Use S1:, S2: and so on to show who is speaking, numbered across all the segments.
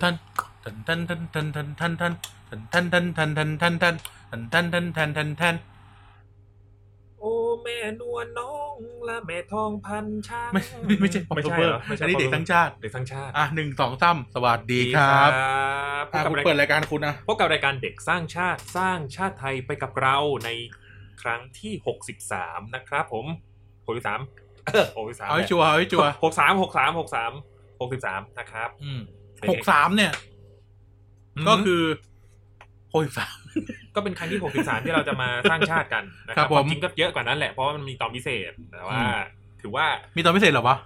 S1: ทันทันทันทันทันทันทันทันทันทันทันทันทันทันทันทันทันทันทันทัน
S2: โอ้แม่นวลน้องละแม่ทองพันช้าง
S1: ไม่ นี่ไม่ใช่ปอม
S2: ไม่
S1: ทู
S2: ใช่
S1: เบอ
S2: เห
S1: ร์
S2: รอไม่ใช่
S1: อันนี้เด็ก
S2: ปอม
S1: ทั้งชาติ
S2: เด็กทั้งชาติ
S1: อ่ะหนึ่งสองสามสวัสดีครับ
S2: พ
S1: อ่ะ
S2: บ
S1: คุณ
S2: กับ
S1: เปิ
S2: รา
S1: ด
S2: ย
S1: รายการคุณนะ
S2: พบกับรายการเด็กสร้างชาติสร้างชาติไทยไปกับเราในครั้งที่ 63 นะครับผม63เออ63
S1: เอาให้ชัวร์เอาให้ชัวร์
S2: หกสามหกสามหกสามหกสิบสามนะครับ
S1: อืมหกสามเนี่ย ก็คือหกสาม
S2: ก็เป็นครั้งที่ 63 ที่เราจะมาสร้างชาติ กันนะค
S1: ครั
S2: รับบ
S1: ผม
S2: วามจริงก็เยอะกว่านั้นแหละเพราะว่ามันมีตอนพิเศษแต่ว่า
S1: อืม
S2: ถือว่า
S1: มีตอนพิเศษเหรอวะ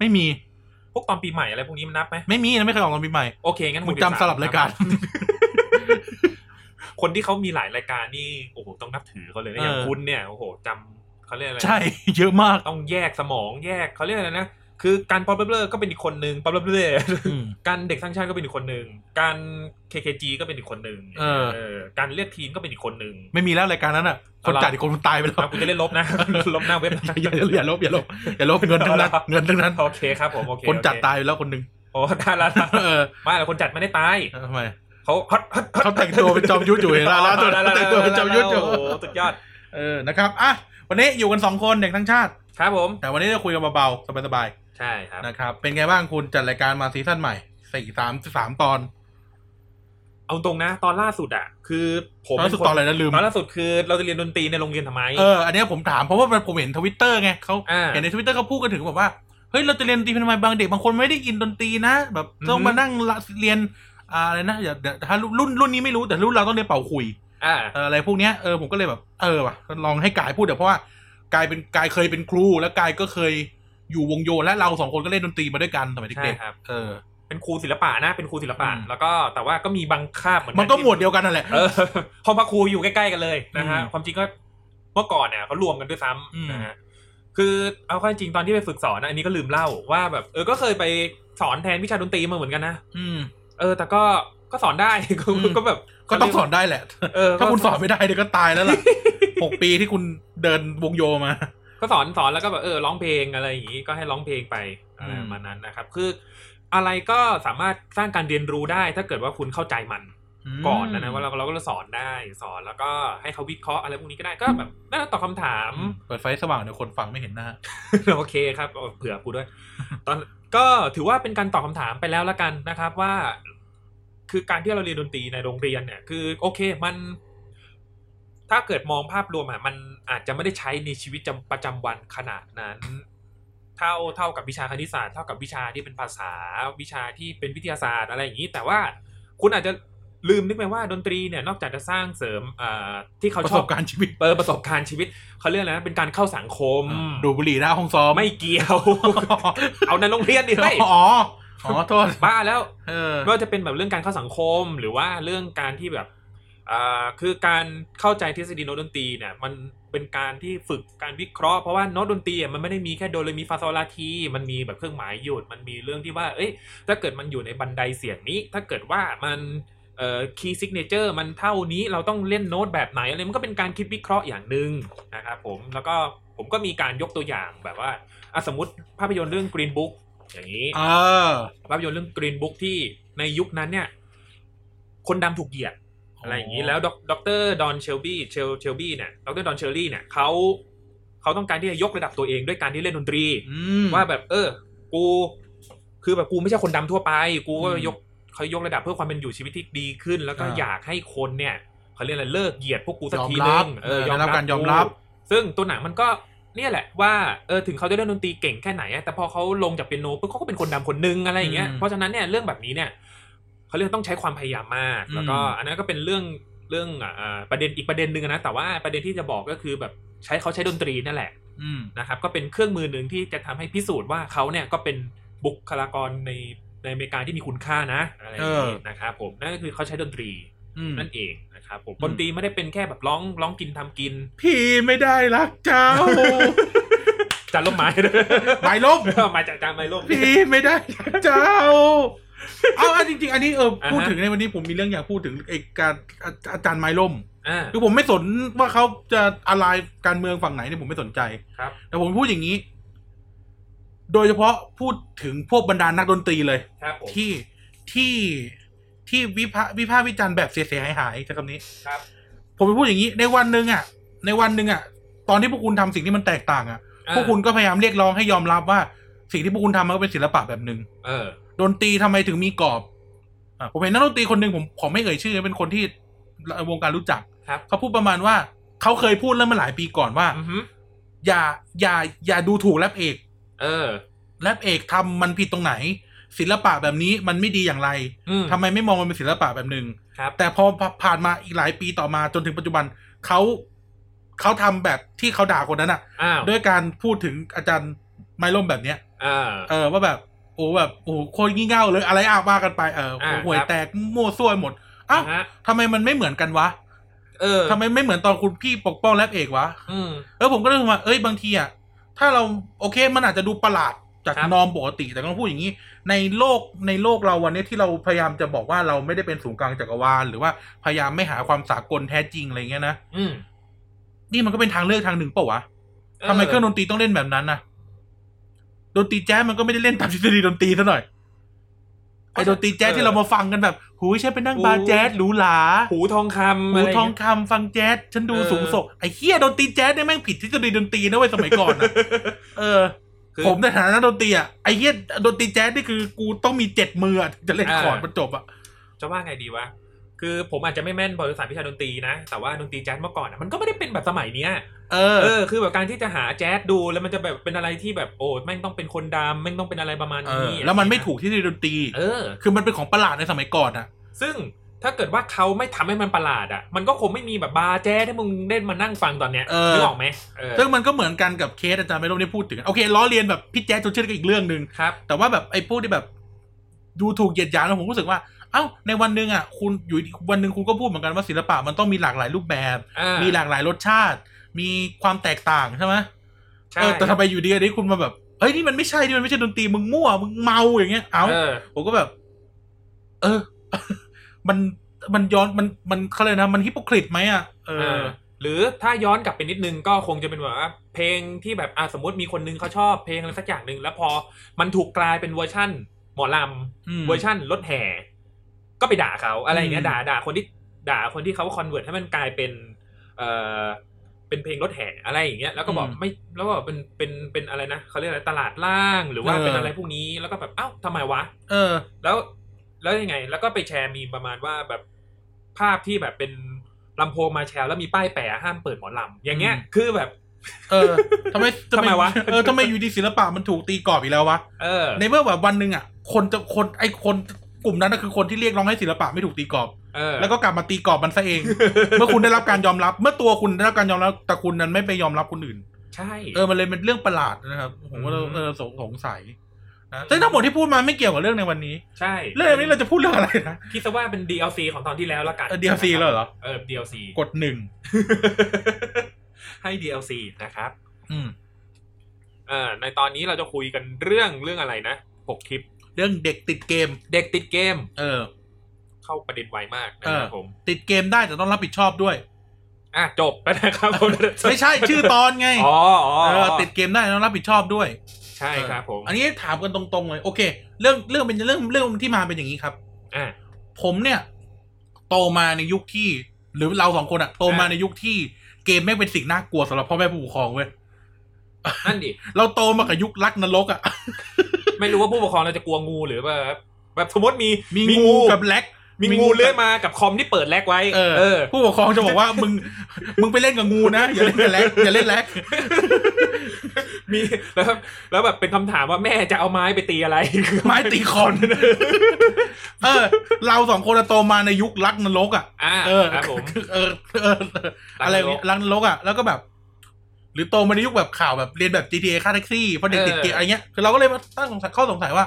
S1: ไม่มี
S2: พวกตอนปีใหม่อะไรพวกนี้มันนับไหม
S1: ไม่มีนะไม่เคยออกรางวัลปีใหม่
S2: โอเคงั้น
S1: มึง
S2: 63
S1: จำสลับรายการ
S2: คนที่เขามีหลายรายการนี่โอ้โหต้องนับถือเขาเลยนะอย่าง
S1: เออ
S2: คุณเนี่ยโอ้โหจำเขาเรียกอะไร
S1: ใช่ เยอะมาก
S2: ต้องแยกสมองแยกเขาเรียกอะไรนะคือการป๊อปเบลอร์ก็เป็นอีกคนนึงป๊อปเบลอร์
S1: อืม
S2: การเด็กสร้างชาติก็เป็นอีกคนนึงการ KKG ก็เป็นอีกคนนึง
S1: เออ
S2: การเลือกทีมก็เป็นอีกคนนึง
S1: ไม่มีแล้วรายการนั้นอ่ะ
S2: เอา
S1: คน
S2: ละ
S1: จัดอีกคนตายไปแล้ว
S2: เอากูจะเล่นลบนะ ลบหน้าเว็บนะ
S1: อย่าอย่าอย่าลบอย่าลบอย่าลบเงินทั้งนั้นเงินทั้งนั้น
S2: โอเคครับผมโอเค
S1: คนจัด
S2: โอเ
S1: ตายไปแล้วคนหนึ่ง
S2: โอ้ตายละตายละ
S1: เออ
S2: ไมาแต่คนจัดไม่ได้ตาย
S1: ทำไม
S2: เขาฮอตฮอตฮอต
S1: เขาแต่งตัวเป็นจอมยุทธอยู่เห็นแล้วล่าสุดแต่งตัวเป็นจอมยุทธอยู่
S2: โอ้โหสุดยอด
S1: เออ นะครับ อ่ะ วันนี้อยู่กันสองคนเด็กทั้งชาติ
S2: ครับผม
S1: แต่วันนี้จะคุยกันเบาๆ สบาย
S2: ใช่ครับ
S1: ๆ นะครับ เป็นไงบ้างคุณจัดรายการมาซีซั่นใหม่สี่สามสามตอน
S2: เอาตรงนะ ตอนล่าสุดอะคือผม
S1: ตอนล่าสุดตอนอะไรนะลืม
S2: ตอนล่าสุดคือเราจะเรียนดนตรีในโรงเรียนทำไม
S1: เออ อันเนี้ยผมถามเพราะว่ามันผมเห็นทวิตเตอร์ไงเขา
S2: อ่า
S1: เห็นในทวิตเตอร์เขาพูดกันถึงแบบว่า เฮ้ย เราจะเรียนดนตรีทำไมบางเด็กบางคนไม่ได้อินดนตรีนะ แบบต้องมานั่งละเรียนอ่าอะไรนะอย่าเดี๋ยวถ้ารุ่นรุ่นรุ่นนี้ไม่รู้แต่รุ่นเราต้องเรียนเป่าขลุย
S2: อ่า
S1: เอออะไรพวกเนี้ยเออผมก็เลยแบบเออว่ะลองให้กายพูดเดี๋ยวเพราะว่ากายเป็นกายเคยเป็นครูแล้วกายก็เคยอยู่วงโยและเราสองคนก็เล่นดนตรีมาด้วยกันสมัย
S2: ใช่
S1: เด็ก
S2: ครับ
S1: ๆเออ
S2: เป็นครูศิลปะนะ เป็นครูศิลปะ
S1: อืม
S2: แล้วก็แต่ว่าก็มีบางคาบเหมือน
S1: มันก็หมวดเดียวกันนั่นแหละ
S2: เอ อห้องพักครูอยู่ใกล้ๆกันเลยนะฮะ
S1: อืม
S2: ความจริงก็เมื่อก่อนเนี่ยเขารวมกันด้วยซ้
S1: อืม
S2: ำนะฮะ คือเอาเข้าจริงตอนที่ไปฝึกสอนนะอันนี้ก็ลืมเล่าว่าแบบเออ ก็เคยไปสอนแทนวิชาดนตรีมาเหมือนกันนะ
S1: อืม
S2: เออ แต่ก็ก็สอนได้ ก็
S1: อืม
S2: ก็แบบ
S1: ก็ต้องสอนได้แหละ
S2: เออก็
S1: ถ้าคุณสอนไม่ได้เดี๋ยวก็ตายแล้วล่ะ หกปีที่คุณเดินวงโยมา
S2: ก็สอนสอนแล้วก็แบบเออร้องเพลงอะไรอย่างนี้ก็ให้ร้องเพลงไปอะไร
S1: อืม
S2: ประมาณนั้นนะครับ คืออะไรก็สามารถสร้างการเรียนรู้ได้ ถ้าเกิดว่าคุณเข้าใจมันก่อนนะนะว่าเราเราก็สอนได้สอนแล้วก็ให้เขาวิเคราะห์อะไรพวกนี้ก็ได้ก็แบบน่าจะตอบคำถาม
S1: อืมเปิดไฟสว่างเดี๋ยวคนฟังไม่เห็นหน้า
S2: โอเคครับเอาเผื่อกูด้วย ตอนก็ถือว่าเป็นการตอบคำถามไปแล้วละกันนะครับว่า คือการที่เราเรียนดนตรีในโรงเรียนเนี่ย คือโอเคมัน ถ้าเกิดมองภาพรวมอะมันอาจจะไม่ได้ใช้ในชีวิตจำประจำวันขนาดนั้น เท่าเท่ากับวิชาคณิตศาสตร์เท่ากับวิชาที่เป็นภาษาวิชาที่เป็นวิทยาศาสตร์อะไรอย่างนี้ แต่ว่าคุณอาจจะลืมนึกไปว่าดนตรีเนี่ยนอกจากจะสร้างเสริมอ่าที่เขา
S1: ประ
S2: ช
S1: ส
S2: อบบ
S1: การณ์ชีวิต
S2: เออประสบการณ์ชีวิตเขาเรียกอะไรนะเป็นการเข้าสังคม
S1: ดูดบุหรี่หน้าห้องซ้อม
S2: ไม่เกี่ยว เอาในโรงเรียนดิเฮ้ย
S1: อ๋ออ๋อโทษ
S2: บ้าแล้ว
S1: เออ
S2: ไม่ว่าจะเป็นแบบเรื่องการเข้าสังคมหรือว่าเรื่องการที่แบบอ่าคือการเข้าใจทฤษฎีโน้ตดนตรีเนี่ย มันเป็นการที่ฝึกการวิเคราะห์เพราะว่าโน้ตดนตรีอ่ะมันไม่ได้มีแค่โดเรมีฟาโซลาที มันมีแบบเครื่องหมายหยุดมันมีเรื่องที่ว่า เอ้ย ถ้าเกิดมันอยู่ในบันไดเสียงนี้ ถ้าเกิดว่ามันเอ่อคีย์ซิกเนเจอร์มันเท่านี้เราต้องเล่นโน้ตแบบไหนอะไรมันก็เป็นการคิดวิเคราะห์อย่างหนึ่งนะครับผมแล้วก็ผมก็มีการยกตัวอย่างแบบว่าอ่ะสมมติภาพยนตร์เรื่อง Green Book อย่างนี้
S1: เออ
S2: ภาพยนตร์เรื่อง Green Book ที่ในยุคนั้นเนี่ย คนดำถูกเหยียด
S1: อ๋ออ
S2: อะไรอย่างนี้แล้วด็อกเตอร์ดอนเชลบี้เชลเชลบี้เนี่ยด็อกเตอร์ดอนเชลลี่เนี่ยเขาเขาต้องการที่จะยกระดับตัวเองด้วยการที่เล่นดนตรี
S1: อืม
S2: ว่าแบบเออ กู คือแบบกูไม่ใช่คนดำทั่วไป กูก็
S1: อืม
S2: ยกเขายกระดับเพื่อความเป็นอยู่ชีวิตที่ดีขึ้น แล้วก็
S1: อ่า
S2: อยากให้คนเนี่ยเขาเรียกอะไรเลิกเหยียดพวกกูสัก
S1: ยอม
S2: ที
S1: รั
S2: นึ
S1: บ
S2: ง
S1: เออได้รับการยอมรับ
S2: ซึ่งตัวหนังมันก็เนี่ยแหละว่าเออถึงเขาจะเล่นดนตรีเก่งแค่ไหนอะแต่พอเขาลงจากเปียโนปุ๊บเขาก็เป็นคนดำคนนึงอะไรอย่างเงี้ย
S1: อืม
S2: เพราะฉะนั้นเนี่ยเรื่องแบบนี้เนี่ยเขาเรียกต้องใช้ความพยายามมาก
S1: อืม
S2: แล้วก็อันนั้นก็เป็นเรื่องเรื่องอ่าประเด็นอีกประเด็นหนึ่งนะแต่ว่าประเด็นที่จะบอกก็คือแบบใช้เขาใช้ดนตรีนั่นแหละ
S1: อืม
S2: นะครับก็เป็นเครื่องมือหนึ่งที่จะทำให้พิสูจน์ว่าเขาเนี่ยก็เป็นบุคลากรในในอเมริกาที่มีคุณค่านะอะไรอย่างนี้
S1: เออ
S2: นะครับผมนั่นก็คือเขาใช้ดนตรี
S1: อืม
S2: นั่นเองนะครับผม
S1: อืม
S2: ดนตรีไม่ได้เป็นแค่แบบร้องร้องกินทำกิน
S1: พี่ไม่ได้รักเจ้า
S2: จัดลมไม้ ด้วย
S1: ไม้ล้ม
S2: ไม้จัดจานไม้ลม
S1: พี่ไม่ได้รักเจ้า เอาเอาจริง ๆ อันนี้เออ
S2: อ่าฮะ
S1: พูดถึงในวันนี้ผมมีเรื่องอยากพูดถึงไอ้การอาอาจารย์ไม้ล่ม
S2: อ่า
S1: คือผมไม่สนว่าเขาจะอะไรการเมืองฝั่งไหนเนี่ยผมไม่สนใจ
S2: ครับ
S1: แต่ผมพูดอย่างนี้ โดยเฉพาะพูดถึงพวกบรรดานักดนตรีเลย
S2: ครับผม
S1: ที่ ที่ที่วิพาวิพากษ์วิจารณ์แบบเสียหายๆใช้คำนี้
S2: ครับ
S1: ผมไปพูดอย่างนี้ในวันหนึ่งอ่ะ ในวันหนึ่งอ่ะ ตอนที่พวกคุณทำสิ่งที่มันแตกต่างอ่ะ พวกคุณก็พยายามเรียกร้องให้ยอมรับว่า สิ่งที่พวกคุณทำมันก็เป็นศิลปะแบบหนึ่ง
S2: เออ
S1: ดนตรีทำไมถึงมีกรอบอ่ะผมเห็นนักดนตรีคนหนึ่งผมขอไม่เอ่ยชื่อเป็นคนที่วงการรู้จัก
S2: ครับ
S1: เขาพูดประมาณว่าเขาเคยพูดเรื่องมาหลายปีก่อนว่า
S2: อือหือ
S1: อย่าอย่าอย่าดูถูกแรปเอก
S2: เออ
S1: แรปเอกทำมันผิดตรงไหน ศิลปะแบบนี้มันไม่ดีอย่างไร
S2: อืม
S1: ทำไมไม่มองมันเป็นศิลปะแบบหนึ่ง
S2: ครับ
S1: แต่พอผ่านมาอีกหลายปีต่อมาจนถึงปัจจุบันเขาเขาทำแบบที่เขาด่าคนนั้นอ่ะ
S2: อ้าว
S1: ด้วยการพูดถึงอาจารย์ไมล่มแบบเนี้ย
S2: เออ
S1: เออว่าแบบโอ้แบบโอ้โหโคนงี่เง่าเลยอะไรอ่ะว่ากันไปเออ
S2: อ่า
S1: ห่วย
S2: ครับ
S1: แตกมั่วซั่วหมดเอ้า
S2: ฮะ
S1: ทำไมมันไม่เหมือนกันวะ
S2: เออ
S1: ทำไมไม่เหมือนตอนคุณพี่ปกป้องแรปเอกวะ
S2: อืม
S1: เออผมก็เลยมาเอ้ยบางทีอ่ะถ้าเราโอเคมันอาจจะดูประหลาดจาก
S2: ครับ
S1: นอมปกติ แต่ก็ต้องพูดอย่างนี้ ในโลกในโลกเราวันนี้ที่เราพยายามจะบอกว่าเราไม่ได้เป็นศูนย์กลางจักรวาลหรือว่าพยายามไม่หาความสากลแท้จริงอะไรเงี้ยนะ
S2: อืม
S1: นี่มันก็เป็นทางเลือกทางหนึ่งเปล่าวะทำไมเครื่องดนตรีต้องเล่นแบบนั้นนะดนตรีแจ๊สมันก็ไม่ได้เล่นต ามทฤษฎีดนตรีซะหน่อยไอ้ดนตรีแจ๊สที่เรามาฟังกันแบบหูยใช่ไปนั่งบาร์แจ๊สหรูหรา
S2: หูทองค
S1: หู
S2: ำะไร
S1: ทอง
S2: เย
S1: คำฟังแจ๊สฉันดู
S2: เออ
S1: สูงส่งไอ้เฮียดนตรีแจ๊สเนี่ยแม่งผิดทฤษฎีดนตรีนะเว้ยสมัยก่อนอะเออ
S2: คือ
S1: ผมในฐานะนักดนตรีอ่ะไอ้เฮียดนตรีแจ๊สนี่คือกูต้องมีเจ็ดมืออะถึงจะเล่น
S2: อ่า
S1: คอร์ดมันจบอ่ะ
S2: จะว่าไงดีวะ คือผมอาจจะไม่แม่นบริษัทวิชาดนตรีนะ แต่ว่าดนตรีแจ๊สเมื่อก่อนอะมันก็ไม่ได้เป็นแบบสมัยเนี้ย
S1: เออ
S2: เออ คือแบบการที่จะหาแจ๊สดูแล้วมันจะแบบเป็นอะไรที่แบบโอ้แม่งต้องเป็นคนดำแม่งต้องเป็นอะไรประมาณ
S1: เอ
S2: นี้
S1: อ แล้วมันไม่ถูกทฤษฎีดนตรี
S2: เออ
S1: คือมันเป็นของประหลาดในสมัยก่อนอ่ะ
S2: ซึ่งถ้าเกิดว่าเขาไม่ทำให้มันประหลาดอ่ะ มันก็คงไม่มีแบบบาร์แจ๊สให้มึงเล่นมานั่งฟังตอนเนี้ย
S1: เออ
S2: นึกออกไหมเออ
S1: ซึ่งมันก็เหมือนกันกับเคสอาจารย์ไม่รู้นี่พูดถึงโอเคล้อเลียนแบบพี่แจ๊สชวนชื่นก็อีกเรื่องหนึ่ง
S2: ครับ
S1: แต่ว่าแบบไอ้พวกที่แบบดูถูกเหยียดหยามนะผมรู้สึกว่าเอ้าในวันหนึ่งอ่ะคุณอยู่ดีวันหนึ่งคุณก็พูดเหมือนกันว่าศิลปะมันต้องมีหลากหลายรูปแบบ
S2: อ่า
S1: มีหลากหลายรสชาติ มีความแตกต่างใช่ไหม
S2: ใช่
S1: เออแต่ทำไมอยู่ดีอันนี้คุณมาแบบ เฮ้ย นี่มันไม่ใช่ นี่มันไม่ใช่ดนตรี มึงมั่ว มึงเมาอย่างเงี้ย เอา
S2: เออ
S1: ผมก็แบบ เอ อ มัน มันย้อน มัน มันเขาเลยกนะ มันฮิปโปคริตไหมอ่ะ เอ
S2: เอ
S1: อ
S2: อหรือถ้าย้อนกลับไปนิดนึงก็คงจะเป็นแบบว่าเพลงที่แบบอ่ะสมมติมีคนนึงเขาชอบเพลงอะไรสักอย่างหนึ่งแล้วพอมันถูกกลายเป็นเวอร์ชั่น หมอล
S1: อืม
S2: ำเวอร์ชั่นรถแห่ ก็ไปด่าเขาอะไรอย่างเงี้ย
S1: อืม
S2: ด่าด่าคนที่ด่าคนที่เขาคอนเวิร์ตให้มันกลายเป็น เออเป็นเพลงรถแห่อะไรอย่างเงี้ยแล้วก็บอกไม่แล้วก็บอกเป็นเป็นเป็นอะไรนะเขาเรียกอะไรตลาดล่างหรือว่าเป็นอะไรพวกนี้แล้วก็แบบเอ้าทำไมวะ
S1: เออ
S2: แล้วแล้วยังไง แล้วก็ไปแชร์มีมประมาณว่าแบบภาพที่แบบเป็นลำโพงมาแชร์แล้วมีป้ายแปะห้ามเปิดหมอลำอย่างเงี้ย
S1: อืม
S2: คือแบบ
S1: เออทำไม
S2: ทำไมวะ
S1: เออทำไมอยู่ดีศิลปะมันถูกตีกรอบอีกแล้ววะ
S2: เออ
S1: ในเมื่อแบบวันหนึ่งอ่ะ คนจะ คน ไอ้คน กลุ่มนั้นก็คือคนที่เรียกร้องให้ศิลปะไม่ถูกตีกรอบ
S2: เออ
S1: แล้วก็กลับมาตีกรอบมันซะ เอง เมื่อคุณได้รับการยอมรับ เมื่อตัวคุณได้รับการยอมรับ แต่คุณนั้นไม่ไปยอมรับคนอื่น
S2: ใช่
S1: เออ มันเลยเป็นเรื่องประหลาดนะครับ ผมก็เลยเออสงสงสัยนะซึ่งทั้งหมดที่พูดมาไม่เกี่ยวกับเรื่องในวันนี้
S2: ใช่
S1: เรื่องในวันนี้เราจะพูดเรื่องอะไรนะ
S2: คิดซะว่าเป็น DLC ของตอนที่แล้วละกัน
S1: เออ DLC แล้วเหรอ
S2: เออ DLC
S1: กดหนึ่ง
S2: ให้ DLC นะครับ
S1: อืม
S2: เออในตอนนี้เราจะคุยกันเรื่องเรื่องอะไรนะหกคลิป
S1: เรื่องเด็กติดเกม
S2: เด็กติดเกม
S1: เออ
S2: เข้าประเด็นไวมากนะครับ
S1: เออ
S2: ผม
S1: ติดเกมได้แต่ต้องรับผิดชอบด้วย
S2: อ่ะจบแล้วนะครับผม
S1: ไม่ใช่ชื่อตอนไง
S2: อ๋ออ๋อ
S1: เอ
S2: อ๋อ
S1: อ ติดเกมได้แต่ต้องรับผิดชอบด้วย
S2: ใช่ครับผม
S1: อันนี้ถามกันตรงๆเลย โอเค เรื่องเรื่องเป็นเรื่องเรื่องที่มาเป็นอย่างนี้ครับ
S2: อ่ะ
S1: ผมเนี่ย โตมาในยุคที่ หรือเราสองคนอะโตมาในยุคที่เกมไม่งเป็นสิ่งน่ากลัวสำหรับพ่อแม่ผู้ปกครองเว้ย
S2: นั่นดิ
S1: เราโตมากับยุครักนรกอะ
S2: ไม่รู้ว่าผู้ปกครองเราจะกลัวงูหรือว่าแบบแบบสมมติมี
S1: มีงูกับแล็ก
S2: มี
S1: มีงู
S2: งูเลื้อย
S1: กับ
S2: มากับคอมที่เปิดแลกไว้
S1: เออ
S2: เออ
S1: ผู้ปกครองจะบอกว่า มึง มึงไปเล่นกับงูนะ อย่าเล่นกับแล็กอย่าเล่นแล็ก
S2: มีแล้วแล้วแบบเป็นคำถามว่าแม่จะเอาไม้ไปตีอะไร
S1: ไม้ตีคอนเออ เราสองคนอะโตมาในยุครักนรกอะ
S2: อ่า
S1: เออ
S2: ครับผม
S1: เออเออเออ อะไรแบบนี้รักนรกอ่ะแล้วก็แบบ หรือโตมาในยุคแบบข่าวแบบเรียนแบบ GTA ค่าแท็กซี่เพราะเด็กติดเกมอะไรเงี้ยคือเราก็เลยมาตั้งสงสัยข้อสงสัยว่า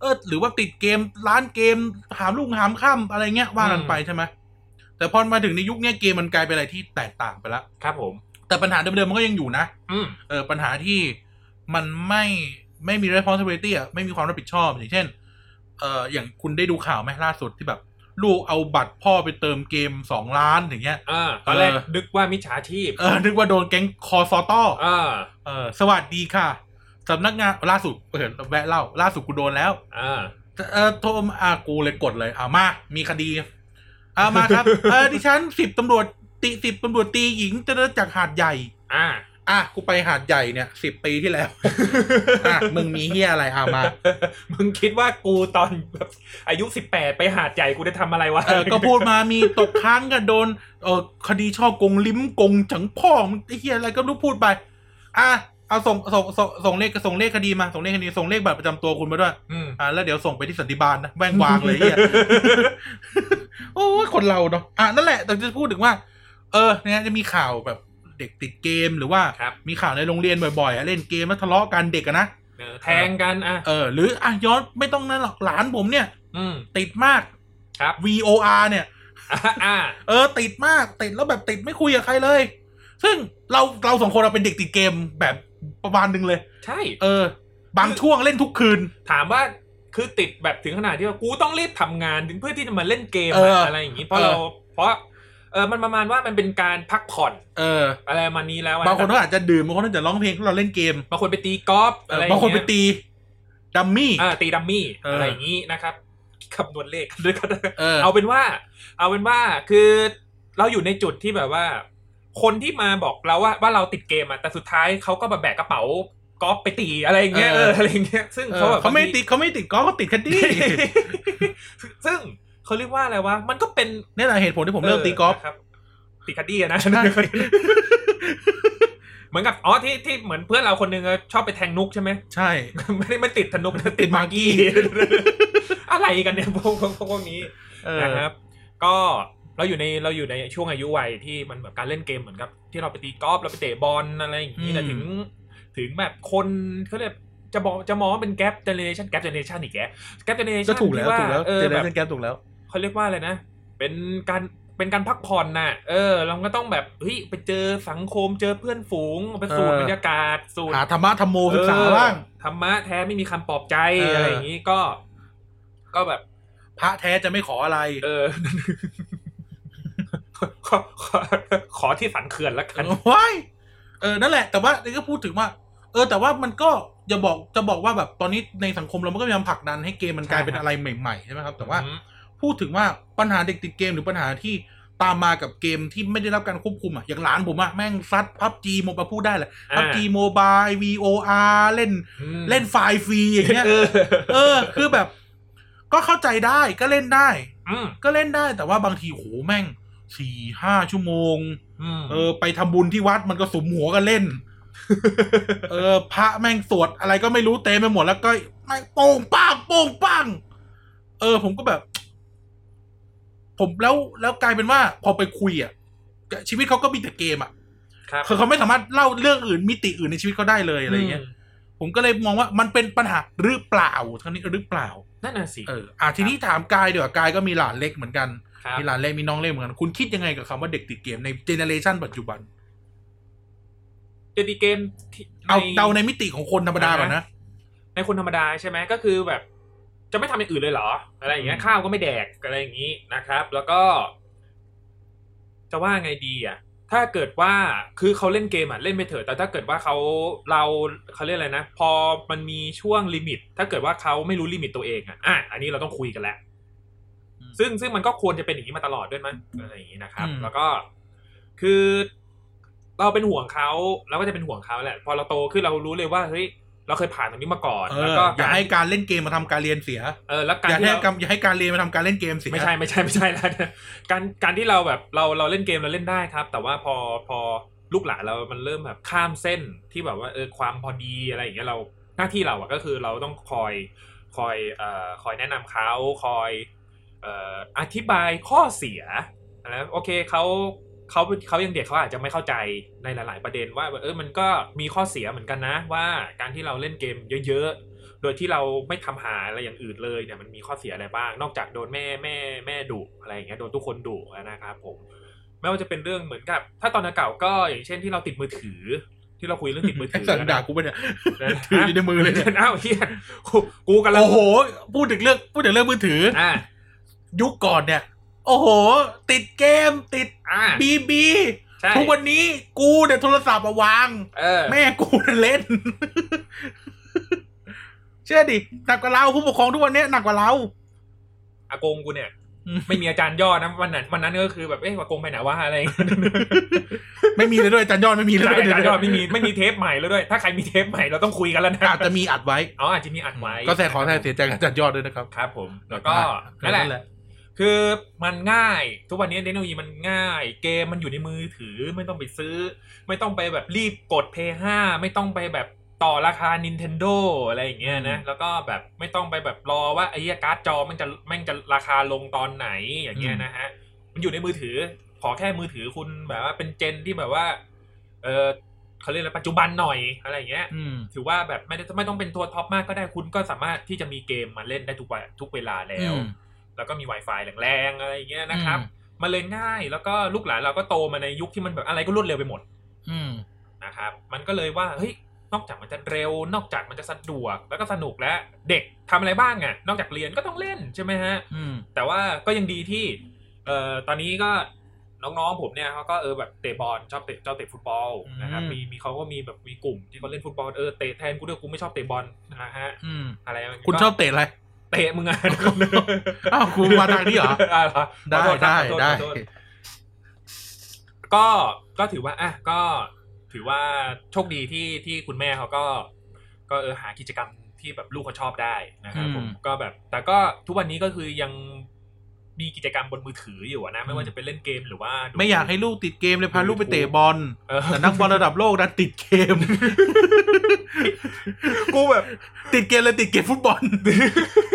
S1: เออ หรือว่าติดเกมร้านเกมหามลูกหามข้ามอะไรเงี้ยว่ากันไปใช่ไหมแต่พอมาถึงในยุคเนี้ยเกมมันกลายเป็นอะไรที่แตกต่างไปละ
S2: ครับผม
S1: แต่ปัญหาเดิมๆมันก็ยังอยู่นะ
S2: อืม
S1: เออปัญหาที่มันไม่ไม่มี responsibility อ่ะไม่มีความรับผิดชอบ อย่างเช่น เอออย่างคุณได้ดูข่าวไหมล่าสุดที่แบบ ลูกเอาบัตรพ่อไปเติมเกมสองล้านอย่างเงี้ย
S2: อ่าตอนแรก
S1: เออ
S2: นึกว่ามิจฉาชีพ
S1: เออ นึกว่าโดนแก๊งคอซอต้อ
S2: อ่า
S1: เออสวัสดีค่ะ สำนักงานล่าสุดเออแวะเล่า ล่าสุดกูโดนแล้ว
S2: อ่า
S1: เออโทรมอากูเลยกดเลยอ่ามา มีคดีอ่ามาครับ เออดิฉันสิบตำรวจตีสิบตำรวจตีหญิงจะเดินจากหาดใหญ่
S2: อ่า
S1: อ่ะกูไปหาดใหญ่เนี่ยสิบปีที่แล้ว อ่ะมึงมีเฮียอะไรอ่ามา
S2: มึงคิดว่ากูตอนแบบอายุสิบแปดไปหาดใหญ่กูได้ทำอะไรวะ
S1: เออก็พูดมามีตกค้างกันโดนเออคดีช่อกงลิ้มกงจังพ่อมึงไอ้เฮียอะไรก็รู้พูดไป อ่ะเอาส่งส่งส่งส่งเลขส่งเลขคดีมาส่งเลขคดีส่งเลขบัตรประจำตัวคุณมาด้วย
S2: อืม
S1: อ่าแล้วเดี๋ยวส่งไปที่สันติบาลนะแว่งวางเลยเฮีย โอ้ยคนเราเนาะอ่ะนั่นแหละแต่จะพูดถึงว่า เออเนี่ยจะมีข่าวแบบเด็กติดเกมหรือว่า
S2: ครับ
S1: มีข่าวในโรงเรียนบ่อยๆอ่ะเล่นเกมแล้วทะเลาะกันเด็กอะนะ
S2: เออแทงกันอ่ะ
S1: เออหรืออ่ะย้อนไม่ต้องนั่นหรอกหลานผมเนี่ย
S2: อืม
S1: ติดมาก
S2: ครับ
S1: VOR เนี่ย
S2: อ่า
S1: เออติดมากติดแล้วแบบติดไม่คุยกับใครเลย ซึ่งเราเราสองคนเราเป็นเด็กติดเกมแบบประมาณหนึงเลย
S2: ใช่
S1: เออ บางช่วงเล่นทุกคืน
S2: ถามว่าคือติดแบบถึงขนาดที่ว่ากูต้องรีบทำงานถึงเพื่อที่จะมาเล่นเกม
S1: เอออ
S2: อะไรอย่างนี้เพราะ
S1: เออ
S2: เราเพราะเออมันประมาณว่ามันเป็นการพักผ่อน
S1: เออ
S2: อะไรประมาณนี้แล้วอะ
S1: บางคนก็อาจจะดื่มบางคนก็อาจจะร้องเพลงเราเล่นเกม
S2: บางคนไปตีกอล์ฟ
S1: เอ
S2: อะ
S1: อ
S2: ไรอย่
S1: บางคนไป
S2: เย
S1: ตีดัมมี่
S2: อ่าตีดัมมี่
S1: เอออ
S2: อะไรอย่างนี้นะครับ คำนวณเล ขด้วยกัน
S1: เออ
S2: เอาเป็นว่า เอาเป็นว่าคือเราอยู่ในจุดที่แบบว่า คนที่มาบอกเราว่าว่าเราติดเกมอะแต่สุดท้ายเขาก็แบบแบกกระเป๋ากอล์ฟไปตีอะไรอย่างเงี้ยเอออะไรอย่างเงี้ยซึ่ง
S1: เอ
S2: เขา
S1: อ
S2: แบบ
S1: เขาไม่ติดเขาไม่ติดกอล์ฟเขาติดแคด ดี้
S2: ซึ่งเขาเรียกว่าอะไรวะ มันก็เป็น
S1: นี่แหละเหตุผลที่ผมเลิกตีกอล์ฟ
S2: นะครับตีคัดดี้อะนะ
S1: ใช่
S2: เหมือนกับอ๋อที่ที่เหมือนเพื่อนเราคนหนึงอะชอบไปแทงนุกใช่ไหม
S1: ใช่
S2: ไม่ได้ไม่ติดธนุกนะ
S1: ติ
S2: ติ
S1: ด
S2: ด
S1: มา
S2: มา
S1: ร์กี้
S2: กี้ อะไรกันเนี่ยพวกพวกพวกพวกนี้
S1: เออ
S2: นะครับ ก็เราอยู่ในเราอยู่ในช่วงอายุวัยที่มันแบบการเล่นเกมเหมือนกับ ที่เราไปตีกอล์ฟเราไปเตะบอลอะไรอย่างนี้แต่ถึง ถึงแบบคนเขาเรียกจะบอกจะมองว่าเป็นแกลบเจเนเรชันแกลบเจเนเรชันอีกแกแกลบเจเนเรชั
S1: ก็
S2: น
S1: ถูกแล้วถูกแล้ว
S2: เอ
S1: เจ
S2: อ
S1: เน
S2: แบ
S1: เร
S2: บ
S1: ชันแกมถูกแล้ว
S2: เขาเรียกว่าอะไรนะ เป็นการเป็นการพักผ่อนน่ะ เออ เราก็ต้องแบบเฮ้ยไปเจอสังคมเจอเพื่อนฝูงไปสูด
S1: เออ
S2: บรรยากาศสูด
S1: หาธรรมะธรรมโมศึกษา
S2: เออ
S1: บ้าง
S2: ธรรมะแท้ไม่มีคำปลอบใจ
S1: เอออ
S2: อะไรอย่างนี้ก็ ก็แบบ
S1: พระแท้จะไม่ขออะไร
S2: เออ ขอขอขอที่สันเขื่อนละกัน
S1: ว้ายเออ นั่นแหละ แต่ว่านี่ก็พูดถึงว่า เออ แต่ว่ามันก็อย่าบอก จะบอกว่าแบบตอนนี้ในสังคมเรามันก็พยายามผลักดันให้เกมมันกลายเป็น
S2: ใช่ครับ
S1: อะไรใหม่ๆใช่ไหมครับ แต่ว่า
S2: อืม
S1: พูดถึงว่าปัญหาเด็กติดเกมหรือปัญหาที่ตามมากับเกมที่ไม่ได้รับการควบคุมอ่ะ อย่างหลานผมอ่ะ แม่งซัดพับจีโมบาพูดได้แหละพับจีโมบาย VOR เล่น
S2: อืม
S1: เล่นไฟล์ฟรีอย่างเงี้ย
S2: เออ
S1: เออ คือแบบ ก็เข้าใจได้ ก็เล่นได้
S2: ม
S1: ก็เล่นได้ แต่ว่าบางทีโหแม่งสี่ห้าชั่วโมง
S2: อืม
S1: เออไปทำบุญที่วัดมันก็สุมหัวกันเล่น เออ พระแม่งสวดอะไรก็ไม่รู้เต็มไปหมดแล้วก็แม่งโป่งปังโป่งปังเออ ผมก็แบบ ผมแล้วแล้วกลายเป็นว่า พอไปคุยอ่ะชีวิตเขาก็มีแต่เกมอ่ะ
S2: ครับ
S1: คือเขาไม่สามารถเล่าเรื่องอื่นมิติอื่นในชีวิตเขาได้เลยอะไรเงี้ยผมก็เลยมองว่ามันเป็นปัญหาหรือเปล่าเท่านี้หรือเปล่า
S2: นั่นน่ะสิ
S1: เอออ่ะทีนี้ถามกายเดี๋ยวากายก็มีหลานเล็กเหมือนกัน
S2: ครับ
S1: มีหลานเล็กมีน้องเล็กเหมือนกันคุณคิดยังไงกับคำว่าเด็กติดเกมในเจเนอเรชันปัจจุบัน
S2: เดดีเกมที่
S1: เอาเดาในมิติของคนธรรมดาก่อนนะ
S2: ในคนธรรมดาใช่ไหมก็คือแบบ จะไม่ทำอย่างอื่นเลยเหรอ อะไรอย่างเงี้
S1: อื
S2: ย
S1: ม
S2: ข้าวก็ไม่แดกอะไรอย่างนี้นะครับ แล้วก็ จะว่าไงดีอ่ะ ถ้าเกิดว่าคือเขาเล่นเกมอ่ะเล่นไปเถอะแต่ถ้าเกิดว่าเขาเราเขาเรียกอะไรนะ พอมันมีช่วงลิมิต ถ้าเกิดว่าเขาไม่รู้ลิมิตตัวเองอ่ะอ่ะอันนี้เราต้องคุยกันแล้ว ซึ่งซึ่งมันก็ควรจะเป็นอย่างนี้มาตลอดด้วยมั้ยอะไรอย่างนี้นะครับ
S1: อืม
S2: แล้วก็คือเราเป็นห่วงเขาเราก็จะเป็นห่วงเขาแหละ พอเราโตขึ้นเรารู้เลยว่าเฮ้ยเราเคยผ่านตรงนี้มาก่อน
S1: เอ
S2: แล้ว
S1: อ
S2: ก็
S1: อย่าให้การเล่นเกมมาทำการเรียนเสีย
S2: เออแล้วการ
S1: อย่า
S2: ที่
S1: ให้
S2: เรา
S1: การอย่าให้การเรียนมาทำการเล่นเกมเสีย
S2: ไม่ใช่ไม่ใช่ไม่ ใช่แล้วการการที่เราแบบเราเราเล่นเกมเราเล่นได้ครับ แต่ว่าพอพอลูกหลานเรามันเริ่มแบบข้ามเส้นที่แบบว่าเออความพอดีอะไรอย่างเงี้ยเราหน้าที่เราอะก็คือเราต้องคอยคอยเอ่อคอยแนะนำเขาคอย เอ่ออธิบายข้อเสียนะโอเคเขาเขาเขายังเด็กเขาอาจจะไม่เข้าใจในหลาย ๆ ประเด็นว่าเออมันก็มีข้อเสียเหมือนกันนะ ว่าการที่เราเล่นเกมเยอะ ๆ โดยที่เราไม่ทำหาอะไรอย่างอื่นเลยเนี่ยมันมีข้อเสียอะไรบ้าง นอกจากโดนแม่แม่แม่ดุอะไรอย่างเงี้ยโดนทุกคนดุนะครับผมไม่ว่าจะเป็นเรื่องเหมือนกับ ถ้าตอนเก่าๆก็อย่างเช่นที่เราติดมือถือ ที่เราคุยเรื่องติดมือ
S1: ไอ้
S2: ถือ
S1: สัตว์ด่ากูไปะเนี่ย
S2: นะ
S1: ถืออยู่ในมือเลยเนี่ย
S2: อ้าวเฮี ยกูกูกำลัง
S1: โอ้โห พูดถึงเรื่องพูดถึงเรื่องมือถือ
S2: อ่า
S1: ยุคก่อนเนี่ย โอ้โห ติดเกมติด
S2: อ่า
S1: บีบี
S2: ใช่
S1: ทุกวันนี้กู เนี่ยโทรศัพท์มาวาง
S2: เออ
S1: แม่กูเล่น เชื่อดิหนักกว่าเราผู้ปกครองทุกวันเนี้ยหนักกว่าเรา
S2: อากงกูเนี่ย
S1: อืม
S2: ไม่มีอาจารย์ยอดนะวันนั้นวันนั้นก็คือแบบเอ๊ะอากงไปไหนวะอะไรอย่างเงี้ย
S1: ไม่มีเลยด้วยอาจารย์ยอดไม่มีเลย
S2: อา
S1: ด้วย
S2: จารย์ยอดไม่มีไม่มีเทปใหม่แล้วด้วย ถ้าใครมีเทปใหม่เราต้องคุยกันแล้วนะ
S1: อาจจะมีอัดไว้
S2: อ๋ออาจจะมีอัดไว้
S1: ก็แสดงขอแสดงเสียใจกับอาจารย์ยอดด้วยนะครับ
S2: ครับผม แล้วก็นั่นแหละ คือมันง่ายทุกวันนี้เทคโนโลยีมันง่าย เกมมันอยู่ในมือถือไม่ต้องไปซื้อ ไม่ต้องไปแบบรีบกด p 5ไม่ต้องไปแบบต่อราคา Nintendo อะไรอย่างเงี้ยนะ แล้วก็แบบไม่ต้องไปแบบรอว่าไอ้เหี้ยการ์ดจอมันจะแม่งจะราคาลงตอนไหนอย่างเงี้ยนะฮะ มันอยู่ในมือถือ ขอแค่มือถือคุณแบบว่าเป็นเจนที่แบบว่า เออเขาเรียกอะไรปัจจุบันหน่อยอะไรอย่างเงี้ย
S1: อืม
S2: ถือว่าแบบไม่ได้ไม่ต้องเป็นตัวท็อปมากก็ได้คุณก็สามารถที่จะมีเกมมาเล่นได้ทุกวันทุกเวลาแล้ว
S1: อืม
S2: แล้วก็มี Wi-Fi แรงๆอะไรอย่างเงี้ยนะครับ มันเลยง่ายแล้วก็ลูกหลานเราก็โตมาในยุคที่มันแบบอะไรก็รวดเร็วไปหมด
S1: อืม
S2: นะครับ มันก็เลยว่าเฮ้ยนอกจากมันจะเร็วนอกจากมันจะสะดวกแล้วก็สนุกแล้วเด็กทำอะไรบ้างอะ่ะนอกจากเรียนก็ต้องเล่นใช่ไหมฮะ
S1: อืม
S2: แต่ว่าก็ยังดีที่เอ่อตอนนี้ก็น้องๆผมเนี่ยเขาก็เออแบบเตะบอลชอบเตะชอบเตะฟุตบอลนะครับ
S1: อืม
S2: มีมีเขาก็มีแบบมีกลุ่มที่เขาเล่นฟุตบอลเออเตะแทนกูด้วยกูไม่ชอบเตะบอลนะฮะ
S1: อืม
S2: อะไรย่างเงี้ย
S1: คุณชอบเตะอะไร
S2: เตะมึงอะ
S1: อ้าวคุณมาทางนี้เหรอ
S2: า เหรอ
S1: ได้
S2: ขอโทษครับ
S1: ได้
S2: ขอโทษ
S1: ได้
S2: ขอโทษ ก็ก็ถือว่าอ่ะก็ถือว่าโชคดีที่ที่คุณแม่เขาก็ ก็เออหากิจกรรมที่แบบลูกเขาชอบได้นะครับผมก็แบบ แต่ก็ทุกวันนี้ก็คือยังมีกิจกรรมบนมือถืออยู่อะนะ ไม่ว่าจะเป็นเล่นเกมหรือว่าดู
S1: ไม่อยากให้ลูกติดเกมเลยพาลูกไปเตะบอล
S2: เออ
S1: แต่นักบอลระดับโลกดันติดเก ม
S2: กูแบบ
S1: ติดเกมเลยติดเกมฟุตบอล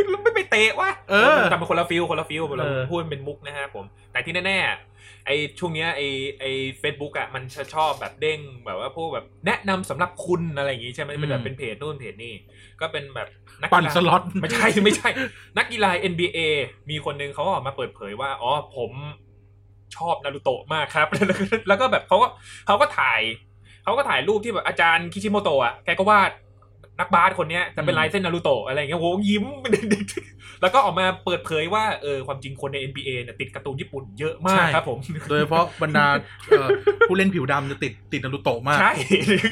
S2: แล้วไม่ไปเตะวะ
S1: เออ
S2: แต่มันคนละฟิลคนละฟิลเรา
S1: เออ
S2: พูดมันเป็นมุกนะฮะผม แต่ที่แน่ๆ ไอช่วงเนี้ยไอไอเฟซบุ๊กอ่ะมันจะชอบแบบเด้งแบบว่าพวกแบบแนะนำสำหรับคุณอะไรอย่างงี้ใช่ไหมเป็นแบบเป็นเพจนู่นเพจนี่ก็เป็นแบบนัก
S1: ปั่น
S2: กีฬา
S1: สล็อต
S2: ไม่ใช่ไม่ใช่ นักกีฬา NBA มีคนหนึงเขาออกมาเปิดเผยว่า อ๋อผมชอบนารูโตะมากครับ แล้วก็แบบเขาก็เขาก็ถ่าย เขาก็ถ่ายรูปที่แบบอาจารย์คิชิโมโตะอ่ะ แกก็วาดนักบาสคนเนี้ยแต่เป็นลายเส้นนารูโตะอะไรอย่างเงี้ยโหยิ้ม แล้วก็ออกมาเปิดเผยว่าเออความจริงคนใน NBA เนี่ยติดการ์ตูนญี่ปุ่นเยอะมาก
S1: ใช่
S2: ครับผม
S1: โดยเฉพาะบรรดาเอ่อผู้เล่นผิวดำจะติดติดนารูโตะมาก
S2: ใช่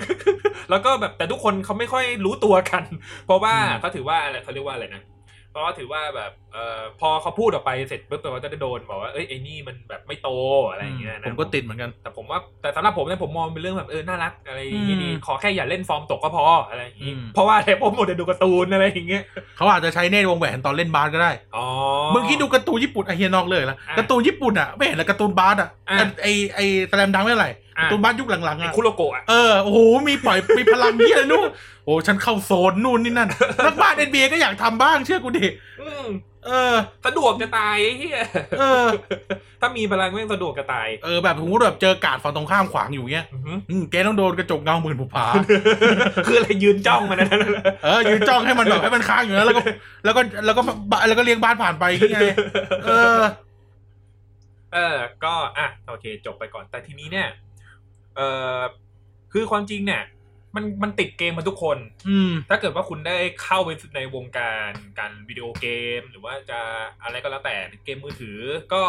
S2: แล้วก็แบบแต่ทุกคนเขาไม่ค่อยรู้ตัวกัน เพราะว่า
S1: อืม
S2: เขาถือว่าอะไรเขาเรียกว่าอะไรนะเพราะว่าถือว่าแบบเออพอเขาพูดออกไปเสร็จปุ๊บตัวก็จะโดนบอกว่าเอ้ยไอ้นี่มันแบบไม่โตอะไรอย่างเงี้ยนะ
S1: ผมก็ติดเหมือนกัน
S2: แต่ผมว่าแต่สำหรับผมเนี่ยผมมองเป็นเรื่องแบบเออน่ารักอะไรอย่างงี้ดี
S1: อืม
S2: ขอแค่อย่าเล่นฟอร์มตกก็พออะไรอย่างงี้
S1: อืม
S2: เพราะว่าอะไรผมหมดแต่ดูการ์ตูนอะไรอย่างเงี้ย
S1: เขาอาจจะใช้เนตรวงแหวนตอนเล่นบาสก็ได้
S2: อ๋อ
S1: มึงคิดดูการ์ตูนญี่ปุ่นไอะเฮียนอกเลยละ
S2: อ่ะ
S1: การ์ตูนญี่ปุ่นอ่ะไม่เห็นละการ์ตูนบาสอ่ะ
S2: อ่ะ
S1: ไอไอแสลมดังไม่เท่าไหร่
S2: อ่ะ
S1: การ์ตูนบาสยุคหลังๆ
S2: ไอ้
S1: อ่ะ
S2: คุโรโกะอะ
S1: เออโอ้โหมีปล่อย มีพลังเยอะนู่นโอ้ฉันเข้าโซนนู่นนี่นั่นนักบาสเอ็นบีก็อยากทำบ้างเชื่อกูดิ
S2: อืม
S1: เออ
S2: สะดวกจะตายไอ้เหี้ย
S1: เออ
S2: ถ้ามีพลังแม่งสะดวกจะตาย
S1: เออแบบสมมติแบบเจอกาดฝั่งตรงข้ามขวางอยู่เงี้ย
S2: อือหือ
S1: อืมแกต้องโดนกระจกเงาหมื่นผุผา
S2: คืออะไรยืนจ้องมันนะ
S1: เออยืนจ้องให้มันแบบให้มันค้างอยู่นะแล้วก็แล้วก็แล้วก็บะแล้วก็เลี้ยงบ้านผ่านไปอย่างเงี้ยไงเออ
S2: เออ ก็อ่ะโอเค จบไปก่อนแต่ทีนี้เนี่ยเออคือความจริงเนี่ย มันมันติดเกมมาทุกคน
S1: อืม
S2: ถ้าเกิดว่าคุณได้เข้าไปในวงการการวิดีโอเกม หรือว่าจะอะไรก็แล้วแต่เกมมือถือก็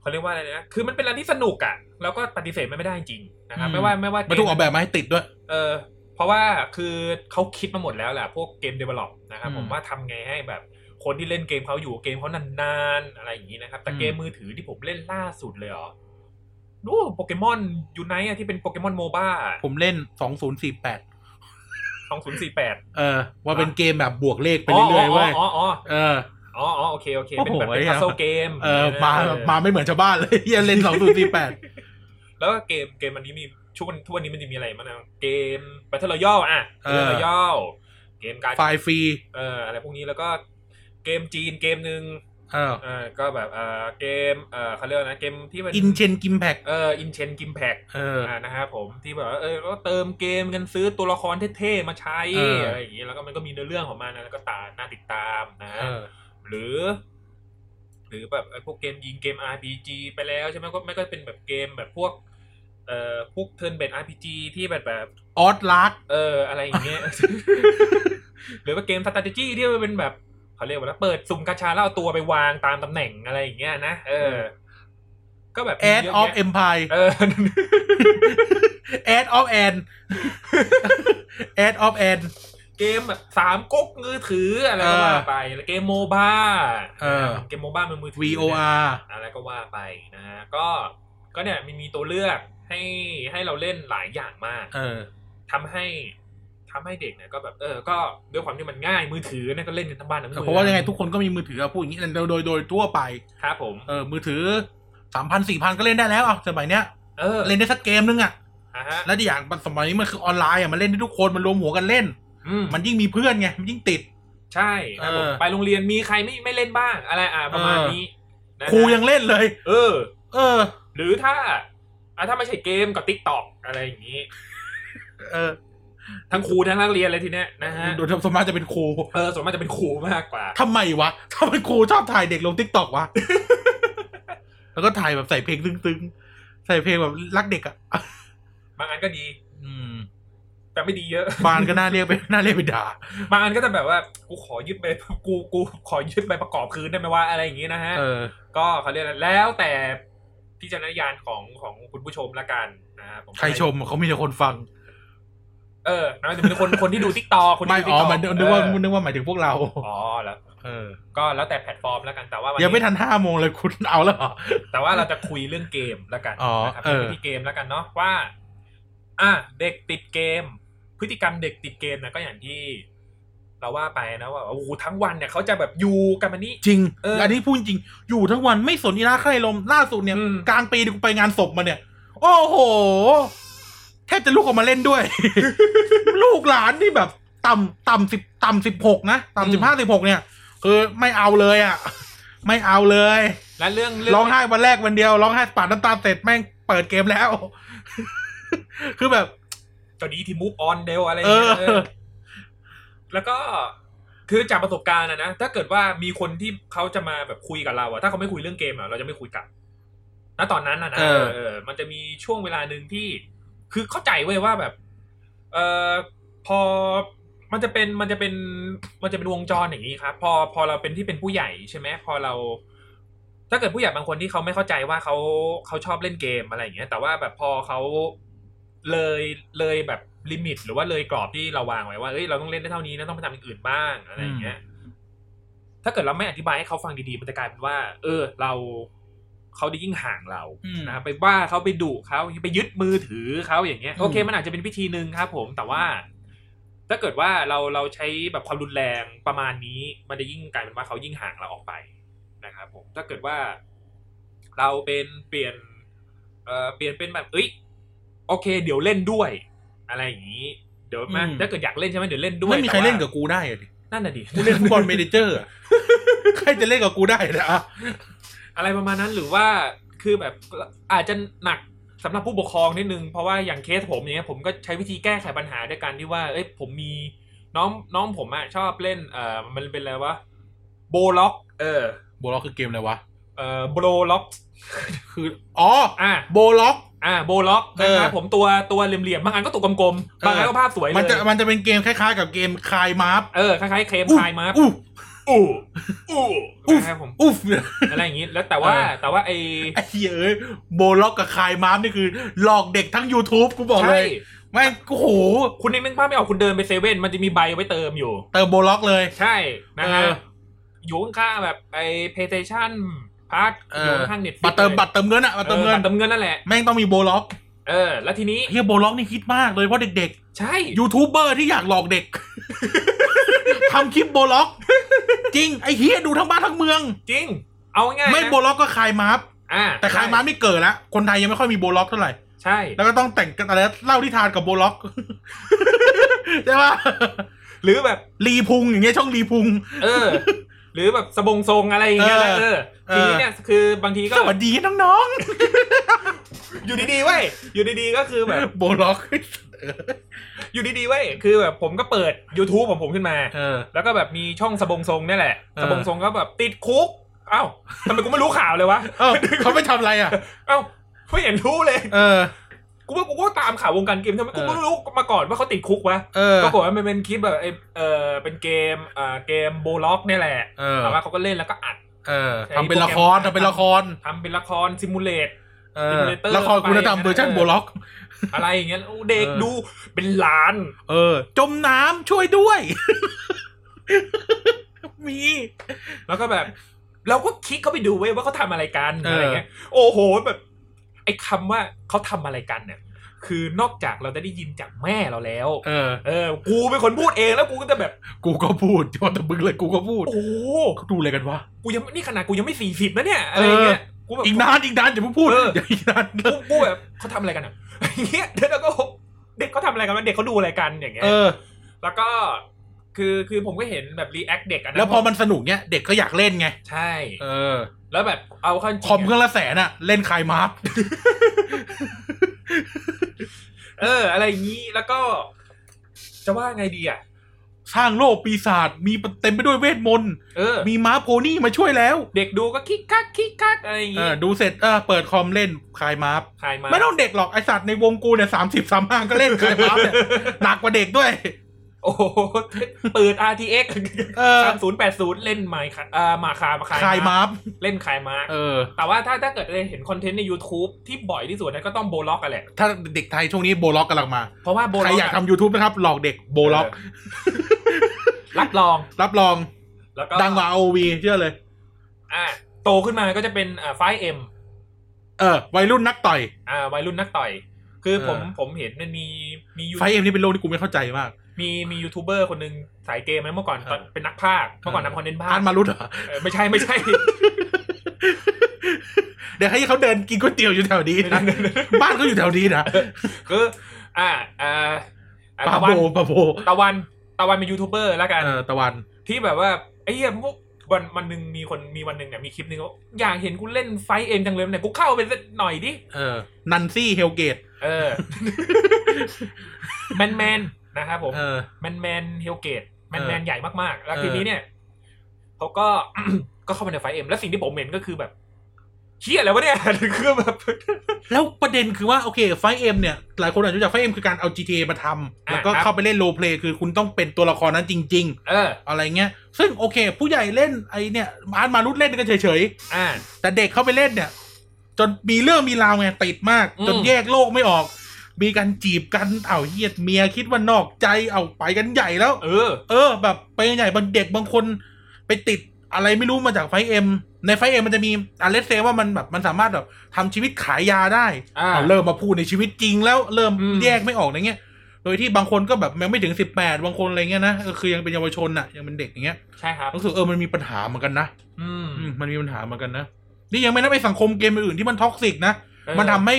S2: เขาเรียกว่าอะไรนะคือมันเป็นอะไรที่สนุกอะแล้วก็ปฏิเสธมันไม่ได้จริงนะครับ
S1: อืม
S2: ไม่ว่าไม่ว่า
S1: มันถูกออกแบบมาให้ติดด้วย
S2: เออเพราะว่าคือเขาคิดมาหมดแล้วแหละพวกเกม develop นะครับ
S1: อืม
S2: ผมว่าทำไงให้แบบ คนที่เล่นเกมเขาอยู่เกมเขานานๆอะไรอย่างนี้นะครับ แต่
S1: อืม
S2: เกมมือถือที่ผมเล่นล่าสุดเลยเหรอดูโปเกมอนยูไนที่เป็นโปเกมอนโมบ้า
S1: ผมเล่นสองศูนย์สี่แปด
S2: สองศูนย์สี่แปด
S1: เออ ว่าเป็นเกมแบบบวกเลขไปเรื่อยๆเว้ย
S2: อ๋ออ๋อ
S1: เออ
S2: อ๋ออ๋อโอเคโอเค
S1: โอ้
S2: เป็น
S1: โห
S2: แบบเป็น
S1: ไอ้
S2: พั
S1: เหี้
S2: ซ
S1: ย
S2: เซิลเกม
S1: เออมามาไม่เหมือนชาวบ้านเลยเหี้ยันเล่นสองศูนย์สี่แปด
S2: แล้วก็เกมเกมอันนี้มีช่วงทุกวันนี้มันจะมีอะไรบ้างนะเกม Battle Royale อ่ะ Battle Royale เกมการ
S1: ไฟล์ฟรี
S2: เอ่ออะไรพวกนี้แล้วก็เกมจีนเกมหนึ่ง
S1: เออ
S2: เอ่อก็แบบเอ่อเกมเอ่อเขาเรียกว่านะเกมที่มัน
S1: อินเชนกิมแพก
S2: เอ่ออินเชนกิมแพก
S1: เออ
S2: อ่านะครับผมที่แบบว่าเออก็เติมเกมกันซื้อตัวละครเท่ๆมาใช้
S1: เอออ
S2: อะไรอย่างนี้แล้วก็มันก็มีเนื้อเรื่องของมันนะแล้วก็ตาน่าติดตามนะ
S1: เออ
S2: หรือ หรือแบบไอ้พวกเกมยิงเกม RPG ไปแล้วใช่ไหมก็ไม่ก็เป็นแบบเกมแบบพวก เอ่อพวกเทิร์นเบด RPG ที่แบบแบบ
S1: ออสลัก
S2: เอออะไรอย่างเงี้ย หรือว่าเกม strategy ที่มันเป็นแบบเขาเรียกว่าแล้วเปิดสุ่มกาชาแล้วเอาตัวไปวางตามตำแหน่งอะไรอย่างเงี้ยนะเออ
S1: เออ
S2: ก็แบบ
S1: แอดออฟเอ็ม พาย
S2: เออ
S1: แอดออฟแอนแอดออฟแอน
S2: เกมแบบสามก๊กมือถืออะไรก็ว่าไปแล้วเกมโมบ้า
S1: เออ
S2: เกมโมบ้ามันมือถือ
S1: VOR
S2: อะไรก็ว่าไปนะฮะก็ก็เนี่ยมีมีตัวเลือกให้ให้เราเล่นหลายอย่างมาก
S1: เออ
S2: ทำให้ทำให้เด็กเนี่ยก็แบบเออก็ด้วยความที่มันง่ายมือถือเนี่ยก็เล่นกันทั้งบ้านทั้งเมือง
S1: เพราะว่ายังไงทุกคนก็มีมือถืออะพูดอย่างนี้โดยโดยโดยทั่วไป
S2: ครับผม
S1: เออมือถือสามพันสี่พันก็เล่นได้แล้วอ่ะสมัยเนี้ย
S2: เออ
S1: เล่นได้สักเกมนึงอ่ะ
S2: อ่ะฮะ
S1: แล้วอย่างสมัยนี้มันคือออนไลน์อ่ะมันเล่นได้ทุกคนมันรวมหัวกันเล่น
S2: อืม
S1: มันยิ่งมีเพื่อนไงมันยิ่งติด
S2: ใช่ครับผม
S1: เออ
S2: ไปโรงเรียนมีใครไม่ไม่เล่นบ้างอะไรอ่าประมาณ
S1: เออ
S2: นี้นะ
S1: ครูยังเล่นเลย
S2: เออ
S1: เออ
S2: หรือถ้าอ่ะถ้าไม่ใช่เกมกับติ๊กตอกอะไรอย่างนี้
S1: เออ
S2: ทั้งครูทั้งนักเรียนเลยทีเนี้ยนะฮะ
S1: โดยสมมติจะเป็นครู
S2: เออส่วนมากจะเป็นครูมากกว่า
S1: ทำไมวะทำไมครูชอบถ่ายเด็กลงทิกตอกวะ แล้วก็ถ่ายแบบใส่เพลงซึ้งๆ ใส่เพลงแบบรักเด็กอ่ะ
S2: บางอันก็ดี
S1: อืม
S2: แต่ไม่ดีเยอะ
S1: บานก็น่าเรียกไปน่าเรียกไปด่า
S2: บางอันก็จะแบบว่ากูขอยึดไปกูกูขอยึดไปประกอบคืนได้ไหมว่าอะไรอย่างนี้นะฮะ
S1: เออ
S2: ก็เขาเรียกอะไรแล้วแต่พิจารณญาณของของคุณผู้ชมละกันนะฮะผม
S1: ใครชมเขามีแต่คนฟัง
S2: เออนะจะเป็นคนคนที่ดูติ๊กตอกคน
S1: ไม่
S2: ที่ดู
S1: อ๋อ
S2: TikTok
S1: มันนึกว่า
S2: เออ
S1: นึกว่าหมายถึงพวกเรา
S2: อ๋อแล้ว
S1: เออ
S2: ก็แล้วแต่แพลตฟอร์มแล้วกันแต่ว่าวัน
S1: ยังไม่
S2: นี้
S1: ทันห้าโมงเลยคุณเอาแล้วเหรอ
S2: แต่ว่าเราจะคุยเรื่องเกมแล้วกัน
S1: อ๋อ
S2: นะครับ
S1: เออ
S2: เป็นที่เกมแล้วกันเนาะว่า อ่ะเด็กติดเกม พฤติกรรมเด็กติดเกมนะก็อย่างที่ เราว่าไปนะว่าโอ้โหทั้งวันเนี่ยเขาจะแบบอยู่กับมันนี่
S1: จริง
S2: เอออั
S1: อันนี้พูดจริง อยู่ทั้งวันไม่สนอีราใครลมล่าสุดเนี่ย
S2: อืม
S1: กลางปีที่กูไปงานศพมาเนี่ย โอ้โห แทบจะลูกออกมาเล่น ด้วย ลูกหลานนี่แบบ ต่ำต่ำสิบต่ำสิบหกนะต่ำสิบห้าสิบหกเนี่ยคือไม่เอาเลยอ่ะ ไม่เอาเลย
S2: และเรื่องเ
S1: ร้องไห้วันแรกวันเดียวร้องไห้ปาดน้ำตาเสร็จแม่งเปิดเกมแล้ว คือแบบ
S2: ก็ดีที่มูฟออนเดลอะไรอ
S1: เอย่างอ
S2: เงี้ยเออแล้วก็คือจากประสบการณ์อะนะถ้าเกิดว่ามีคนที่เขาจะมาแบบคุยกับเราอะถ้าเขาไม่คุยเรื่องเกมอะเราจะไม่คุยกลับณตอนนั้นอะนะ
S1: เออ
S2: เออ มันจะมีช่วงเวลาหนึ่งที่ คือเข้าใจเว้ยว่าแบบ เออพอมันจะเป็นมันจะเป็นมันจะเป็นวงจรอย่างนี้ครับ พอพอเราเป็นที่เป็นผู้ใหญ่ใช่ไหมพอเรา ถ้าเกิดผู้ใหญ่บางคนที่เขาไม่เข้าใจว่าเขาเขาชอบเล่นเกมอะไรอย่างเงี้ย แต่ว่าแบบพอเขาเลยเลยแบบลิมิต หรือว่าเลยกรอบที่เราวางไว้ว่าเอ้ยเราต้องเล่นได้เท่านี้นะต้องไปทำอย่างอื่นบ้างอะไรอย่างเงี้ย ถ้าเกิดเราไม่อธิบายให้เขาฟังดีๆ มันจะกลายเป็นว่า เออ เราเขาได้ยิ่งห่างเรา นะครับไปว่าเขาไปดุเขาไปยึดมือถือเขาอย่างเงี้ย
S1: อืม
S2: โอเคมันอาจจะเป็นพิธีหนึ่งครับผมแต่ว่า ถ้าเกิดว่าเราเราใช้แบบความรุนแรงประมาณนี้ มันจะยิ่งกลายเป็นว่าเขายิ่งห่างเราออกไปนะครับผมถ้าเกิดว่า เราเป็นเปลี่ยนเอ่อเปลี่ยนเป็นแบบเอ้ยโอเค เดี๋ยวเล่นด้วย อะไรอย่างนี้ เดี๋ยวมา
S1: อืม
S2: ถ้าเกิดอยากเล่นใช่ไหมเดี๋ยวเล่นด้วย
S1: ไม่มีใคร
S2: แต่ว่า
S1: เล่นกับกูได้อะดิ
S2: นั่นน่ะดิ
S1: กูเล่นฟุตบอลเมเนเจอร์อะใครจะเล่นกับกูได้นะอะ
S2: อะไรประมาณนั้นหรือว่าคือแบบอาจจะหนักสำหรับผู้ปกครองนิดนึง เพราะว่าอย่างเคสผมอย่างเงี้ยผมก็ใช้วิธีแก้ไขปัญหาด้วยการที่ว่า เอ้ยผมมีน้องน้องผมอะชอบเล่นเอ่อมันเป็นอะไรวะโบล็อกเออ
S1: โบล็อกคือเกมอะไรวะ
S2: เอ่อโบล็อก
S1: คือ อ๋อ
S2: อ่ะ
S1: โบล็อก
S2: อ่ะโบล็อกนะครั
S1: เอบ อ
S2: ผมตัวตัวเหลี่ยมๆบางอันก็ตัวกลมๆบางอัน
S1: เออ
S2: ก็ภาพสวยเล
S1: มันจะ
S2: ย
S1: มันจะเป็นเกมคล้ายๆ กับเกมคลายมาร์ฟ
S2: เออคล้ายๆเคมคลายมาร์ฟ
S1: อู้
S2: อู้อู้นะครับผม
S1: อู้
S2: อะไรอย่างงี้แล้วแต่ว่าแต่ว่าไอ
S1: ไอ้เหี้ยเอ้ยโบล็อกกับคลายมาร์ฟนี่คือ หลอกเด็กทั้ง YouTube กูบอกเลยไม่งโอ้โห
S2: คุณยังนึกภาพไม่ออกคุณเดินไปเซเว่นมันจะมีใบไว้เติมอยู่
S1: เติมโบล็อกเลย
S2: ใช่นะฮะ
S1: เออ
S2: อยู่ข้างๆแบบไอ้ PlayStation พาร์ท
S1: เออ
S2: อ
S1: อ
S2: ยู่ข้างเน็ต
S1: บัตรเติมบัตรเติมเงินอะบัตรเติมเงิน
S2: เติมเงินนั่นแหละ
S1: แม่งต้องมีโบล็อก
S2: เออ แล้วทีนี้
S1: เฮียโบล็อกนี่คิดมากเลยเพราะเด็ก
S2: ใช่
S1: ๆยูทูบเบอร์ที่อยากหลอก เด็ก ทำคลิปโบล็อก จริง ไอ้เฮียดูทั้งบ้านทั้งเมือง
S2: จริง เอาง่ายๆ
S1: ไม่
S2: นะ
S1: โบล็อกก็คลายมาร์ฟ
S2: อ่า
S1: แต่คลายมาร์ฟไม่เกิดละคนไทยยังไม่ค่อยมีโบล็อกเท่าไหร่
S2: ใช่
S1: แล้วก็ต้องแต่งกันอะไรเล่านิทานกับโบล็อก ใช่ป่ะ
S2: หรือแบบ
S1: รีพุงอย่างเงี้ยช่องรีพุง
S2: เอ อ หรือแบบสบงทรงอะไรอย่างเงี้ยนะ
S1: เอ
S2: เอ
S1: อ
S2: อ
S1: เออ
S2: ทีนี้เนี่ยคือบางทีก็
S1: สวัสดีน้อง
S2: อยู่ดีๆเว้ยอยู่ดีๆก็คือ แบบ
S1: ๆ โบล็อก
S2: อยู่ดีๆเว้ยคือแบบผมก็เปิด YouTube ของผมขึ้นมา
S1: เออ
S2: แล้วก็แบบมีช่องสบงทรงเนี่ยแหละ
S1: เออ
S2: สบงทรงก็แบบติดคุกเอ้าทำไมกูไม่รู้ข่าวเลยวะ
S1: เอ้าเขาไปทำอะไรอ่ะ
S2: เอ้าไม่เห็นรู้เลย
S1: เออ
S2: กูว่ากูก็ตามข่าววงการเกมทำไม
S1: เออ
S2: กูก็ไม่รู้มาก่อนว่าเขาติดคุกวะ
S1: เออ
S2: ปรากฏว่ามันเป็นคลิปแบบไอเออเป็นเกมเอ่อเกมโบล็อกเนี่ยแหละ
S1: เออ
S2: แต่ว่าเขาก็เล่นแล้วก็อัด
S1: เออทำเป็นละครทำเป็นละคร
S2: ทำเป็นละครซิมูเลต
S1: เออ
S2: Simulator
S1: ละครคุณธรรมเวอร์ชัน
S2: ไป
S1: โบล็อก
S2: อะไรอย่างเงี้ยโอ้เด็ก
S1: เออ
S2: ดูเป็นล้าน
S1: เออ จมน้ำช่วยด้วย มี
S2: แล้วก็แบบ เราก็คลิกเข้าไปดูเว้ยว่าเขาทำอะไรกัน
S1: เอออ
S2: อะไรเงี้ยโอ้โหแบบ ไอ้คำว่าเขาทำอะไรกันเนี่ยคือนอกจากเราจะได้ยินจากแม่เราแล้ว
S1: เออ
S2: เออ กูเป็นคนพูดเองแล้วกูก็จะแบบ
S1: กูก็พูด ยอดตะบึงเลยกูก็พูด
S2: โอ้โห
S1: เขาดูอะไรกันวะ
S2: กูยังนี่ขนาดกูยังไม่สี่สิบนะเนี่ยอะไรเงี้ยกูแบบ
S1: อีกนานอีกนานอย่าเพิ่งพูด
S2: เออ
S1: อย่าอีกนาน
S2: กูกูแบบเขาทำอะไรกันอ่ะอย่างเงี้ย แล้วก็เด็กเขาทำอะไรกันวะเด็กเขาดูอะไรกันอย่างเงี้ย
S1: เออ
S2: แล้วก็คือคือผมก็เห็นแบบรีแอคเด็กอะนะ
S1: แล้วพอมันสนุกเนี้ยเด็กก็อยากเล่นไง
S2: ใช่
S1: เออ
S2: แล้วแบบเอาเข้าจริง
S1: คอมเค
S2: อะ
S1: รื่องละแสนอะเล่นคลายมาร์ฟ
S2: เออ อะไรอย่างนี้แล้วก็ จะว่าไงดีอ่ะ
S1: สร้างโลกปีศาจมีเต็มไปด้วยเวทมนต์
S2: เออ
S1: มีม้าโพนี่มาช่วยแล้ว
S2: เด็กดูก็คิกคักคิกคักอะไรอย่าง
S1: เอ
S2: งี้
S1: อ ดูเสร็จเออเปิดคอมเล่นคลายมาร์ฟ
S2: ขายมา
S1: ไม่ต้องเด็กหรอกไอสัตว์ในวงกูเนี่ยสามสิบสามห้าก็เล่นคลายมาร์ฟเนี่ยหนักกว่าเด็กด้วย
S2: โอ้โหเปิด RTX
S1: เออ
S2: 3080 เล่นไมค์อ่ามาคามา
S1: คลา
S2: ขาย ยมา
S1: มาร์ฟ
S2: เล่นขายมา
S1: เออ
S2: แต่ว่าถ้าถ้าเกิดเลยเห็นคอนเทนต์ใน YouTube ที่บ่อยที่สุดนะก็ต้องโบล็อกกันแหละ
S1: ถ้าเด็กไทยช่วงนี้โบล็อกกำลังมา
S2: เพราะว่าโบ
S1: ใค
S2: ล็
S1: ร
S2: อก
S1: อยากทำ YouTube นะครับ หลอกเด็กโบล็อก
S2: เรับรอง
S1: รับรอง
S2: แล้วก็
S1: ดังกว่า ROV เชื่อเลย
S2: อ่าโตขึ้นมาก็จะเป็นอ่าไฟเอ็ม
S1: เออ วัยรุ่นนักต่อย
S2: อ่าวัยรุ่นนักต่อย คือผม
S1: เออ
S2: ผมเห็นมันมีมียู
S1: ไฟเอ็มนี่เป็นโลกที่กูไม่เข้าใจมาก
S2: มีมียูทูบเบอร์คนหนึ่งสายเกมนะเมื่อก่อน
S1: เออ
S2: ตอนเป็นนักภาคเมื่อก่อน
S1: เออ
S2: ทำคอนเทนต์ภา
S1: อ่า
S2: คน
S1: มารุดเหรอ
S2: เออไม่ใช่ ไม่ใช่
S1: เดี๋ยวให้เขาเดินกินก๋วยเตี๋ยวอยู่แถวนี้นะ บ้านเขาอยู่แถวนี้นะ
S2: คืออ่าอ่าอ่า
S1: ปา
S2: ตะ
S1: โบ
S2: วัน
S1: ปาโบ
S2: ตะวันตะวันเป็นยูทูบเบอร์แล้วกัน
S1: เออตะวัน
S2: ที่แบบว่าไอ้เหี้ยพวกวันวันหนึ่งมีคนมีวันหนึ่งเนี่ยมีคลิปหนึงว่าอยากเห็นกูเล่นไฟท์เอ็มจังเลยเนี่ยกูเข้าไปสักหน่อยดิ
S1: เออ นันซี่เฮลเกต
S2: เออ แมนแมนนะครับผม
S1: เออ
S2: แมนแมนเฮลเกตแมน
S1: เอ
S2: แม
S1: อน
S2: ใหญ่มากๆ แล้ว
S1: เออ
S2: ทีนี้เนี่ยเขาก็ ก็เข้าไปในไฟเอ็มแล้วสิ่งที่ผมเห็นก็คือแบบเฮียอะไรวะเนี่ย คือแบบ
S1: แล้วประเด็นคือว่าโอเคไฟเอ็มเนี่ย หลายคนอาจจะรู้จักไฟเอ็มคือการเอา GTA มาทำแล้วก็
S2: ครับ
S1: เข้าไปเล่นโรลเพลย์คือคุณต้องเป็นตัวละครนั้นจริง
S2: เออ
S1: ๆ อะไรเงี้ย ซึ่งโอเค ผู้ใหญ่เล่นไอเนี่ยอาร์ตมารุดเล่นกันเฉย
S2: อ่า
S1: ๆ แต่เด็กเข้าไปเล่นเนี่ย จนมีเรื่องมีราวไงติดมาก
S2: อืม
S1: จนแยกโลกไม่ออก มีการจีบกันเอาเฮียเมียคิดว่านอกใจเอาไปกันใหญ่แล้ว
S2: เออ
S1: เออแบบไปใหญ่บางเด็กบางคนไปติดอะไรไม่รู้มาจากไฟเอ็มในไฟเอ็มมันจะมีอาเลสเซว่ามันแบบมันสามารถแบบทำชีวิตขายยาได้
S2: อ่า
S1: เอาเริ่มมาพูดในชีวิตจริงแล้วเริ่ม
S2: อืม
S1: แยกไม่ออกอะไรเงี้ย โดยที่บางคนก็แบบยังไม่ถึงสิบแปดบางคนอะไรเงี้ยนะเออคือยังเป็นเยาวชนอ่ะยังเป็นเด็กอย่างเงี้ย
S2: ใช่ครับ
S1: รู้สึกเออมันมีปัญหาเหมือนกันนะ
S2: อืม
S1: อืมมันมีปัญหาเหมือนกันนะนี่ยังไม่นับไปสังคมเกมอื่นๆที่มันท็อกซิกนะ
S2: เออ
S1: มันทำให้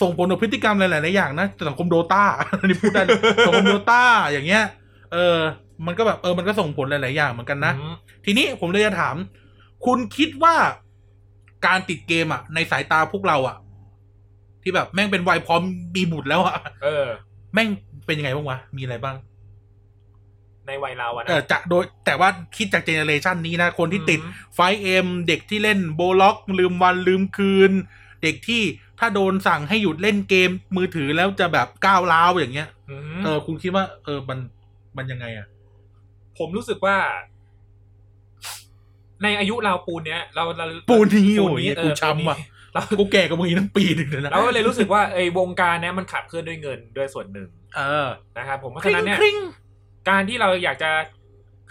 S1: ส่งผลต่อพฤติกรรมหลายๆอย่างนะสังคมโดตา อันนี้พูดได้เลยสังคมโดตาอย่างเงี้ย เออ มันก็แบบเออมันก็ส่งผลหลายๆอย่างเหมือนกันนะ
S2: อืม
S1: ทีนี้ผมเลยจะถาม คุณคิดว่าการติดเกมอ่ะ ในสายตาพวกเราอ่ะ ที่แบบแม่งเป็นวัยพร้อมมีบุตรแล้วอ่ะ
S2: เออ
S1: แม่งเป็นยังไงบ้างวะ มีอะไรบ้าง
S2: ในวัยเราอะนะ
S1: เออจะโดย แต่ว่าคิดจากเจเนอเรชันนี้นะ คนที่ติด
S2: อืม
S1: ไฟเอ็มเด็กที่เล่นโบล็อกลืมวันลืมคืน เด็กที่ถ้าโดนสั่งให้หยุดเล่นเกมมือถือแล้วจะแบบก้าวร้าวอย่างเงี้ย
S2: อืม
S1: เออ คุณคิดว่า เออมันมันยังไงอ่ะ
S2: ผมรู้สึกว่า ในอายุเราปูนเนี้ยเราเรา
S1: ปูนนี้โอ้
S2: ปู
S1: ย
S2: เออ
S1: กู
S2: ปูน
S1: ช้ำ
S2: นี้
S1: ว่ะ
S2: เรา
S1: กูแก่กับมึงอีกทั้งปีหนึ่งเลยนะ
S2: เราก็เลยรู้สึกว่าไอ้วงการเนี้ยมันขับเคลื่อนด้วยเงินด้วยส่วนหนึ่ง
S1: เออ
S2: นะครับผมเพราะ
S1: คริ
S2: ฉะ
S1: ง
S2: นั้นเนี่ย
S1: คริง
S2: การที่เราอยากจะ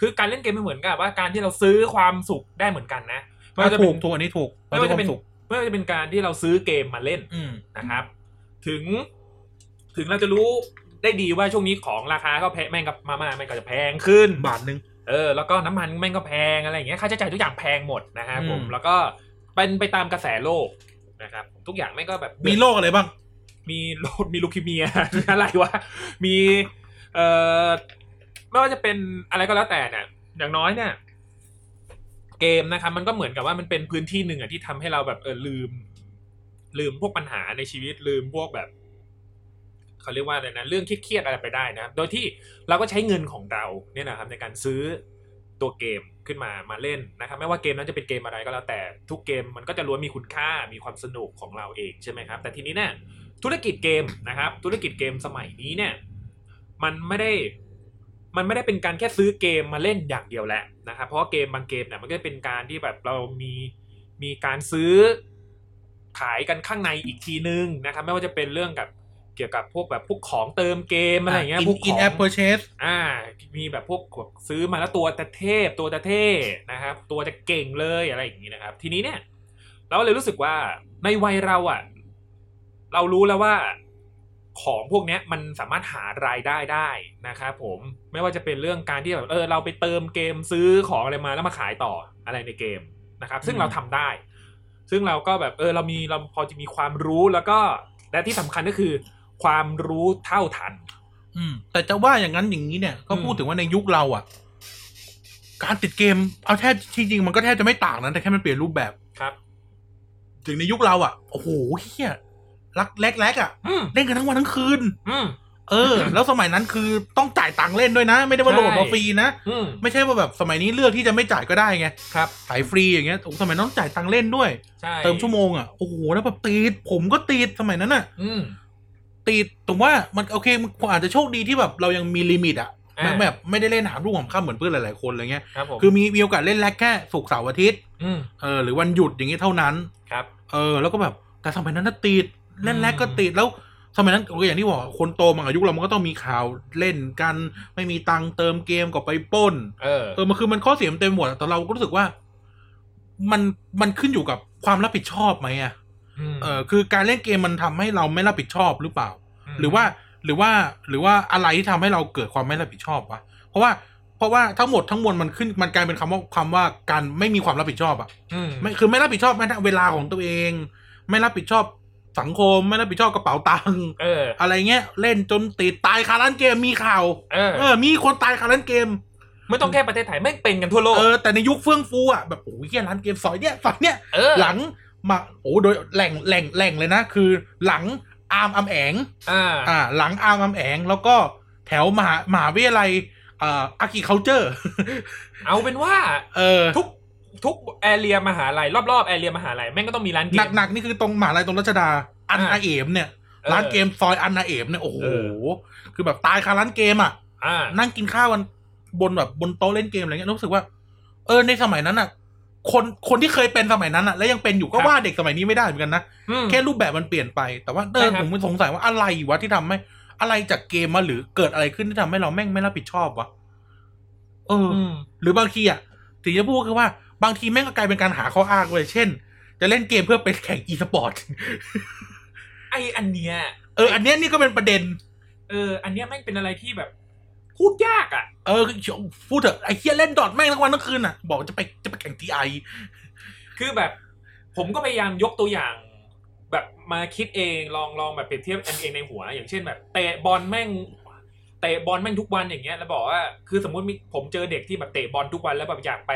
S2: คือการเล่นเกมมันเหมือนกับว่าการที่เราซื้อความสุขได้เหมือนกันนะ
S1: มั
S2: ไม่
S1: น
S2: ว่าจะ
S1: ถู
S2: เป็
S1: ก
S2: น
S1: ถูกอันนี้ถูก
S2: ไม่ว่าจะเป็น
S1: ถูก
S2: ไม่ว่าจะเป็นการที่เราซื้อเกมมาเล่น
S1: อืม
S2: นะครับ ถึง ถึงเราจะรู้ได้ดีว่าช่วงนี้ของราคาก็แพงแม่งกับมาม่าแม่งก็จะแพงขึ้น
S1: บาทหนึ่ง
S2: เออแล้วก็น้ำมันแม่งก็แพงอะไรอย่างเงี้ยค่าใช้จ่ายทุกอย่างแพงหมดนะครับผม
S1: อืม
S2: แล้วก็เป็นไปตามกระแสโลกนะครับ ทุกอย่างแม่งก็แบบ
S1: มีโรคอะไรบ้าง
S2: มี โรคมีลูคิเมีย อะไรวะ มีเอ่อไม่ว่าจะเป็นอะไรก็แล้วแต่เนี่ยอย่างน้อยเนี่ย เกมนะครับ มันก็เหมือนกับว่ามันเป็นพื้นที่หนึ่งอะที่ทำให้เราแบบเออลืม ลืมพวกปัญหาในชีวิตลืมพวกแบบเขาเรียกว่าอะไรนะเรื่องเครียดๆอะไรไปได้นะครับโดยที่เราก็ใช้เงินของเราเนี่ยนะครับ ในการซื้อตัวเกมขึ้นมามาเล่นนะครับ ไม่ว่าเกมนั้นจะเป็นเกมอะไรก็แล้วแต่ทุกเกมมันก็จะล้วนมีคุณค่ามีความสนุกของเราเองใช่ไหมครับ แต่ทีนี้เนี่ย ธุรกิจเกมนะครับ ธุรกิจเกมสมัยนี้เนี่ย มันไม่ได้ มันไม่ได้เป็นการแค่ซื้อเกมมาเล่นอย่างเดียวแหละนะครับ เพราะว่าเกมบางเกมเนี่ยมันก็เป็นการที่แบบเรามีมีการซื้อ ขายกันข้างในอีกทีนึงนะครับไม่ว่าจะเป็นเรื่องกับเกี่ยวกับพวกแบบพวกของเติมเกมอะไรอย่างเงี้ยพวกข
S1: อิน
S2: อง
S1: แอปเปอร์เชส
S2: อ่า มีแบบพวกซื้อมาแล้วตัวจะเทพตัวจะเท่นะครับ ตัวจะเก่งเลยอะไรอย่างนี้นะครับ ทีนี้เนี่ย เราเลยรู้สึกว่าในวัยเราอะ่ะ เรารู้แล้วว่าของพวกเนี้ยมันสามารถหารายได้ได้นะครับผมไม่ว่าจะเป็นเรื่องการที่แบบเออเราไปเติมเกมซื้อของอะไรมาแล้วมาขายต่ออะไรในเกมนะครับ ซึ่งเราทำได้ ซึ่งเราก็แบบเออเรามีเราพอจะมีความรู้แล้วก็และที่สำคัญก็คือ ความรู้เท่าทัน
S1: อืม แต่จะว่าอย่างนั้นอย่างนี้เนี่ย ก็พูด
S2: อืม
S1: ถึงว่าในยุคเราอ่ะ การติดเกมเอาแทบจริงๆมันก็แทบจะไม่ต่างนะแต่แค่มันเปลี่ยนรูปแบบ
S2: ครับ
S1: ถึงในยุคเราอ่ะโอ้โหเฮียรักแรกๆอ่ะ
S2: อืม
S1: เล่นกันทั้งวันทั้งคืน
S2: อืม
S1: เอ อ แล้วสมัยนั้นคือต้องจ่ายตังค์เล่นด้วยนะ ไม่ได้ว่าโหลดมา
S2: ใช่
S1: ฟรีนะ
S2: อืม
S1: ไม่ใช่ว่าแบบสมัยนี้เลือกที่จะไม่จ่ายก็ได้ไง
S2: ครับ
S1: สายฟรีอย่างเงี้ยโอ้โหสมัยนั้นต้องจ่ายตังค์เล่นด้วย
S2: ใช่
S1: เติมชั่วโมงอ่ะโอ้โหแล้วแบบติดผมก็ติดสมัยนั้นอ่ะ
S2: อืม
S1: ติดผมว่ามันโอเคมันอาจจะโชคดีที่แบบเรายังมีลิมิตอ่ะ
S2: อ่า
S1: ไม่แบบไม่ได้เล่นหามรุ่งหามค่ำเหมือนเพื่อนหลายๆคนอะไรเงี้ย
S2: ครับผม
S1: คือมีมีโอกาสเล่นแลกแค่ศุกร์เสาร์อาทิตย์
S2: อืม
S1: เออหรือวันหยุดอย่างงี้เท่านั้น
S2: ครับ
S1: เออแล้วก็แบบแต่สมัยนั้นน่ะติดเล่นแรกก็
S2: อืม
S1: ติดแล้วสมัยนั้นโอเคอย่างที่บอกคนโตมาอายุเรามันก็ต้องมีข่าวเล่นกัน ไม่มีตังค์เติมเกมก็ไปปล้น
S2: เออ
S1: เออมันคือมันข้อเสียมันเต็มหมดอะแต่เราก็รู้สึกว่า มันมันขึ้นอยู่กับความรับผิดชอบไหมอ่ะเออคือการเล่นเกมมันทำให้เราไม่รับผิดชอบหรือเปล่า หรือว่าหรือว่าหรือว่าอะไรที่ทำให้เราเกิดความไม่รับผิดชอบวะเพราะว่าเพราะว่าทั้งหมดทั้งมวลมันขึ้นมันกลายเป็นคำว่าความว่าการไม่มีความรับผิดชอบอะ ไม่คือไม่รับผิดชอบแม้แต่เวลาของตัวเอง ไม่รับผิดชอบสังคม ไม่รับผิดชอบกระเป๋าตังค์
S2: เออ
S1: อะไรเงี้ย เล่นจนติดตายคาร้านเกมมีข่าว
S2: เออ
S1: เออ มีคนตายคาร้านเกม
S2: ไม่ต้องแค่ประเทศไทยไม่งเป็นกันทั่วโลก
S1: เออ แต่ในยุคเฟื่องฟูอ่ะแบบโอ้ยเหี้ยร้านเกมซอยเนี้ยซอยเนี้ย
S2: เออ
S1: หลังมาโอ้โดยแหล่งแหล่งแหล่งเลยนะ คือหลังอาร์มอำแอง
S2: อ่า
S1: อ่า หลังอาร์มอำแองแล้วก็แถวมหามหาวิทยาลัยเอ่ออากิเคาเจอร์
S2: เอาเป็นว่า
S1: เออ
S2: ทุกทุกแอเรียมหาลัยรอบๆแอเรียมหาลัยแม่งก็ต้องมีร้านเกม
S1: หนักๆนี่คือตรงมหาลัยตรงรัชดาอันอาเอมเนี่ย
S2: ออ
S1: ร้านเกมซอยอันนาเอมเนี่ยโอ้โห
S2: เอ
S1: คือแบบตายคาร้านเกมอ่ะ
S2: อ่า
S1: นั่งกินข้าวกันบนแบบบนโต๊ะเล่นเกมอะไรเงี้ยรู้สึกว่า เออในสมัยนั้นอ่ะ คนคนที่เคยเป็นสมัยนั้นอ่ะ แล้วยังเป็นอยู่ก็
S2: ครับ
S1: ว่าเด็กสมัยนี้ไม่ได้เหมือนกันนะ
S2: อืม
S1: แค่รูปแบบมันเปลี่ยนไป แต่ว่าเอ
S2: ใช่
S1: อ
S2: ครับ
S1: ผมสงสัยว่าอะไรวะที่ทำให้อะไรจากเกมมาหรือเกิดอะไรขึ้นที่ทำให้เราแม่งไม่รับผิดชอบวะเอออ
S2: อืม
S1: หรือบางทีอ่ะสิ่งที่จะพูดคือว่าบางทีแม่งก็กลายเป็นการหาข้ออ้างเลยเช่น จะเล่นเกมเพื่อไปแข่งอีสปอร์ต
S2: ไออันเนี้ย
S1: เอออันเนี้ยนี่ก็เป็นประเด็น
S2: เออ อันเนี้ยแม่งเป็นอะไรที่แบบ พูดยากอ่ะ
S1: เออพูดเถอะไอ้เฮียเล่นดอทแม่งทั้งวันทั้งคืนน่ะ บอกจะไปจะไปแข่งทีไอ
S2: คือแบบ ผมก็พยายามยกตัวอย่าง แบบมาคิดเองลองลองแบบเปรียบเทียบเองในหัว อย่างเช่นแบบเตะบอลแม่งเตะบอลแม่งทุกวันอย่างเงี้ยแล้วบอกว่า คือสมมติมีผมเจอเด็กที่แบบเตะบอลทุกวันแล้วแบบอยากไป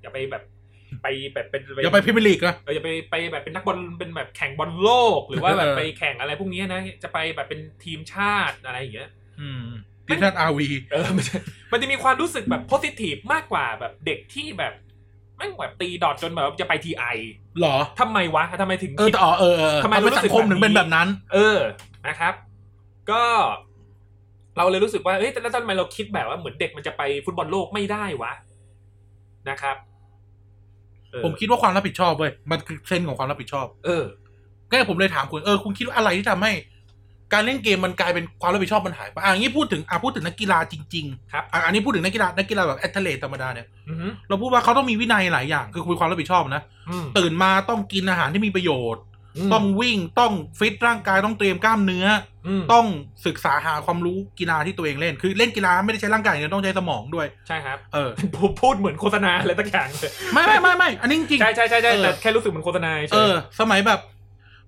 S2: อยากไปแบบ ไปแบบเป็น
S1: เดี๋ยวไปพิมยร์ลีกนะ
S2: เอออยากไปไปแบบเป็นนักบอลเป็นแบบแข่งบอลโลก หรือว่าแบบ
S1: เออ
S2: ไปแข่งอะไรพวกเนี้ยนะจะไปแบบเป็นทีมชาติอะไรอย่างเงี้ย
S1: อืมทีมชาติอาวี
S2: เออมันจะมันจะมีความรู้สึกแบบโพสิทีฟมากกว่าแบบเด็กที่แบบแม่งแบบตีดอทจนแบบจะไปทีไอ
S1: หรอ
S2: ทำไมวะทำไมถึง
S1: เออ
S2: คิด
S1: แต่อ๋อเออเออ
S2: ทำไม
S1: ทำไม
S2: รู้สึ
S1: สั
S2: ก
S1: งคมถึง
S2: แบบนี้
S1: เป็นแบบนั้น
S2: เออ นะครับ ก็เราเลยรู้สึกว่า เอ้ยแต่แล้วทำไมเราคิดแบบว่าเหมือนเด็กมันจะไปฟุตบอลโลกไม่ได้วะ นะครับเออ
S1: ผมคิดว่าความรับผิดชอบเว้ยมันคือเส้นของความรับผิดชอบ
S2: เออ
S1: งั้นผมเลยถามคุณเออคุณคิดว่าอะไรที่ทำให้ การเล่นเกมมันกลายเป็นความรับผิดชอบมันหายไปอ่ะอย่างนี้พูดถึงอ่ะพูดถึงนักกีฬาจริงๆ
S2: ครับ
S1: อ่ะอันนี้พูดถึงนักกีฬานักกีฬาแบบแอตเลตธรรมดาเนี่ย
S2: อือหือ
S1: เราพูดว่าเขาต้องมีวินัยหลายอย่างคือคุยความรับผิดชอบนะ
S2: อืม
S1: ตื่นมาต้องกินอาหารที่มีประโยชน์
S2: ม
S1: ต้องวิ่งต้องฟิตร่างกายต้องเตรียมกล้ามเนื้อ
S2: ม
S1: ต้องศึกษาหาความรู้กีฬาที่ตัวเองเล่น คือเล่นกีฬาไม่ได้ใช้ร่างกายอย่างเดียวต้องใช้สมองด้วย
S2: ใช่ครับ
S1: เออ
S2: ผมพูดเหมือนโฆษณาอะไรสักอย่างเลย
S1: ไม่ไม่ไม่ไม่อันนี้จริง
S2: ใช่ใช่ใช่ใช่
S1: เออ
S2: แต่แค่รู้สึกเหมือนโฆษณาเฉ
S1: เอย อ สมัยแบบ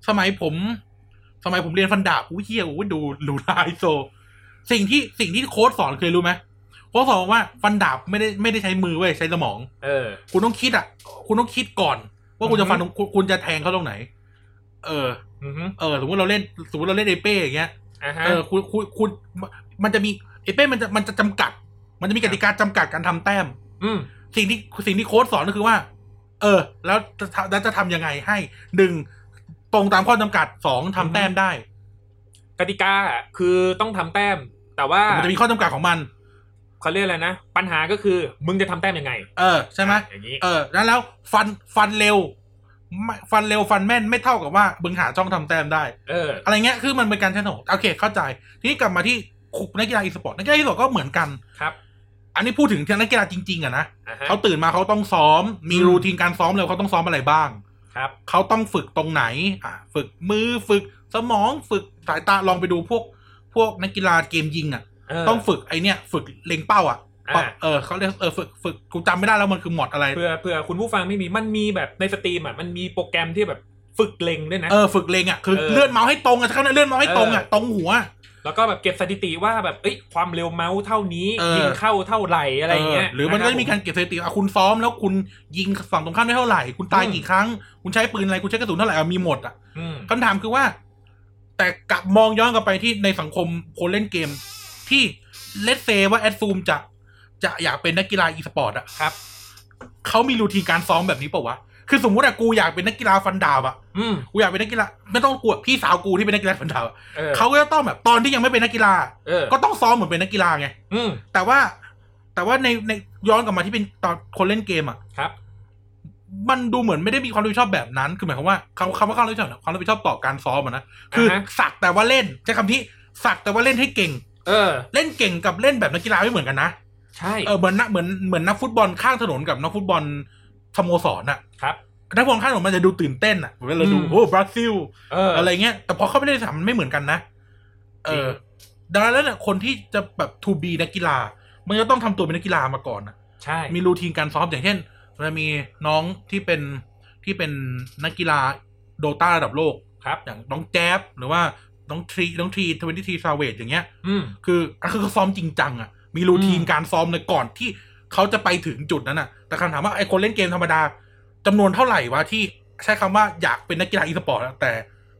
S1: สมัยผม สมัยผมเรียนฟันดาบอุ้ยเฮียอุ้ยดูดูลายโซ สิ่งที่สิ่งที่โค้ชสอนเคยรู้ไหมโค้ชสอนบอกว่าฟันดาบไม่ได้ไม่ได้ใช้มือเว้ยใช้สมอง
S2: เออ
S1: คุณต้องคิดอ่ะ คุณต้องคิดก่อน ว่าคุณจะฟันตรงคุณคุณจะแทงเขาตรงไหน เออ
S2: อือหือ
S1: เออสมมติเราเล่นสมมติเราเล่นเอเป้อย่างเงี้ย
S2: อ่าฮะ
S1: เออคุณคุณคุณมันจะมีเอเป้มันจะมันจะจำกัด มันจะมีกติกาจำกัดการทำแต้ม
S2: อืม
S1: สิ่งที่สิ่งที่โค้ชสอนก็คือว่า เออ แล้วจะทำแล้วจะทำยังไงให้หนึ่งตรงตามข้อจำกัดสองทำแต้มได้
S2: กติกาคือต้องทำแต้ม แต่ว่า
S1: แต่มันจะมีข้อจำกัดของมัน
S2: เขาเรียกอะไรนะ ปัญหาก็คือ มึงจะทำแต้มยังไง
S1: เออ ใช่ไหม
S2: อย่างนี้
S1: เออแล้วแล้วฟันฟันเร็ว ไม่ฟันเร็วฟันแม่นไม่เท่ากับว่ามึงหาช่องทำแต้มได้
S2: เออ
S1: อะไรเงี้ยคือมันเป็นการใช้สมองโอเคเข้าใจ ทีนี้กลับมาที่คุกนักกีฬาอีสปอร์ตนักกีฬาอีสปอร์ตก็เหมือนกัน
S2: ครับ
S1: อันนี้พูดถึงทางนักกีฬาจริงๆอะนะ
S2: อ่าฮะ
S1: เขาตื่นมาเขาต้องซ้อม มีรูทีนการซ้อมแล้วเขาต้องซ้อมอะไรบ้าง
S2: ครับ
S1: เขาต้องฝึกตรงไหน อ่ะฝึกมือฝึกสมองฝึกสายตาลองไปดูพวก พวกนักกีฬาเกมยิงอ่ะ
S2: เออ
S1: ต้องฝึกไอเนี้ยฝึกเล็งเป้าอ่ะ
S2: อ่า
S1: เออเขาเรียกเออฝึกฝึกกูจำไม่ได้แล้วมันคือหมอดอะไร
S2: เพื่อเพื่อคุณผู้ฟังไม่มีมันมีแบบในสตรีมอ่ะมันมีโปรแกรมที่แบบฝึกเล็งด้วยนะ
S1: เออฝึกเล็งอ่ะคือ
S2: เออ
S1: เลื่อนเมาส์ให้ตรงอ่ะเขาเนี่ยเลื่อนเมาส์ให้ตรงอ่ะ
S2: เออ
S1: ตรงหัว
S2: แล้วก็แบบเก็บสถิติว่าแบบเอ้ยความเร็วเมาส์เท่านี้
S1: เออ
S2: ยิงเข้าเท่าไหร่อะไรอย่างเงี้ย
S1: หรือมันก็จะมีการ
S2: คบ
S1: เก็บสถิติอ่ะคุณซ้อมแล้วคุณยิงฝั่งตรงข้ามได้เท่าไหร่ คุณตาย
S2: อืม
S1: กี่ครั้ง คุณใช้ปืนอะไรคุณใช้กระสุนเท่าไหร่อ่ะมีหมดอ่ะ
S2: อืม
S1: คำถามคือว่า แต่กลับมองย้อนกลับไปที่ในสังคมคนเล่นเกม ที่เลสเซว่าแอดซูมจะจะอยากเป็นนักกีฬาอีสปอร์ตอ่ะ
S2: ครับ
S1: เขามีรูทีนการซ้อมแบบนี้เปล่าวะคือสมมติอะกูอยากเป็นนักกีฬาฟันดาบอะ
S2: อืม
S1: กูอยากเป็นนักกีฬาไม่ต้องกลัวพี่สาวกูที่เป็นนักกีฬาฟันดาบอะ
S2: เออ
S1: เขาก็จะต้องแบบตอนที่ยังไม่เป็นนักกีฬา
S2: เออ
S1: ก็ต้องซ้อมเหมือนเป็นนักกีฬาไง
S2: อืม
S1: แต่ว่าแต่ว่าในในย้อนกลับมาที่เป็นตอนคนเล่นเกมอ่ะ
S2: ครับ
S1: มันดูเหมือนไม่ได้มีความรับผิดชอบแบบนั้น คือหมายความว่าคำคำว่าความรับผิดชอบเนี่ยความรับผิดชอบต่อการซ้อมอะนะคือ
S2: ฮะ
S1: สักแต่ว่าเล่นใช้คำที่สักแต่ว่าเล่นให้เก่ง
S2: เออ
S1: เล่นเก่งกับเล่นแบบนักกีฬาไม่เหมือนกันนะ
S2: ใช่
S1: เออเหมือนนักเหมือนเหมือนนักฟุตบอลข้างถนนกับนักฟุตบอลสโมสรน่ะ
S2: ครับ
S1: นักฟุตบอลข้างถนนมันจะดูตื่นเต้นอ่ะเหมือนเราดู
S2: อืม
S1: โอ้บราซิล
S2: เออ
S1: อะไรเงี้ย แต่พอเข้าไปในสนามมันไม่เหมือนกันนะ เออ ดังนั้นแล้วเนี่ยคนที่จะแบบทูบีนักกีฬา มันจะต้องทำตัวเป็นนักกีฬามาก่อนนะ
S2: ใช่
S1: มีรูทีนการซ้อมอย่างเช่นมันจะมีน้องที่เป็นที่เป็นนักกีฬาโดตาระดับโลก
S2: ครับ
S1: อย่างน้องแจ๊บหรือว่าน้องทรีน้องทรีทเวนตี้ทรีซาเวตอย่างเงี้ย
S2: อืม
S1: คืออ่ะคือเขาซ้อมจริงจังอะมีรูทีน
S2: อืม
S1: การซ้อมเลยก่อนที่เขาจะไปถึงจุดนั้นอะแต่คำถามว่าไอ้คนเล่นเกมธรรมดาจำนวนเท่าไหร่วะที่ใช้คำว่าอยากเป็นนักกีฬาอีสปอร์ตอะแต่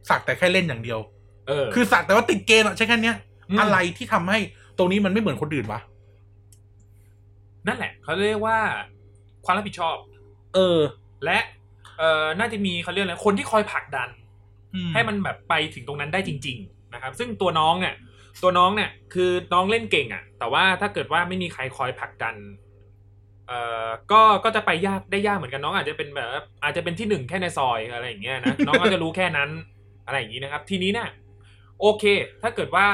S1: สักแต่แค่เล่นอย่างเดียว
S2: เออ
S1: คือสักแต่ว่าติดเกมอะใช่แค่เนี้ย
S2: ม
S1: อะไรที่ทำให้ตรงนี้มันไม่เหมือนคนอื่นวะ
S2: นั่นแหละเขาเรียกว่าความรับผิดชอบ
S1: เออ
S2: และเอ่อน่าจะมีเขาเรียกอะไรคนที่คอยผลักดัน ให้มันแบบไปถึงตรงนั้นได้จริง ๆ นะครับ ซึ่งตัวน้องเนี่ย ตัวน้องเนี่ย คือน้องเล่นเก่งอะ่ะ แต่ว่าถ้าเกิดว่าไม่มีใครคอยผลักดัน เอ่อ ก็ ก็จะไปยากได้ยากเหมือนกันน้องอาจจะเป็นแบบ อาจจะเป็นที่หนึ่งแค่ในซอยอะไรอย่างเงี้ยนะ น้องก็จะรู้แค่นั้น อะไรอย่างนี้นะครับ ทีนี้เนี่ย โอเค ถ้าเกิดว่า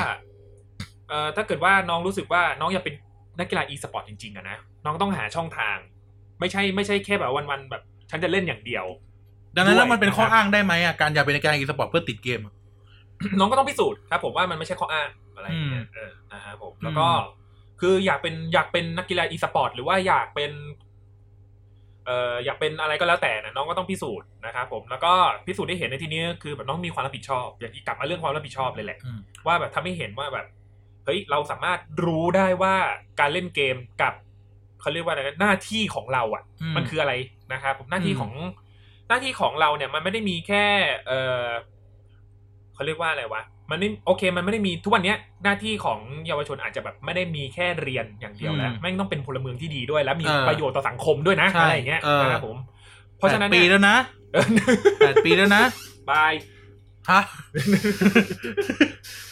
S2: เอ่อ ถ้าเกิดว่าน้องรู้สึกว่าน้องอยากเป็นนักกีฬาอีสปอร์ตจริงๆอะนะ น้องต้องหาช่องทาง ไม่ใช่ ไม่ใช่แค่แบบวันๆแบบ ฉันจะเล่นอย่างเดียว
S1: ดังนั้นแล้วมันเป็นข้อ
S2: ด้วยนะครับ
S1: อ้างได้ไหมอะการอยากเป็นนักกีฬาอีสปอร์ตเพื่อติดเกมอะ
S2: น้องก็ต้องพิสูจน์ครับผมว่ามันไม่ใช่ข้ออ้างอะไรอย่างเงี้ยเออนะฮะผมแล้วก็
S1: อืม
S2: คืออยากเป็นอยากเป็นนักกีฬาอีสปอร์ตหรือว่าอยากเป็น เอ่ออยากเป็นอะไรก็แล้วแต่นะน้องก็ต้องพิสูจน์นะครับผมแล้วก็พิสูจน์ได้เห็นในที่นี้คือแบบน้องมีความรับผิดชอบ อย่างที่กลับมาเรื่องความรับผิดชอบเลยแหละ
S1: อืม
S2: ว่าแบบทำให้เห็นว่าแบบเฮ้ยเราสามารถรู้ได้ว่าการเล่นเกมกับเขาเรียกว่าอะไรนะหน้าที่ของเราอ่ะ มันคืออะไรนะครับผมหน้าที่
S1: อืม
S2: ของหน้าที่ของเราเนี่ย มันไม่ได้มีแค่เออเขาเรียกว่าอะไรวะมันไม่โอเค มันไม่ได้มีทุกวันเนี้ยหน้าที่ของเยาวชนอาจจะแบบไม่ได้มีแค่เรียนอย่างเดียวแล้ว
S1: อืม
S2: แม่งต้องเป็นพลเมืองที่ดีด้วย และมี
S1: เออ
S2: ประโยชน์ต่อสังคมด้วยนะ
S1: ใช่
S2: อะไรอย่างเงี้ย
S1: เออ
S2: นะครับผม เพราะฉะนั้น
S1: แปดปีแล้
S2: เนี่ย
S1: วนะ
S2: เออ
S1: แปดปีแล้วนะ
S2: บาย
S1: ฮะ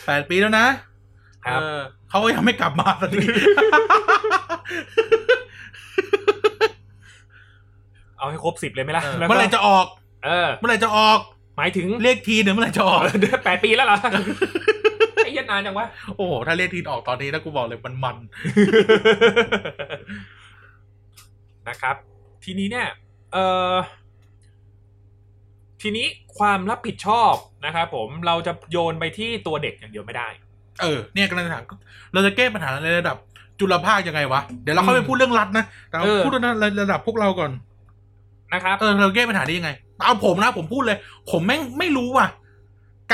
S1: แปดปีแล้วนะครับ เออเขาก็ยังไม่กลับมาสักที
S2: เอาให้ครบสิบเลยไหมล่ะ
S1: เออ
S2: แล้วก็
S1: เมื่อไหร่จะออก
S2: เออ
S1: เมื่อไหร่จะออก
S2: หมายถึง
S1: เรียกทีเนี่ยวเมื่อไหร่จะออก
S2: เดือนแปดปีแล้วเหรอ ไอ้เหี้ยันนานจังวะ
S1: โอ้โหถ้าเรียกทีนออกตอนนี้นะกูบอกเลยมันมัน
S2: นะครับ ทีนี้เนี่ยเอ่อทีนี้ความรับผิดชอบนะครับผมเราจะโยนไปที่ตัวเด็กอย่างเดียวไม่ได้
S1: เออเนี่ยกำลังจะถามเราจะแก้ปัญหาในระดับจุลภาคยังไงวะเดี๋ยวเราค่อยไปพูดเรื่องรัฐนะแต่เรา
S2: เออ
S1: พูดในระดับพวกเราก่อน
S2: นะครับ
S1: เออเราแก้ปัญหาได้ยังไง เอาผมนะผมพูดเลย ผมแม่งไม่รู้ว่ะ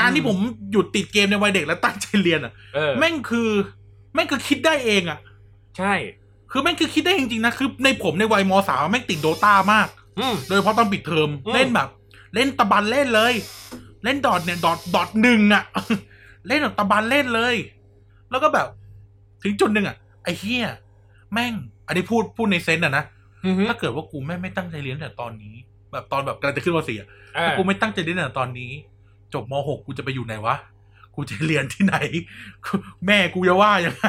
S1: การที่
S2: อืม
S1: ผมหยุดติดเกมในวัยเด็กแล้วตั้งใจเรียนอ่ะ
S2: เออ
S1: แม่งคือแม่งคือคิดได้เองอ่ะ
S2: ใช่
S1: คือแม่งคือคิดได้จริงๆนะคือในผมในวัยมสามแม่งติดโดตามาก
S2: อืม
S1: โดยเฉพาะตอนปิดเทอม
S2: อืม
S1: เล่นแบบ เล่นตะบันเล่นเลย เล่นดอทเนี่ยดอทดอทหนึ่งอะ เล่นแบบตะบันเล่นเลย แล้วก็แบบ ถึงจุดหนึ่งอะไอ้เฮียแม่ง อันนี้พูดพูดในเซนต์อะนะ
S2: อือฮึ
S1: ถ้าเกิดว่ากูแม่งไม่ตั้งใจเรียนตั้งแต่ตอนนี้ แบบตอนแบบกำลังจะขึ้นมสี่อะ
S2: เออ
S1: ถ้ากูไม่ตั้งใจเรียนตั้งแต่ตอนนี้ จบมหกกูจะไปอยู่ไหนวะกูจะเรียนที่ไหนกูแม่กูจะว่ายังไง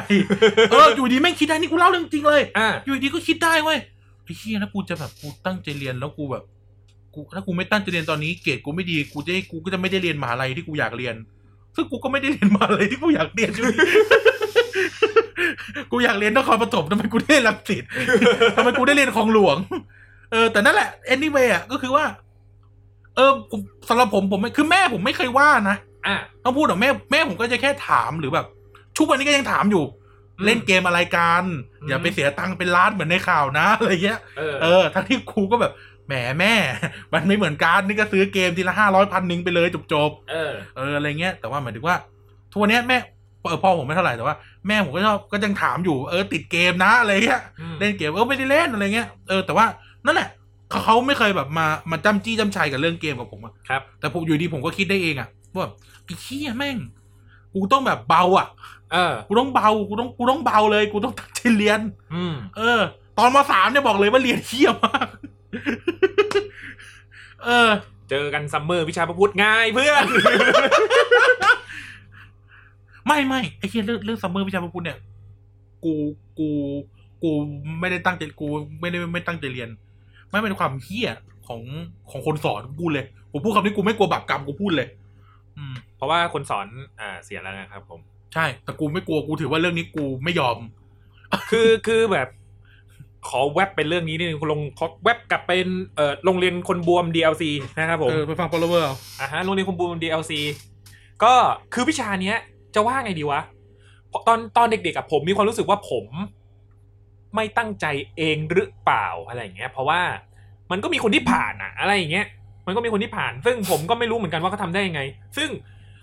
S1: เอออยู่ดีแม่งคิดได้นี่กูเล่าเรื่องจริงเลย
S2: อ่า
S1: อยู่ดีก็คิดได้เว้ยไอ้เฮียนะกูจะแบบกูตั้งใจเรียนแล้วกูแบบ กูถ้ากูไม่ตั้งใจเรียนตอนนี้เกรดกูไม่ดีกูจะกูก็จะไม่ได้เรียนมหาลัยที่กูอยากเรียน ซึ่งกูก็ไม่ได้เรียนมหาลัยที่กูอยากเรียนอยู่ดี กูอยากเรียนนครปฐมทำไมกูได้เรียนรังสิต ทำไมกูได้เรียนของหลวง เออ แต่นั่นแหละ anyway อ่ะก็คือว่า เออผมสำหรับผมผมไม่คือแม่ผมไม่เคยว่านะ
S2: อ่ะ
S1: ต้องพูดหรอกแม่แม่ผมก็จะแค่ถามหรือแบบทุกวันนี้ก็ยังถามอยู่
S2: อืม
S1: เล่นเกมอะไรกัน
S2: อืม
S1: อย่าไปเสียตังค์เป็นล้านเหมือนในข่าวนะอะไรเงี้ย
S2: เออ
S1: เออทั้งที่ครูก็แบบแหมแม่ มันไม่เหมือนกันนี่ก็ซื้อเกมทีละห้าร้อยพันหนึ่งไปเลยจบจบ
S2: เออ
S1: ๆเอออะไรเงี้ย แต่ว่าหมายถึงว่าทุกวันเนี้ยแม่เออพ่อผมไม่เท่าไหร่แต่ว่าแม่ผมก็ชอบก็ยังถามอยู่เออติดเกมนะอะไรเงี้ย เล่นเกมเออไม่ได้เล่นอะไรเงี้ยเออแต่ว่านั่นแหละเขาเขาไม่เคยแบบมามาจ้ำจี้จ้ำชัยกับเรื่องเกมกับผมอะ
S2: ครับ
S1: แต่ผมอยู่ดีผมก็คิดได้เองอะว่าแบบไอ้เหี้ยแม่ง กูต้องแบบเบาอะ
S2: เออ
S1: กูต้องเบากูต้องกูต้องเบาเลย กูต้องตั้งใจเรียน
S2: อืม
S1: เออ ตอนมาสามเนี่ยบอกเลยว่าเรียนเหี้ยมาก เออ
S2: เจอกันซัมเมอร์วิชาพระพุทธง่ายเพื่อน
S1: ไม่ไม่ไอ้เหี้ยเรื่องเรื่องซัมเมอร์วิชาพระพุทธเนี่ย กูกูกูไม่ได้ตั้งใจกูไม่ได้ไม่ตั้งใจเรียน ไม่เป็นความเหี้ยของของคนสอนกูพูดเลยกูพูดคำนี้กูไม่กลัวบาปกรรมกูพูดเลย อืม
S2: เพราะว่าคนสอนอ่าเสียแล้วนะครับผม
S1: ใช่ แต่กูไม่กลัวกูถือว่าเรื่องนี้กูไม่ยอม
S2: คือคือแบบ ขอแว็บเป็นเรื่องนี้นิดนึงคุณลงขอแว็บกลับเป็นเอ่อโรงเรียนคนบวม DLC นะครับผม
S1: เออไปฟัง follower เอา
S2: อ่าฮะโรงเรียนคนบวม DLC ก็คือวิชาเนี้ย จะว่าไงดีวะเพราะตอนตอนเด็กๆกับผมมีความรู้สึกว่าผม ไม่ตั้งใจเองหรือเปล่าอะไรอย่างเงี้ย เพราะว่ามันก็มีคนที่ผ่านอะอะไรอย่างเงี้ย มันก็มีคนที่ผ่าน ซึ่งผมก็ไม่รู้เหมือนกันว่าเขาทำได้ยังไง ซึ่ง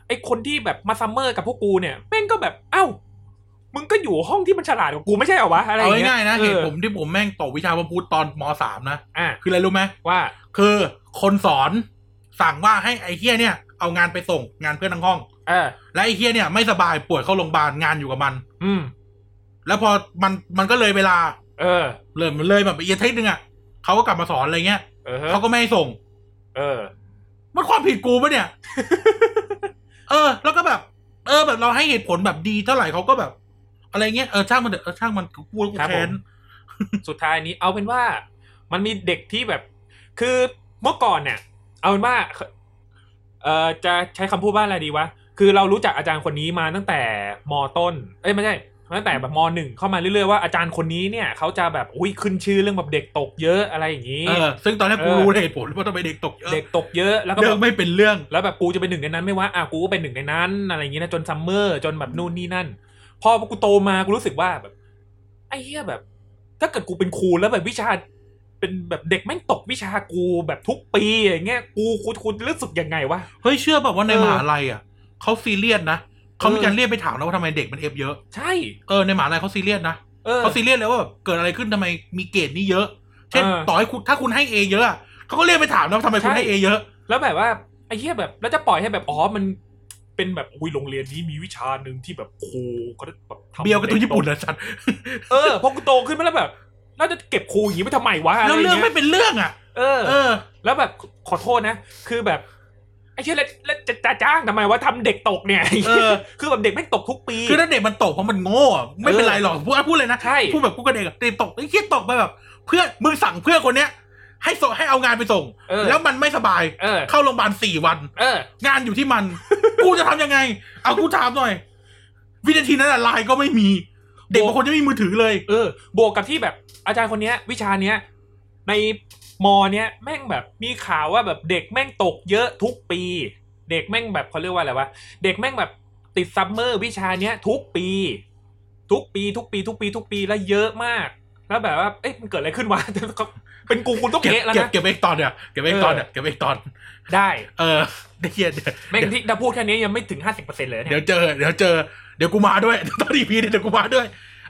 S2: ไอคนที่แบบมาซัมเมอร์กับพวกกูเนี่ยแม่งก็แบบเอ้า มึงก็อยู่ห้องที่มันฉลาดกว่ากูไม่ใช่เหรอวะอะไรอ
S1: เอา
S2: ย่างเงี้ย
S1: ง่ายๆนะเหตุ
S2: ออ
S1: ผมที่ผมแม่งตกวิชาพระพุทธตอนมสามนะ
S2: อ่ะ
S1: คืออะไรรู้ไหม
S2: ว่า
S1: คือคนสอนสั่งว่าให้ไอ้เหี้ยเนี่ย เอางานไปส่งงานเพื่อนทั้งห้อง
S2: เออ
S1: และไอ้เหี้ยเนี่ยไม่สบายป่วยเข้าโรงพยาบาลงานอยู่กับมัน
S2: อืม
S1: แล้วพอมันมันก็เลยเวลา
S2: เออ
S1: เลยมันเลยแบบอีกอาทิตย์หนึงอ่ะเขาก็กลับมาสอนอะไรเงี้ย
S2: เออฮะ
S1: เขาก็ไม่ให้ส่ง
S2: เออ
S1: มันความผิดกูปะเนี่ย เออ แล้วก็แบบ เออ แบบเราให้เหตุผลแบบดีเท่าไหร่เขาก็แบบ อะไรเงี้ยเออช่างมันเถอะเออช่างมันกูกลัวกู
S2: ครับผม
S1: แค้น
S2: สุดท้ายนี้เอาเป็นว่ามันมีเด็กที่แบบ คือเมื่อก่อนเนี่ย เอาเป็นว่าเอ่อจะใช้คำพูดว่าอะไรดีวะคือเรารู้จักอาจารย์คนนี้มาตั้งแต่มต้น เอ้ยไม่ใช่ตั้งแต่แบบมหนึ่งเข้ามาเรื่อยๆว่าอาจารย์คนนี้เนี่ยเขาจะแบบอุ้ยขึ้นชื่อเรื่องแบบเด็กตกเยอะอะไรอย่างนี้
S1: เออ ซึ่งตอนแรกกู
S2: เออ
S1: รู้เหตุผลว่าทำไมเด็กตกเยอะ
S2: เด็กตกเยอะแล้วก็
S1: เรื่
S2: แบ
S1: อง
S2: บ
S1: ไม่เป็นเรื่อง
S2: แล้วแบบกูจะเป็นหนึ่งในนั้นไหม่ว่าอ่ะกูก็เป็นหนึ่งในนั้น อะไรอย่างงี้นะจนซัมเมอร์จนแบบนู่นนี่นั่น พอกูโตมากูรู้สึกว่าแบบ ไอ้เหี้ยแบบ ถ้าเกิดกูเป็นครูแล้วแบบวิชา เป็นแบบเด็กแม่งตกวิชากูแบบทุกปีอย่างเงี้ยกูกูกูรู้สึกยังไงวะ
S1: เฮ้ยเชื่อแบบว่าใน
S2: เออ
S1: มหาลัยอ่ะเขาซีเรียสนะเขามี
S2: เออ
S1: การเรียกไปถามแล้วว่าทำไมเด็กมันเอฟเยอะ
S2: ใช่
S1: เออในมหาลัยเขาซีเรียสนะ
S2: เออ
S1: เขาซีเรียสเลยว่าแบบเกิดอะไรขึ้นทำไมมีเกรดนี้เยอะ เช่น
S2: เออ
S1: ต่อให้คุณถ้าคุณให้เอเยอะอะเขาก็เรียกไปถามนะว่าทำไมคุณ
S2: ใช่
S1: ให้เอเยอะ
S2: แล้วแบบว่าไอ้เหี้ยแบบ แล้วจะปล่อยให้แบบอ๋อมันเป็นแบบอุ้ยโรงเรียนนี้มีวิชาหนึ่งที่แบบครูก็แบบทำ
S1: เบียวกับตัวญี่ปุ่นนะสัตว์
S2: เออพอกูโตขึ้นมาแล้วแบบแล้วจะเก็บครูอย่างงี้ไปทำไมวะะ
S1: แล้ว
S2: ไย่า
S1: เรื่อง
S2: ย
S1: ไม่เป็นเรื่องอ่ะ
S2: เออ
S1: เออ
S2: แล้วแบบขอโทษนะ คือแบบไอ้เชื่อแล้วแล้วจะจะจ้างทำไมว่าทำเด็กตกเนี่ย
S1: เออ
S2: คือแบบเด็กไม่งตกทุกปี
S1: คือถ้าเด็กมันตกเพราะมันโง่อะไม่เป็นไรหรอกพูดพูดเลยนะ
S2: ใช่
S1: พูดแบบพูดกับเด็กอะเด็กตกไอ้เคียตกไปแบบ เพื่อนมึงสั่งเพื่อนคนเนี้ย ให้ส่งให้เอางานไปส่ง
S2: เออ
S1: แล้วมันไม่สบาย
S2: เออ
S1: เข้าโรงพยาบาลสี่วัน
S2: เออ
S1: งานอยู่ที่ มัน กูจะทำยังไง เอากูถามหน่อย วินาทีนั้นอะไลน์ก็ไม่มี เด็กบางคนจะไม่มีมือถือเลย
S2: เออ บวกกับที่แบบอาจารย์คนเนี้ย วิชาเนี้ย ในมอเนี้ยแม่งแบบมีข่าวว่าแบบเด็กแม่งตกเยอะทุกปี เด็กแม่งแบบเขาเรียกว่าอะไรวะเด็กแม่งแบบติดซัมเมอร์วิชาเนี้ย ทุกปี ทุกปีทุกปี ทุกปี ทุกปีแล้วเยอะมาก แล้วแบบว่าเอ๊ะมันเกิดอะไรขึ้นวะ เป็นกูกูต้อง
S1: เก็บ
S2: เอะแล้ว
S1: เก็บ
S2: นะ
S1: เก็บไว้อีกตอนเนี่ยเก็บไว้อีกตอนเนี่ยเก็บไว้อีกตอน
S2: ได้
S1: เออเดี๋ยวเหี้ยเดี๋ยว
S2: แม่งที่ถ้าพูดแค่นี้ยังไม่ถึงห้าสิบเปอร์เซ็นต์เลยนะ
S1: เดี๋
S2: เนี่
S1: วย
S2: ย
S1: เจอ เดี๋ยวเจอ เดี๋ยวกูมาด้วยตอนอีพีเนี่ยเดี๋ยวกูมาด้วย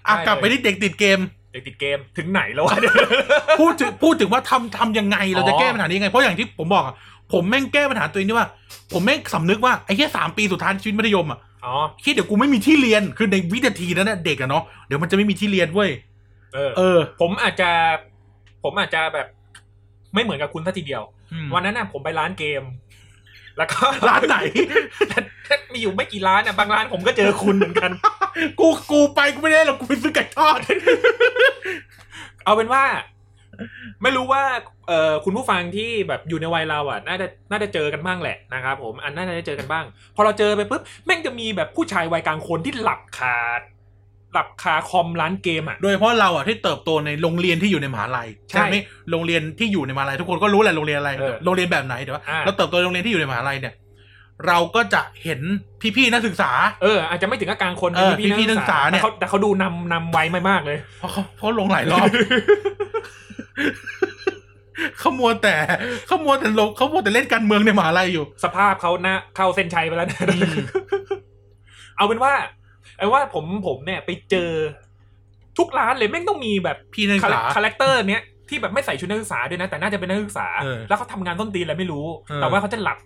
S1: อ่ะ
S2: ได้เลย
S1: กลับไปที่เด็กติดเกม
S2: เด็กติดเกมถึงไหนแล้ววะ
S1: พูดถึงพูดถึงว่าทำทำยังไงเราจะ
S2: อ๋อ
S1: แก้ปัญหานี้ยังไง เพราะอย่างที่ผมบอกอะผมแม่งแก้ปัญหาตัวเองที่ว่า ผมแม่งสำนึกว่าไอ้แค่สามปีสุดท้ายชีวิตมัธยมอ่ะ
S2: อ๋อ
S1: คิดเดี๋ยวกูไม่มีที่เรียนคือในวินาทีนั้นน่ะเด็กอะเนาะเดี๋ยวมันจะไม่มีที่เรียนเว้ย
S2: เออ
S1: เออ
S2: ผมอาจจะ ผมอาจจะแบบ ไม่เหมือนกับคุณซะทีเดียว
S1: อืม
S2: วันนั้นน่ะผมไปร้านเกม แล้วก็
S1: ร้าน ไหน
S2: มีอยู่ไม่กี่ร้านน่ะบางร้านผมก็เจอคุณเหมือนกัน
S1: กูกูไปกูไม่ได้หรอกกูไปซื้อไก่ทอด
S2: เอาเป็นว่า ไม่รู้ว่าเอ่อคุณผู้ฟังที่แบบอยู่ในวัยเราอ่ะน่าจะน่าจะเจอกันบ้างแหละนะครับผมอันน่าจะได้เจอกันบ้าง พอเราเจอไปปุ๊บแม่งจะมีแบบผู้ชายวัยกลางคนที่หลับคาหลับคาคอมร้านเกมอ่ะ
S1: โดยเฉพราะเราอ่ะที่เติบโตในโรงเรียนที่อยู่ในมหาลัย
S2: ใช่
S1: ไหมโรงเรียนที่อยู่ในมหาลัยทุกคนก็รู้แหละโรงเรียนอะไร
S2: เออ
S1: โรงเรียนแบบไหนเดี๋ยวว่า
S2: อ่า
S1: เราเติบโตในโรงเรียนที่อยู่ในมหาลัยเนี่ย เราก็จะเห็นพี่ๆนักศึกษา
S2: เอออาจจะไม่ถึงกับกลางคน
S1: เออ
S2: ป็
S1: พี่ๆนักศึกษาเนี่ย
S2: แต่ขแต่เขาดูนำนำไวไม่มากเลย
S1: เพราะเขาเพราะลงหลายรอบ เขามัวแต่เขามัวแต่ลงเขามัวแต่เล่นการเมืองในมหาลัยอยู่
S2: สภาพเขาหน้าเข้าเส้นชัยไปแล้วนะ
S1: อืม
S2: เอาเป็นว่าเอาว่าผมผมเนี่ยไปเจอ ทุกร้านเลยแม่งต้องมีแบบ
S1: พี่นักศึกษา
S2: คาแรคเตอร์เนี้ยที่แบบไม่ใส่ชุดนักศึกษาด้วยนะ แต่น่าจะเป็นนักศึกษา
S1: เออ
S2: แล้วเขาทำงานต้นตีนอะไรไม่รู้
S1: เออ
S2: แต่ว่าเขาจะหลับ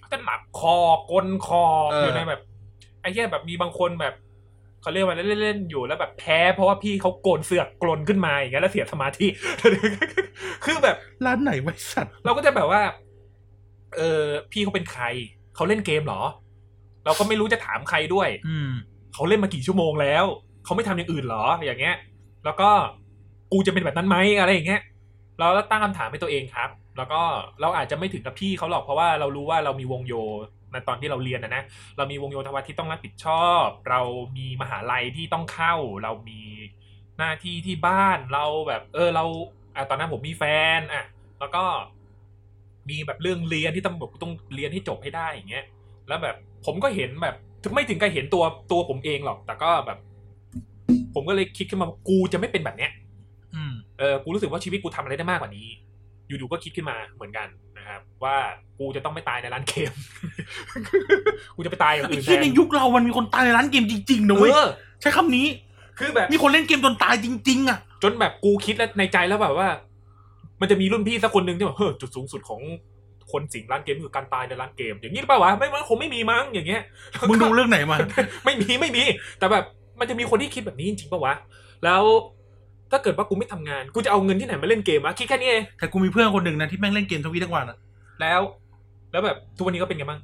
S2: เขาจะหลับคอกลนคอ
S1: เออ
S2: อ
S1: อ
S2: ยู่ในแบบไอ้เหี้ยแบบมีบางคนแบบเขาเรียกว่าเล่นๆอยู่แล้วแบบแพ้เพราะว่าพี่เขาโกนเสือกกลนขึ้นมาอย่างเงี้ยแล้วเสียสมาธิ คือแบบ
S1: ร้านไหนไว้สัตว์
S2: เราก็จะแบบว่า เออพี่เขาเป็นใครเขาเล่นเกมเหรอ เราก็ไม่รู้จะถามใครด้วย
S1: อืม
S2: เขาเล่นมากี่ชั่วโมงแล้ว เขาไม่ทำอย่างอื่นเหรอ อย่างเงี้ย แล้วก็กูจะเป็นแบบนั้นไหมอะไรอย่างเงี้ย เราตั้งคำถามให้ตัวเองครับ แล้วก็เราอาจจะไม่ถึงกับพี่เขาหรอกเพราะว่าเรารู้ว่าเรามีวงโยในตอนที่เราเรียนนะนะ เรามีวงโยธวาที่ต้องรับผิดชอบ เรามีมหาลัยที่ต้องเข้า เรามีหน้าที่ที่บ้าน เราแบบ เออ เราอ่ะตอนนั้นผมมีแฟนอ่ะ แล้วก็มีแบบเรื่องเรียนที่ต้องแบบต้องเรียนให้จบให้ได้อย่างเงี้ย แล้วแบบผมก็เห็นแบบถึงไม่ถึงกับเห็นตัวตัวผมเองหรอก แต่ก็แบบ ผมก็เลยคิดขึ้นมาว่ากูจะไม่เป็นแบบเนี้ย
S1: อืม
S2: เออ กูรู้สึกว่าชีวิตกูทำอะไรได้มากกว่านี้ อยู่ๆ ก็คิดขึ้นมาเหมือนกันนะครับ ว่ากูจะต้องไม่ตายในร้านเกม กูจะไปตายอย่าง
S1: ไอ้
S2: อื่นแท
S1: ที่ใน
S2: น
S1: ยุคเรามันมีคนตายในร้านเกมจริงๆนะ
S2: เอ
S1: เว้ย
S2: อ
S1: ใช้คำนี้
S2: คือแบบ
S1: มีคนเล่นเกมจนตายจริง ๆ อ่ะ
S2: จนแบบกูคิดแล้วในใจแล้วแบบว่า มันจะมีรุ่นพี่สักคนหนึ่งที่แบบเฮ้อจุดสูงสุดของคนสิงร้านเกมคือการตายในร้านเกม อย่างนี้หรือเปล่าวะไม่มันคงไม่มีมั้งอย่างเงี้ย
S1: มึงดูเรื่องไหนมา
S2: ไม่มี ไม่มี แต่แบบมันจะมีคนที่คิดแบบนี้จริงๆปะวะ แล้วถ้าเกิดว่ากูไม่ทำงาน กูจะเอาเงินที่ไหนมาเล่นเกมวะคิดแค่นี้เอง
S1: แต่กูมีเพื่อนคนหนึ่งนะที่แม่งเล่นเกมทวีทั้งวันอ่ะ
S2: แล้ว แล้วแบบทุกวันนี้ก็เป็นไงบ้าง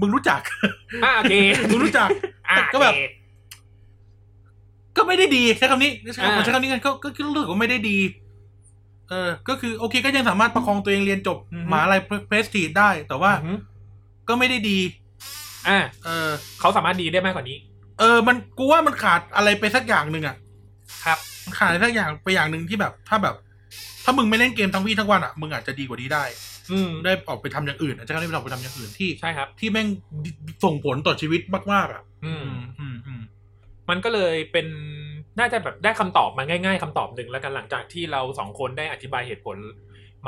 S1: มึงรู้จัก
S2: อ่าโอเค
S1: มึงรู้จัก
S2: อ่า
S1: ก็แบบ
S2: โอเค
S1: ก็ไม่ได้ดีใช้คำนี้ใช้
S2: อ่า
S1: คำใช้คำนี้กันก็ก็ก็รู้สึกว่าไม่ได้ดี เออ ก็คือโอเคก็ยังสามารถประคองตัวเองเรียนจบมหาลัยเพรสตีดได้ แต่ว่า
S2: อือหือ
S1: ก็ไม่ได้ดี
S2: อ่า
S1: เออ
S2: เขาสามารถดีได้มากกว่านี้
S1: เออ มันกูว่ามันขาดอะไรไปสักอย่างหนึ่งอ่ะ
S2: ครับ
S1: มันขาดอะไรสักอย่างไปอย่างหนึ่งที่แบบ ถ้าแบบ ถ้ามึงไม่เล่นเกมทั้งวี่ทั้งวันอ่ะมึงอาจจะดีกว่านี้ได้
S2: อืม
S1: ได้ออกไปทำอย่างอื่นอาจจะได้ไปออกไปทำอย่างอื่นที่
S2: ใช่ครับ
S1: ที่แม่งส่งผลต่อชีวิตมากๆอ่ะ
S2: อืม
S1: อืมอืม
S2: มันก็เลยเป็นน่าจะแบบได้คำตอบมาง่าย ๆคำตอบหนึ่งแล้วกันหลังจากที่เราสองคนได้อธิบายเหตุผล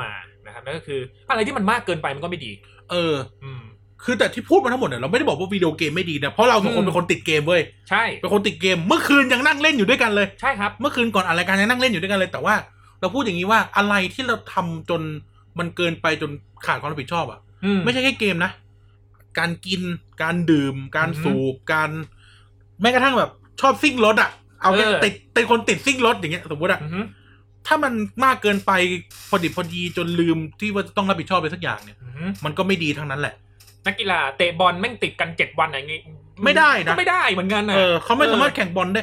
S2: มานะครับนั่นก็คือ อะไรที่มันมากเกินไปมันก็ไม่ดี
S1: เออ
S2: อืม
S1: คือแต่ที่พูดมาทั้งหมดเนี่ยเราไม่ได้บอกว่าวิดีโอเกมไม่ดีนะ เพราะเราสองค
S2: อื
S1: น
S2: ม
S1: เป็นคนติดเกมเว้ย
S2: ใช่
S1: เป็นคนติดเกม เมื่อคืนยังนั่งเล่นอยู่ด้วยกันเลย
S2: ใช่ครับ
S1: เมื่อคืนก่อนอะไรายการยังนั่งเล่นอยู่ด้วยกันเลย แต่ว่า เราพูดอย่างนี้ว่าอะไรที่เราทำจนมันเกินไปจนขาดความรับผิดชอบอ่ะ
S2: อืม
S1: ไม่ใช่แค่เกมนะ การกิน การดื่ม การ
S2: อือหือ
S1: สูบ การ แม้กระทั่งแบบชอบซิ่งรถอ่ะ เอาแค่
S2: เออ
S1: ติดเป็นคนติดซิ่งรถอย่างเงี้ยสมมติอ่ะ
S2: อือหือ
S1: ถ้ามันมากเกินไปพอดิบพอดีจนลืมที่ว่าจะต้องรับผิดชอบไปสักอย่างเนี่ย
S2: อือหือ
S1: มันก็ไม่ดีทั้งนั้นแหละ
S2: นักกีฬาเตะบอลแม่งติดกันเจ็ดวันอะไรเงี้ย
S1: ไม่ได้นะ
S2: ก็ไม่ได้เหมือนกันนะ
S1: เออเขาไม่สามารถแข่งบอลได้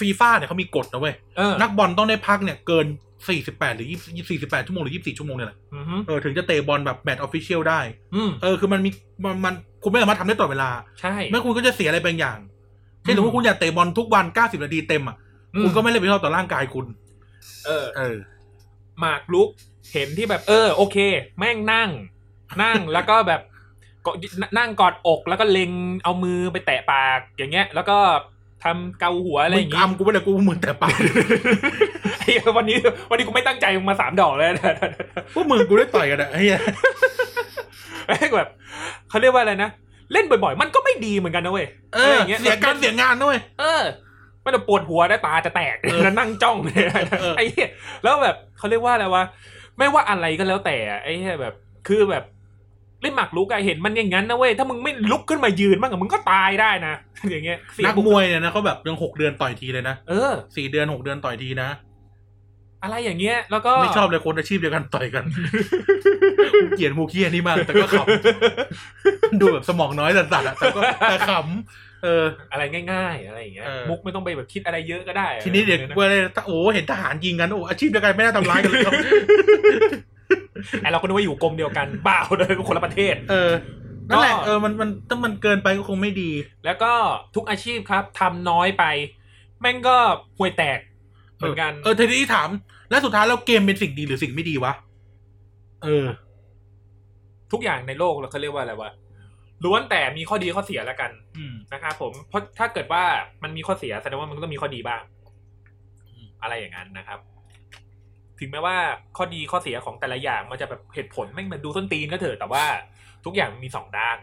S1: ฟีฟ่าเนี่ยเขามีกฎนะเว้ย
S2: เออ
S1: นักบอลต้องได้พักเนี่ยเกิน 48 หรือ 20 48 ชั่วโมงหรือ 24 ชั่วโมงเนี่ยแหละ
S2: อือหือ
S1: เออถึงจะเตะบอลแบบแมตช์ออฟฟิเชียลได้
S2: อืม
S1: เออคือมันมีมันมันคุณไม่สามารถทำได้ตลอดเวลา
S2: ใช่
S1: ไม่คุณก็จะเสียอะไรบางอย่าง เช่นส
S2: อืม
S1: มมติคุณอยากเตะบอลทุกวัน 90 นาทีเต็มอ่ะ
S2: อื
S1: คุณก็ไม่ได้ผิดชอบต่อร่างกายคุณ
S2: เออ
S1: เออ
S2: หมากลุกเห็นที่แบบ เออ โอเค แม่งนั่ง นั่ง แล้วก็แบบก็นั่งกอดอกแล้วก็เล็งเอามือไปแตะปากอย่างเงี้ย แล้วก็ทำเกาหัวอะไร
S1: มึ
S2: อง ย่างงี้
S1: อำกูไม่ได้กูมึงแต่ปาก
S2: ไอ้เหี้ ยวันนี้ วันนี้กูไม่ตั้งใจมาสามดอกแล้วนะ
S1: พวกมึงกูได้ต่อยกันอะไอ้เหี้ย
S2: แม่งแบบเขาเรียกว่าอะไรนะเล่นบ่อยๆ มันก็ไม่ดีเหมือนกันนะเว้ย
S1: เออ
S2: อะไรางงี้
S1: เสียการเสียงานด้วย
S2: เออไม่ต้องปวดหัวได้ตาจะแตก
S1: เออ
S2: แล้วนั่งจ้องเนี่ย
S1: เออ
S2: ไอ้เหี้ยแล้วแบบเขาเรียกว่าอะไรวะไม่ว่าอะไรก็แล้วแต่ไอ้เหี้ยแบบ คือแบบเล่นหมากรุกอะเห็นมันอย่างนั้นนะเว้ยถ้ามึงไม่ลุกขึ้นมายืนบ้างอะมึงก็ตายได้นะ อย่างเงี้ยเสีย
S1: นักมวยเนี่ยนะเขาแบบยังหกเดือนต่อยทีเลยนะ
S2: เออ
S1: สี่เดือนหกเดือนต่อยทีนะ
S2: อะไรอย่างเงี้ย แล้วก็
S1: ไม่ชอบเลยคนอาชีพเดียวกันต่อยกัน กูเกลียดมูเคียนี่มาก แต่ก็ขำ ดูแบบสมองน้อยสัสๆอะแต่ก็แต่ขำเอ เออ
S2: อะไรง่าย ๆ อะไรอย่างเงี้ย
S1: เออ
S2: มุกไม่ต้องไปแบบคิดอะไรเยอะก็ได้
S1: ทีนี้เด็ก
S2: อะไรแบบ
S1: เว้ยถ้าโอ้เห็นทหารยิงกันโอ้อาชีพเดียวกันไม่น่าทำร้ายกันเลยครับ
S2: ไอเราก็นึกว่าอยู่กรมเดียวกันเปล่าเลยคนละประเทศ
S1: เออนั่นแหละ
S2: ก็
S1: เออมันมันถ้ามันเกินไปก็คงไม่ดี
S2: แล้วก็ทุกอาชีพครับทำน้อยไป แม่งก็ห่วยแตกเหมือนกัน
S1: เออทีนี้ถาม แล้วสุดท้ายแล้วเกมเป็นสิ่งดีหรือสิ่งไม่ดีวะเออ
S2: ทุกอย่างในโลกเราเขาเรียกว่าอะไรวะล้วนแต่มีข้อดีข้อเสียแล้วกัน
S1: อืม
S2: นะครับผมเพราะถ้าเกิดว่ามันมีข้อเสียแสดงว่ามันก็ต้องมีข้อดีบ้าง อะไรอย่างนั้นนะครับ ถึงแม้ว่าข้อดีข้อเสียของแต่ละอย่างมันจะแบบเหตุผลไม่งมันดูต้นตีนก็เถอะแต่ว่า ทุกอย่างมีสองด้าน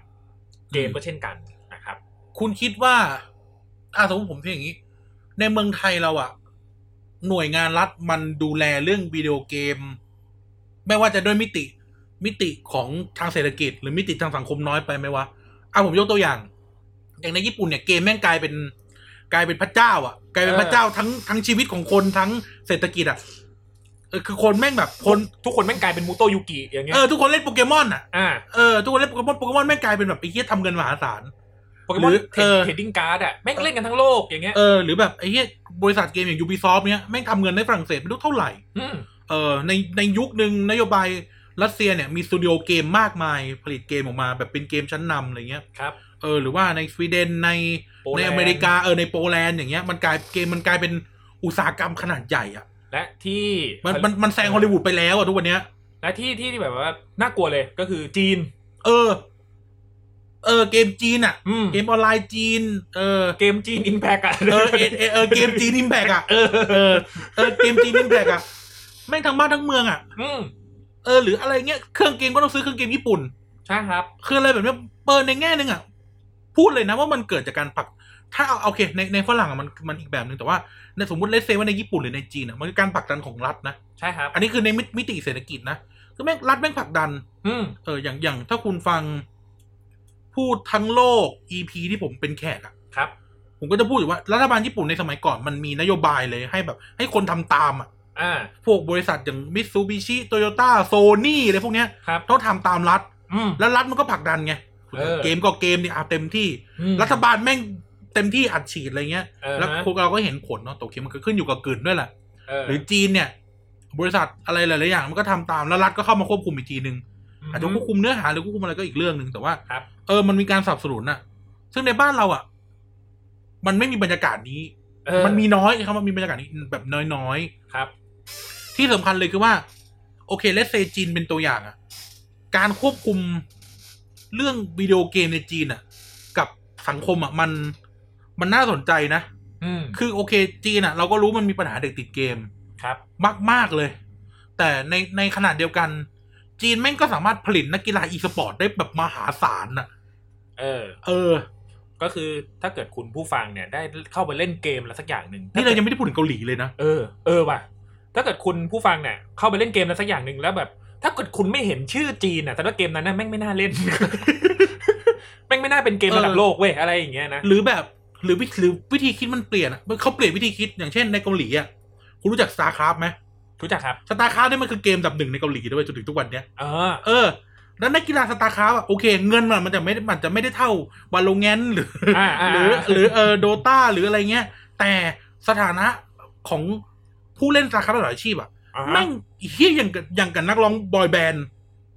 S2: เกมก็เช่นกันนะครับ
S1: คุณคิดว่าอ่าสมมติผมพูดอย่างนี้ ในเมืองไทยเราอะหน่วยงานรัฐมันดูแลเรื่องวิดีโอเกม ไม่ว่าจะด้วยมิติ มิติของทางเศรษฐกิจ หรือมิติทางสังคมน้อยไปไหมวะอ่ะผมยกตัวอย่าง อย่างในญี่ปุ่นเนี่ยเกมแม่งกลายเป็น กลายเป็นพระเจ้า อ่ะ กลายเป็น
S2: เออ
S1: พระเจ้าทั้งทั้งชีวิตของคนทั้งเศรษฐกิจอ่ะเออคือคนแม่งแบบคน
S2: ทุกคนแม่งกลายเป็นมูโตยุกิอย่างเงี้ย
S1: เออทุกคนเล่นโปเกมอนอ่ะ
S2: อ่า
S1: เออทุกคนเล่นโปเกมอนโปเกมอนแม่งกลายเป็นแบบไอ้เหี้ยทำเงินมหาศาล
S2: โปเกมอน
S1: หรือ
S2: เท
S1: เออ
S2: รดดิ้งการ์ดอะแม่งเล่นกันทั้งโลกอย่างเงี้ย
S1: เออหรือแบบไอ้เหี้ยบริษัทเกมอย่าง Ubisoft เนี้ยแม่งทำเงินในฝรั่งเศสไม่รู้เท่าไหร่
S2: ม
S1: เออในในยุคหนึ่งนโยบายรัสเซียเนี่ยมีสตูดิโอเกมมากมาย ผลิตเกมออกมาแบบเป็นเกมชั้นนำอะไรเงี้ย
S2: ครับ
S1: เออหรือว่าในสวีเดนใน
S2: โปแล
S1: ใน
S2: นด์
S1: อเมริกาเออในโปแลนด์อย่างเงี้ยมันกลายเกมมันกลายเป็นอุตสาหกรรมขนาดใหญ่อะ
S2: และที่
S1: มันมันมันแซงฮอลลีวูดไปแล้วอะทุกวันเนี้ย
S2: และที่ที่ที่แบบว่าน่ากลัวเลยก็คือจีน
S1: เออ เออเกมจีนอะ
S2: อืม
S1: เกมออนไลน์จีน เออ
S2: เกมจีนอินแพกอะ
S1: เออเออเออเออเกมจีนอิมแบกอะ
S2: เออ
S1: เออเออเกมจีนอิมแบกอะแม่งทั้งบ้านทั้งเมืองอะ
S2: อืม
S1: เออหรืออะไรเงี้ยเครื่องเกมก็ต้องซื้อเครื่องเกมญี่ปุ่น
S2: ใช่ครับ
S1: คืออะไรแบบเนี้ยเปิดในแง่หนึ่งอ่ะ พูดเลยนะว่ามันเกิดจากการผลัก ถ้าเอาโอเค ในในฝรั่งอะมันมันอีกแบบหนึ่งแต่ว่าในสมมติเลสเซว่าในญี่ปุ่นหรือในจีนอ่ะมันคือการผลักดันของรัฐนะ
S2: ใช่ครับ
S1: อันนี้คือในมิมิติเศรษฐกิจนะคือแม่งรัฐแม่งผลักดัน
S2: อืม
S1: เอออย่างอย่างถ้าคุณฟัง พูดทั้งโลก EP ที่ผมเป็นแขกอ่ะ
S2: ครับ
S1: ผมก็จะพูดอยู่ว่ารัฐบาลญี่ปุ่นในสมัยก่อนมันมีนโยบายเลยให้แบบ ให้คนทำตามอ่ะ
S2: อ่า
S1: พวกบริษัทอย่างมิตซูบิชิโตโยต้าโซนี่อะไรพวกเนี้ย
S2: ครับ
S1: ต้องทำตามรัฐ
S2: อืม
S1: แล้วรัฐมันก็ผลักดันไง
S2: เออ
S1: เกมก็เกมเนี่ยเอาเต็มที่
S2: อืม
S1: รัฐบาลแม่งเต็มที่อัดฉีดอะไรเงี้ย
S2: เออ
S1: แล้ว
S2: ฮะ
S1: พวกเราก็เห็นผลเนาะตกเกมมันก็ขึ้นอยู่กับกลืนด้วยแหละ
S2: เออ
S1: หรือจีนเนี่ย บริษัทอะไรหลายๆอย่างมันก็ทำตามแล้วรัฐก็เข้ามาควบคุมอีกทีนึงอาจจะควบคุมเนื้อหาหรือควบคุมอะไรก็อีกเรื่องหนึ่งแต่ว่า
S2: ครับ
S1: เออมันมีการสนับสนุนน่ะ ซึ่งในบ้านเราอ่ะ มันไม่มีบรรยากาศนี้
S2: เออ
S1: มันมีน้อยใช่ครับมันมีบรรยากาศนี้แบบน้อยๆ
S2: ครับ
S1: ที่สำคัญเลยคือว่า โอเคเลสเซจีนเป็นตัวอย่างอะการควบคุมเรื่องวิดีโอเกมในจีนอะกับสังคมอะมันมันน่าสนใจนะ
S2: อืม
S1: คือโอเคจีนอะเราก็รู้มันมีปัญหาเด็กติดเกม
S2: ครับ
S1: มาก ๆ เลย แต่ในในขณะเดียวกัน จีนแม่งก็สามารถผลิตนักกีฬาอีสปอร์ตได้แบบมหาศาลอะ
S2: เออ
S1: เออ
S2: ก็คือถ้าเกิดคุณผู้ฟังเนี่ย ได้เข้าไปเล่นเกมอะไรสักอย่างหนึ่ง
S1: นี่เรายังไม่ได้พูดถึงเกาหลีเลยนะ
S2: เออเออว่ะถ้าเกิดคุณผู้ฟังเนี่ยเข้าไปเล่นเกมอะไรสักอย่างหนึ่งแล้วแบบ ถ้าเกิดคุณไม่เห็นชื่อจีนอ่ะแสดงว่าเกมนั้นน่ะแม่งไม่น่าเล่น แม่งไม่น่าเป็นเกมระดับ
S1: เออ
S2: โลกเว้ยอะไรอย่างเงี้ยนะ
S1: หรือแบบหรือวิหรือวิธีคิดมันเปลี่ยนอะเขาเปลี่ยนวิธีคิดอย่างเช่นในเกาหลีอะคุณรู้จักสตาร์คราฟไหม
S2: รู้จักครับ
S1: สตาร์คราฟนี่มันคือเกมอันดับหนึ่งในเกาหลีด้วยจนถึงทุกวันเนี้ย
S2: เออ
S1: เออ แล้วนักกีฬาสตาร์คราฟอ่ะโอเค เงินมันมันจะไม่ได้มันจะไม่ได้เท่าวาโลแงนหรืออา
S2: อ่า
S1: หรือหรือเออโดตาหรืออะไรเงี้ย แต่สถานะของผู้เล่นสตาร์คราฟหลายอาชีพอ่ะ
S2: อ่าฮะ
S1: แม่งเฮี้ยอย่างกับอย่างกับนักร้องบอยแบนด์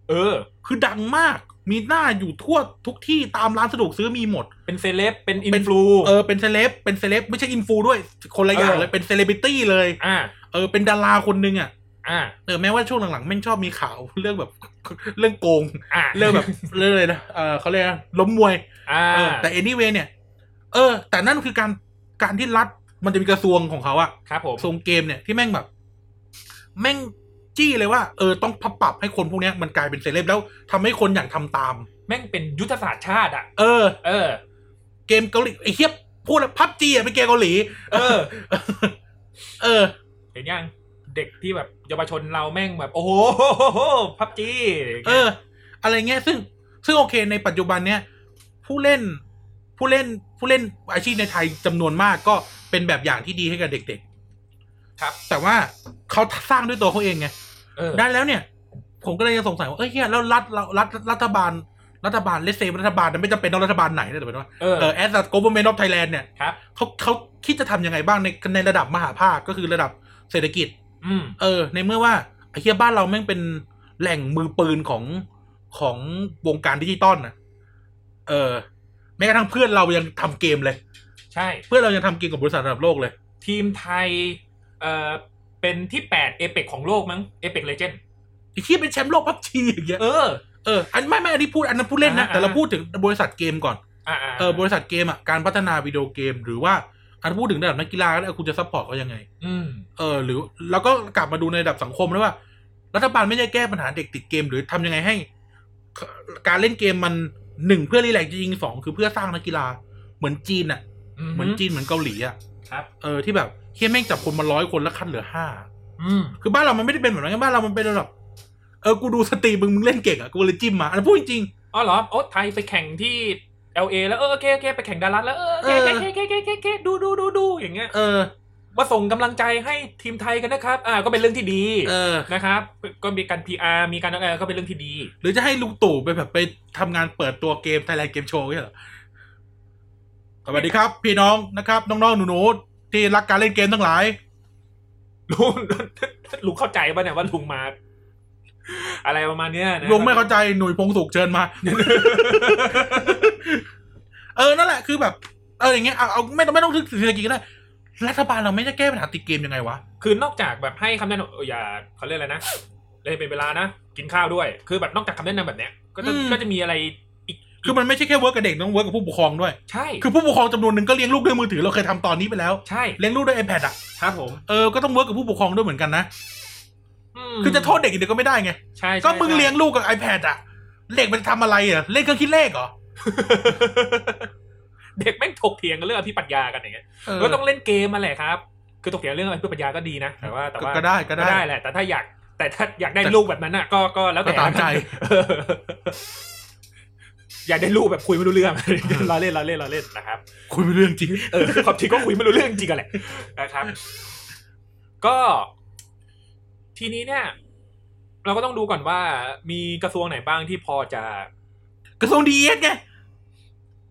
S2: เออ
S1: คือดังมาก มีหน้าอยู่ทั่วทุกที่ตามร้านสะดวกซื้อมีหมด
S2: เป็นเซเลบ เป็นอิ
S1: เป็น น
S2: ฟลู
S1: เออเป็นเซเลบเป็นเซเลบไม่ใช่อินฟูด้วย คนละอย่างเลยเป็นเซเลบริตี้เลย
S2: อ่า
S1: เออเป็นดาราคนนึงอ่ะ
S2: อ่า
S1: เออแม้ว่าช่วงหลังๆแม่งชอบมีข่าว เรื่องแบบ เรื่องโกง
S2: อ่า
S1: เรื่องแบบ เรื่องเลยนะเออเขาเรียกนะล้มมวย
S2: อ่า
S1: เออแต่ anyway เนี่ย เออ แต่นั่นคือการการที่รัฐมันจะมีกระทรวงของเขาอะ
S2: ครับผม
S1: กระทรวงเกมเนี่ยที่แม่งแบบ แม่งจี้เลยว่า เออต้องพับปรับให้คนพวกเนี้ยมันกลายเป็นเซเลบแล้วทำให้คนอยากทำตาม
S2: แม่งเป็นยุทธศาสตร์ชาติอ่ะ
S1: เออ
S2: เออ
S1: เกมเกาหลีไอ้เฮียพูดแล้วพับจีอะเป็น เกมเกาหลี
S2: เออ
S1: เออ
S2: เห็นยัง เด็กที่แบบเยาวชนเราแม่งแบบ โอ้โห พับจี
S1: เออ อะไรเงี้ยซึ่งซึ่งโอเคในปัจจุบันเนี้ยผู้เล่นผู้เล่นผู้เล่นอาชีพในไทยจำนวนมากก็เป็นแบบอย่างที่ดีให้กับเด็ก
S2: ครับ
S1: ๆ แต่ว่าเขาสร้างด้วยตัวเขาเองไง
S2: เออ
S1: ได้แล้วเนี่ย ผมก็เลยจะสงสัยว่าเอ้ยเหี้ยแล้วรัฐเรารัฐรัฐบาล รัฐบาลเลสเซรัฐบาลนั้นไม่จำเป็นต้องรัฐบาลไหนนะแต่เป็นว่า
S2: เออ
S1: เออแอสซัตโกลบอลเมนออฟไทยแลนด์เนี่ย
S2: ครับ
S1: เขาเขาคิดจะทำยังไงบ้างในในระดับมหาภาคก็คือระดับเศรษฐกิจ
S2: อืม
S1: เออ ในเมื่อว่าไอ้เฮียบ้านเราแม่งเป็นแหล่งมือปืนของของวงการดิจิตอลนะเออ แม้กระทั่งเพื่อนเรายังทำเกมเลย
S2: ใช่
S1: เพื่อนเรายังทำเกมกับบริษัทระดับโลกเลย
S2: ทีมไทยเอ่อเป็นที่ 8 เอเปกของโลกมั้งเอเปกเลเจนด์
S1: ไอ้เฮียเป็นแชมป์โลกพับชีอย่างเงี้ย
S2: เออ
S1: เอออันไม่ไม่อันนี้พูดอันนั้นพูดเล่นนะ
S2: อ่า
S1: แต่เราพูดถึงบริษัทเกมก่อน
S2: อ่า
S1: เออบริษัทเกมอ่ะการพัฒนาวิดีโอเกม หรือว่าอันพูดถึงระดับนักกีฬาแล้วคุณจะซัพพอร์ตเขายังไง
S2: อืม
S1: เออหรือแล้วก็กลับมาดูในระดับสังคมด้วยว่า รัฐบาลไม่ได้แก้ปัญหาเด็กติดเกม หรือทำยังไงให้กการเล่นเกมมันหนึ่งเพื่อรีแลกซ์จริงๆสองคือเพื่อสร้างนักกีฬาเหมือนจีนอ่ะ เหมือนจีนเหมือนเกาหลีอ่ะ
S2: ครับ
S1: เออที่แบบเฮียแม่งจับคนมาร้อยคนแล้วคัดเหลือห้า
S2: อืม
S1: คือบ้านเรามันไม่ได้เป็นแบบนั้นไงบ้านเรามันเป็นแบบเออกูดูสตรีมมึงมึงเล่นเก่งอ่ะกูเลยจิ้มมาอันนนพูดจริง
S2: อ๋อเหรอโอ้ไทยไปแข่งที่ LA แล้วเออโอเคโอเคไปแข่งดารัสแล้วเออโอเค
S1: เอ
S2: โอ
S1: อ
S2: เคโอเคโอเคโอเคโอเคดูดูดูดูอย่างเงี้ย
S1: ๆเออ
S2: มาส่งกำลังใจให้ทีมไทยกันนะครับ อ่าก็เป็นเรื่องที่ดี
S1: เออ
S2: นะครับ ก็มีการ PR มีการอะไรก็เป็นเรื่องที่ดี
S1: หรือจะให้ลุงตู่ไปแบบไปทำงานเปิดตัวเกมไทยแลนด์เกมโชว์เนี่ยเหรอ สวัสดีครับ พี่น้องนะครับ น้องๆหนูๆที่รักการเล่นเกมทั้งหลาย
S2: ลุงลุงเข้าใจป่ะเนี่ยว่าลุงมา อะไรประมาณเนี้ยนะ
S1: ลุงไม่เข้าใจหนุ่ยพงสุขเชิญมา เออ นั่นแหละคือแบบ เอออย่างเงี้ยเอาเอาไม่ต้องไม่ต้องทึกเศรษฐกิจก็ได้ รัฐบาลเราไม่ได้แก้ปัญหาติดเกมยังไงวะ
S2: คือนอกจากแบบให้คำแนะนำเอออย่าเขาเรียกอะไรนะเล่นเป็นเวลานะ กินข้าวด้วย คือแบบนอกจากคำแนะนำแบบเนี้ย ก็จะ
S1: อืม
S2: ก็จะมีอะไรอีก
S1: คือมันไม่ใช่แค่เวิร์กกับเด็กต้องเวิร์กกับผู้ปกครองด้วย
S2: ใช่
S1: คือผู้ปกครองจำนวนหนึ่งก็เลี้ยงลูกด้วยมือถือเราเคยทำตอนนี้ไปแล้ว
S2: ใช่
S1: เลี้ยงลูกด้วย iPad อ่ะ
S2: ครับผม
S1: เออ ก็ต้องเวิร์กกับผู้ปกครองด้วยเหมือนกันนะ
S2: ม
S1: คือจะโทษเด็กอีกเดียวก็ไม่ได้ไง
S2: ใช่ใช่
S1: ก็มึง
S2: ใช่
S1: เลี้ยงลูกกับ iPad อ่ะ เด็กมันทำอะไรอ่ะ เล่นเครื่องคิดเลขเหรอ
S2: เด็กแม่งถกเถียงกันเรื่องอภิปรัชญากันอย่างเงี้ย
S1: เออ
S2: ก็ต้องเล่นเกมมาแหละครับ คือถกเถียงเรื่องอภิปรัชญาก็ดีนะ แต่ว่าแต่ว่า
S1: ก็ได้ก็
S2: ก็
S1: ได้
S2: ได้แหละ แต่ถ้าอยาก แต่ถ้าอยากได้
S1: แต่
S2: ลูกแบบนั้นน่ะ ก็ก็แล้ว
S1: ก็
S2: แต่
S1: ตามใจ
S2: เออ อยากได้ลูกแบบคุยไม่รู้ เรื่อง ล้อเล่น ล้อเล่นล้อเล่นนะครับ
S1: คุยไม่เรื่องจริง
S2: เออความจริงก็คุยไม่รู้เรื่องจริงกันแหละนะครับ ก็ ทีนี้เนี่ย เราก็ต้องดูก่อนว่ามีกระทรวงไหนบ้างที่พอจะ
S1: กระทรวงดีเอสไง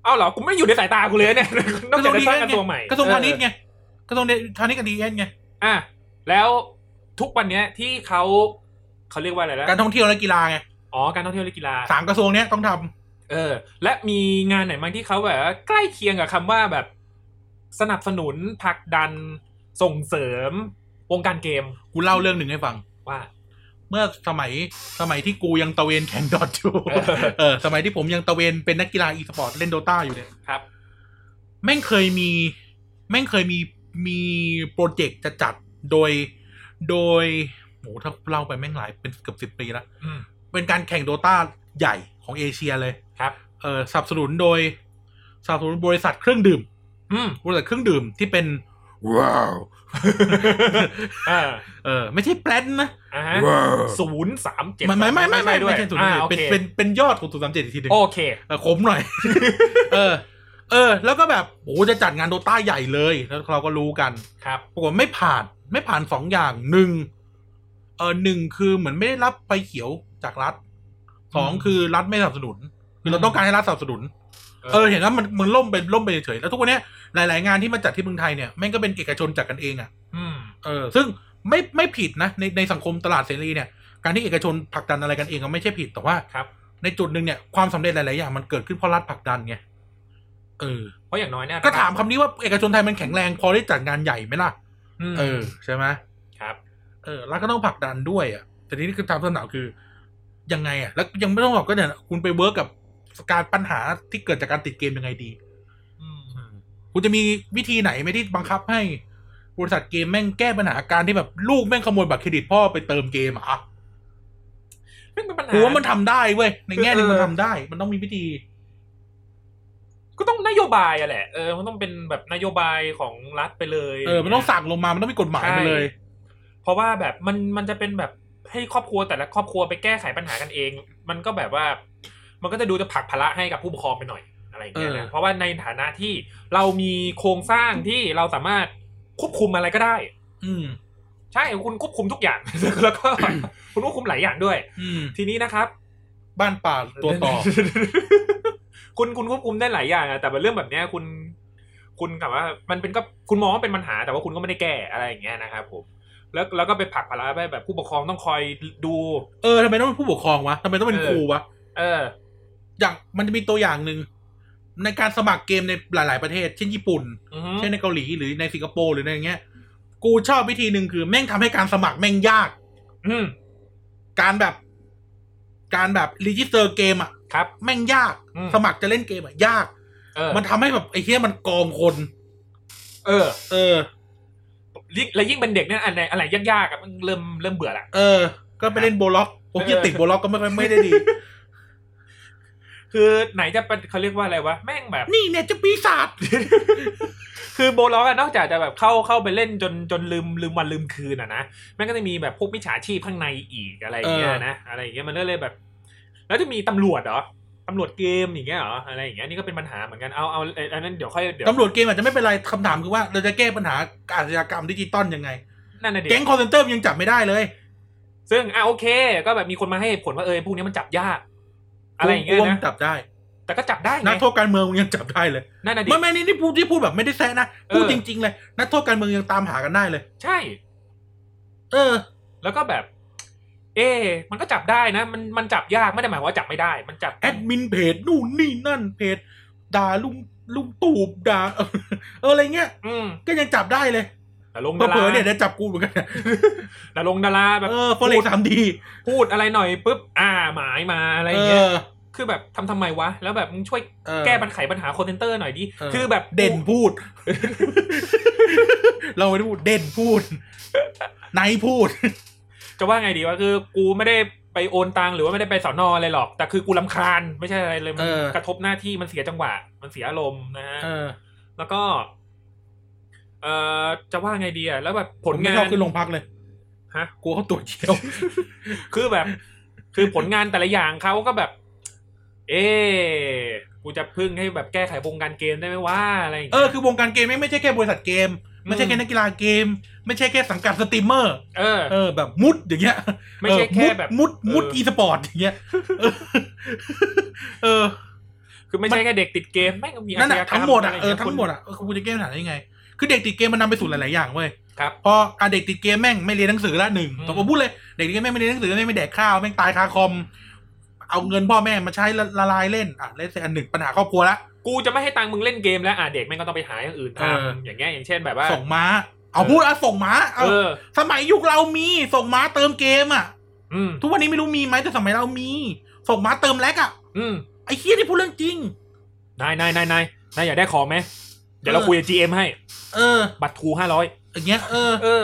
S2: เอ้าเหรอกูไม่อยู่ในสายตากูเลย เนี่ย นอกจากจะสร้างกระทรวงใหม่
S1: กระทรวงพาณิชย์ไง กระทรวงพาณิชย์กับดีเอสไง
S2: อ่ะแล้วทุกวันเนี้ยที่เขาเขาเรียกว่าอะไรแล้ว
S1: การท่องเที่ยวและกีฬาไง
S2: อ๋อการท่องเที่ยวและกีฬา
S1: สามกระทรวงเนี้ยต้องทำ
S2: เออ และมีงานไหนบ้างที่เขาแบบว่าใกล้เคียงกับคำว่าแบบ สนับสนุนผลักดันส่งเสริมวงการเกม
S1: กูเล่าเรื่องหนึ่งให้ฟัง
S2: ว่า
S1: เมื่อสมัยสมัยที่กูยังตะเวนแข่งดอทอยู่
S2: เออ
S1: เออ สมัยที่ผมยังตะเวนเป็นนักกีฬาอีสปอร์ตเล่นโดตาอยู่เนี่ย
S2: ครับ
S1: แม่งเคยมี แม่งเคยมีมีโปรเจกต์จะจัดโดย โดยโหถ้าเล่าไปแม่งหลายเป็นเกือบสิบปีละ
S2: อืม
S1: เป็นการแข่งโดตาใหญ่ของเอเชียเลย
S2: ครับ
S1: เออสนับสนุนโดยสนับสนุนบริษัทเครื่องดื่ม
S2: อืม
S1: บริษัทเครื่องดื่มที่เป็น ว้าว
S2: อ่า
S1: เออไม่ใช่แปลนนะ
S2: อ่าฮะศูนย์สามเจ็ด
S1: ไม่ไม่ไม่ไม่ไม่
S2: ด้วย
S1: ไม่ใช่ศูนย์
S2: อ่า
S1: สาม
S2: โอ
S1: เจ็ดเป็น
S2: เค
S1: เป็นเป็นยอดของศูนย์สามเจ็ดอีกทีหนึ่ง
S2: โอเค
S1: เออขมห น่อย เออ เออ แล้วก็แบบโอ้จะจัดงานโดต้าใหญ่เลยแล้วเราก็รู้กัน
S2: ครับ
S1: ปรากฏไม่ผ่านไม่ผ่านสองอย่างหนึ่งเออหนึ่งคือเหมือนไม่ได้รับไฟเขียวจากรัฐสอง
S2: อืม
S1: คือรัฐไม่สนับสนุนคือเราต้องการให้รัฐสนับสนุน เออเห็นว่ามันมันล่มไปล่มไปเฉยๆแล้วทุกวันเนี้ยหลาย ๆ งานที่มาจัดที่เมืองไทยเนี่ยแม่งก็เป็นเอกชนจัดกันเองอะ
S2: อืม
S1: เออซึ่งไม่ไม่ผิดนะในในสังคมตลาดเสรีเนี่ย การที่เอกชนผลักดันอะไรกันเองก็ไม่ใช่ผิดแต่ว่า
S2: ครับ
S1: ในจุดหนึ่งเนี่ยความสำเร็จหลายๆอย่างมันเกิดขึ้นเพราะรัฐผลักดันไงเออ
S2: เพราะอย่างน้อยเนี่ย
S1: ก็ถามคำนี้ว่าเอกชนไทยมันแข็งแรงพอได้จัดงานใหญ่ไหมล่ะ
S2: ม
S1: เออใช่ไหม
S2: ครับ
S1: เออรัฐก็ต้องผลักดันด้วยอ่ะแต่ทีนี้คือตามสนามคือยังไงอ่ะแล้วยังไม่ต้องบอกก็เนี่ยคุณไปเวิร์กกับการปัญหาที่เกิดจากการติดเกมยังไงดี
S2: อืม
S1: คุณจะมีวิธีไหนไหม่ที่บังคับให้บริษัทเกมแม่งแก้ปัญหาการที่แบบลูกแม่งขโมยบัตรเครดิตพ่อไปเติมเกมอะอ่ะ
S2: ไม่เป็นปัญหา
S1: กูว่ามันทำได้เว้ยในแง่หนึง
S2: เออ
S1: มันทำได้ มันต้องมีวิธี
S2: ก็ต้องนโยบายอะแหละ เออ มันต้องเป็นแบบนโยบายของรัฐไปเลย
S1: เออ มันต้องสั่งลงมามันต้องมีกฎหมายมาเลย
S2: ใช่เพราะว่าแบบมันมันจะเป็นแบบให้ครอบครัวแต่ละครอบครัวไปแก้ไขปัญหากันเอง มันก็แบบว่า มันก็จะดูจะผลักภาระให้กับผู้ปกครองไปหน่อยอะไรอย่างเงี้ย
S1: เอ
S2: นะ
S1: อ
S2: เพราะว่าในฐานะที่เรามีโครงสร้างที่เราสามารถควบคุมอะไรก็ได้
S1: อืม
S2: ใช่คุณควบคุมทุกอย่าง แล้วก็ คุณควบคุมหลายอย่างด้วย
S1: อืม
S2: ทีนี้นะครับ
S1: บ้านป่าตัว ต่อ
S2: คุณคุณควบคุมได้หลายอย่างอะแต่ว่าเรื่องแบบเนี้ยคุณ คุณกับว่า มันเป็นก็คุณมองว่าเป็นปัญหา แต่ว่าคุณก็ไม่ได้แก้อะไรอย่างเงี้ยนะครับผม แล้วแล้วก็ไปผลักภาระไปแบบผู้ปกครองต้องคอยดู
S1: เออทำไมต้องเป็นผู้ปกครองวะทำไมต้องเป็น
S2: เออ
S1: ครูวะ
S2: เออ
S1: อย่างมันจะมีตัวอย่างหนึ่งในการสมัครเกมในหลาย ๆ ประเทศ เช่นญี่ปุ่น
S2: อืม
S1: เช่นในเกาหลีหรือในสิงคโปร์หรือในอย่างเงี้ย กูชอบวิธีหนึ่งคือแม่งทำให้การสมัครแม่งยาก
S2: อืม
S1: การแบบ การแบบรีจิสเตอร์เกมอ่ะ
S2: ครับ
S1: แม่งยาก
S2: อืม
S1: สมัครจะเล่นเกมอ่ะยาก
S2: เออ
S1: มันทำให้แบบไอ้เหี้ยมันกองคน
S2: เออ
S1: เออ
S2: ยิ่งแล้วยิ่งเป็นเด็กเนี่ยอันไหนอันไหนยากๆอะมันเริ่มเริ่มเบื่อละ
S1: เออ ก็ไปเล่นโบล็อกผมยัง
S2: เออ
S1: ติดโบล็อกก็ไม่ค่อยไม่ได้ดี
S2: คือไหนจะเป็นเขาเรียกว่าอะไรวะแม่งแบบ
S1: นี่เนี่ยจะปีศาจ
S2: คือโบล็อกอะนอกจากจะแบบเข้าเข้าไปเล่นจนจนลืมลืมวันลืมคืนอะนะแม่งก็จะมีแบบพวกมิจฉาชีพข้างในอีกอะไรอย่างเงี้ยนะอะไรอย่างเงี้ยมันก็เลยแบบ แล้วจะมีตำรวจเหรอตำรวจเกมอย่างเงี้ยเหรออะไรอย่างเงี้ยนี่ก็เป็นปัญหาเหมือนกันเอาเอาเอ่ออันนั้นเดี๋ยวค่อยเดี๋ยว
S1: ตำรวจเกมอาจจะไม่เป็นไรคำถามคือว่า เราจะแก้ปัญหาอาชญากรรมดิจิตอลยังไง
S2: นั่นนะเด็
S1: แก๊งคอร์เซนเตอร์ยังจับไม่ได้เลย
S2: ซึ่งอ่ะโอเค ก็แบบมีคนมาให้เหตุผลว่าเออพวกเนี้ยมันจับยาก อะไรอย่างเงี้ย
S1: กูว่
S2: นะ
S1: มึจับได้
S2: แต่ก็จับได้ไง
S1: นักโทษการเมืองมึงยังจับได้เลย
S2: นั่นนะดิ
S1: ไม่ไม่นี่นี่พูดที่พูดแบบไม่ได้แซะนะ
S2: เออ
S1: พูดจริง ๆ เลยนักโทษการเมืองยังตามหากันได้เลย
S2: ใช่
S1: เออ
S2: แล้วก็แบบ เอ๊ะมันก็จับได้นะ มันมันจับยากไม่ได้หมายความว่าจับไม่ได้ มันจับ
S1: แอดมินเพจนู่นนี่นั่นเพจด่าลุงลุงตูบด่า เออเอออะไรเงี้ย
S2: อืม
S1: ก็ยังจับได้เลย
S2: แต่ลง
S1: เผ
S2: ดา
S1: ล
S2: รา
S1: อๆเนี่ยเดี๋ยวจับกูเหมือนกัน
S2: แต่ลงดาราแบบ
S1: เออฟอเร็กสามดี
S2: พูดอะไรหน่อยปุ๊บ อ่า หมายมาอะไรอ
S1: เอย่าง
S2: เงี้ย
S1: อ
S2: คือแบบทำทำไมวะ แล้วแบบมึงช่วย
S1: เออ
S2: แก้ปัญหาปัญหาคอนเทนเตอร์หน่อยดิ
S1: เออ
S2: คือแบบ
S1: เด่นพูด เราไม่ได้พูดเด่นพูดไนท์พูด
S2: จะว่าไงดีวะ คือกูไม่ได้ไปโอนตังค์หรือว่าไม่ได้ไปสอนออะไรหรอก แต่คือกูลำคาญไม่ใช่อะไรเลย มั
S1: เออ
S2: กระทบหน้าที่มันเสียจังหวะ มันเสียอารมณ์นะฮะ
S1: เออ
S2: แล้วก็ เอ่อ จะว่าไงดีอะแล้วแบบผ
S1: ผ
S2: ล
S1: มไม่
S2: งา
S1: ชอน บขึ้นโรงพักเลย
S2: ฮะ
S1: กลัวเขาตรวจเชียว
S2: คือแบบ คือผลงานแต่ละอย่างเขาก็แบบ เอ๊ะกูจะพึ่งให้แบบแก้ไขวงการเกมได้ไหมว่าอะไรอย่าง
S1: เอ
S2: เงี้ย
S1: อคือวงการเกมไม่ไม่ใช่แค่บริษัทเกม ไม่ใช่แค่นักกีฬาเกม ไม่ใช่แค่สังกัดสตรีมเมอร์
S2: เออ
S1: เออแบบมุดอย่างเงี้ย
S2: ไม่ใช่แค่แบบ
S1: เออมุดมุดมุด
S2: เออ
S1: อีสปอร์ตอย่างเงี้ยเออเออ
S2: คือไม่ใช่แค่เด็กติดเกมแม่งมี
S1: นั่น
S2: อาช
S1: แหะ
S2: ญากรร
S1: ทั้งหมดอ่ะ
S2: ไร
S1: เออ
S2: งี้ย
S1: ทั้งหมด
S2: คุณ
S1: อ่ะเออคุณจะแก้ปัญหาได้ยังไง คือเด็กติดเกมมันนำไปสู่หลาย ๆ อย่างเว้ย
S2: ครับ
S1: พออ่ะเด็กติดเกมแม่งไม่เรียนหนังสือละหนึ่ง
S2: อืม
S1: ตกมาพูดเลย เด็กติดเกมแม่งไม่เรียนหนังสือแม่งไม่แดกข้าวแม่งตายคาคอม เอาเงินพ่อแม่มาใช้ละละลายเล่นอ่ะเล่นเสร็จอันหนึ่งปัญหาครอบครัวละ
S2: กูจะไม่ให้ตังค์มึงเล่นเกมแล้วอ่ะเด็กแม่งก็ต้องไปหาอย่างอื่นท
S1: เออ
S2: ำอย่างเงี้ยอย่างเช่นแบบว่า
S1: ส่งม้า เอา
S2: เออ
S1: พูดอ่ะส่งม้าเอา
S2: เออ
S1: สมัยยุคเรามีส่งม้าเติมเกมอ่ะ
S2: อืม
S1: ทุกวันนี้ไม่รู้มีไหมแต่สมัยเรามี ส่งม้าเติมแลกอ่ะ
S2: อืม
S1: ไอ้เคียที่พูดเรื่องจริง
S2: นายนายนายนายนายอยากได้ของไหมเดี๋ยวเรา
S1: เออ
S2: คุยกับ GM ให้
S1: เออ
S2: บัตรทูห้าร้อย
S1: อย่างเงี้ยเออ
S2: เออ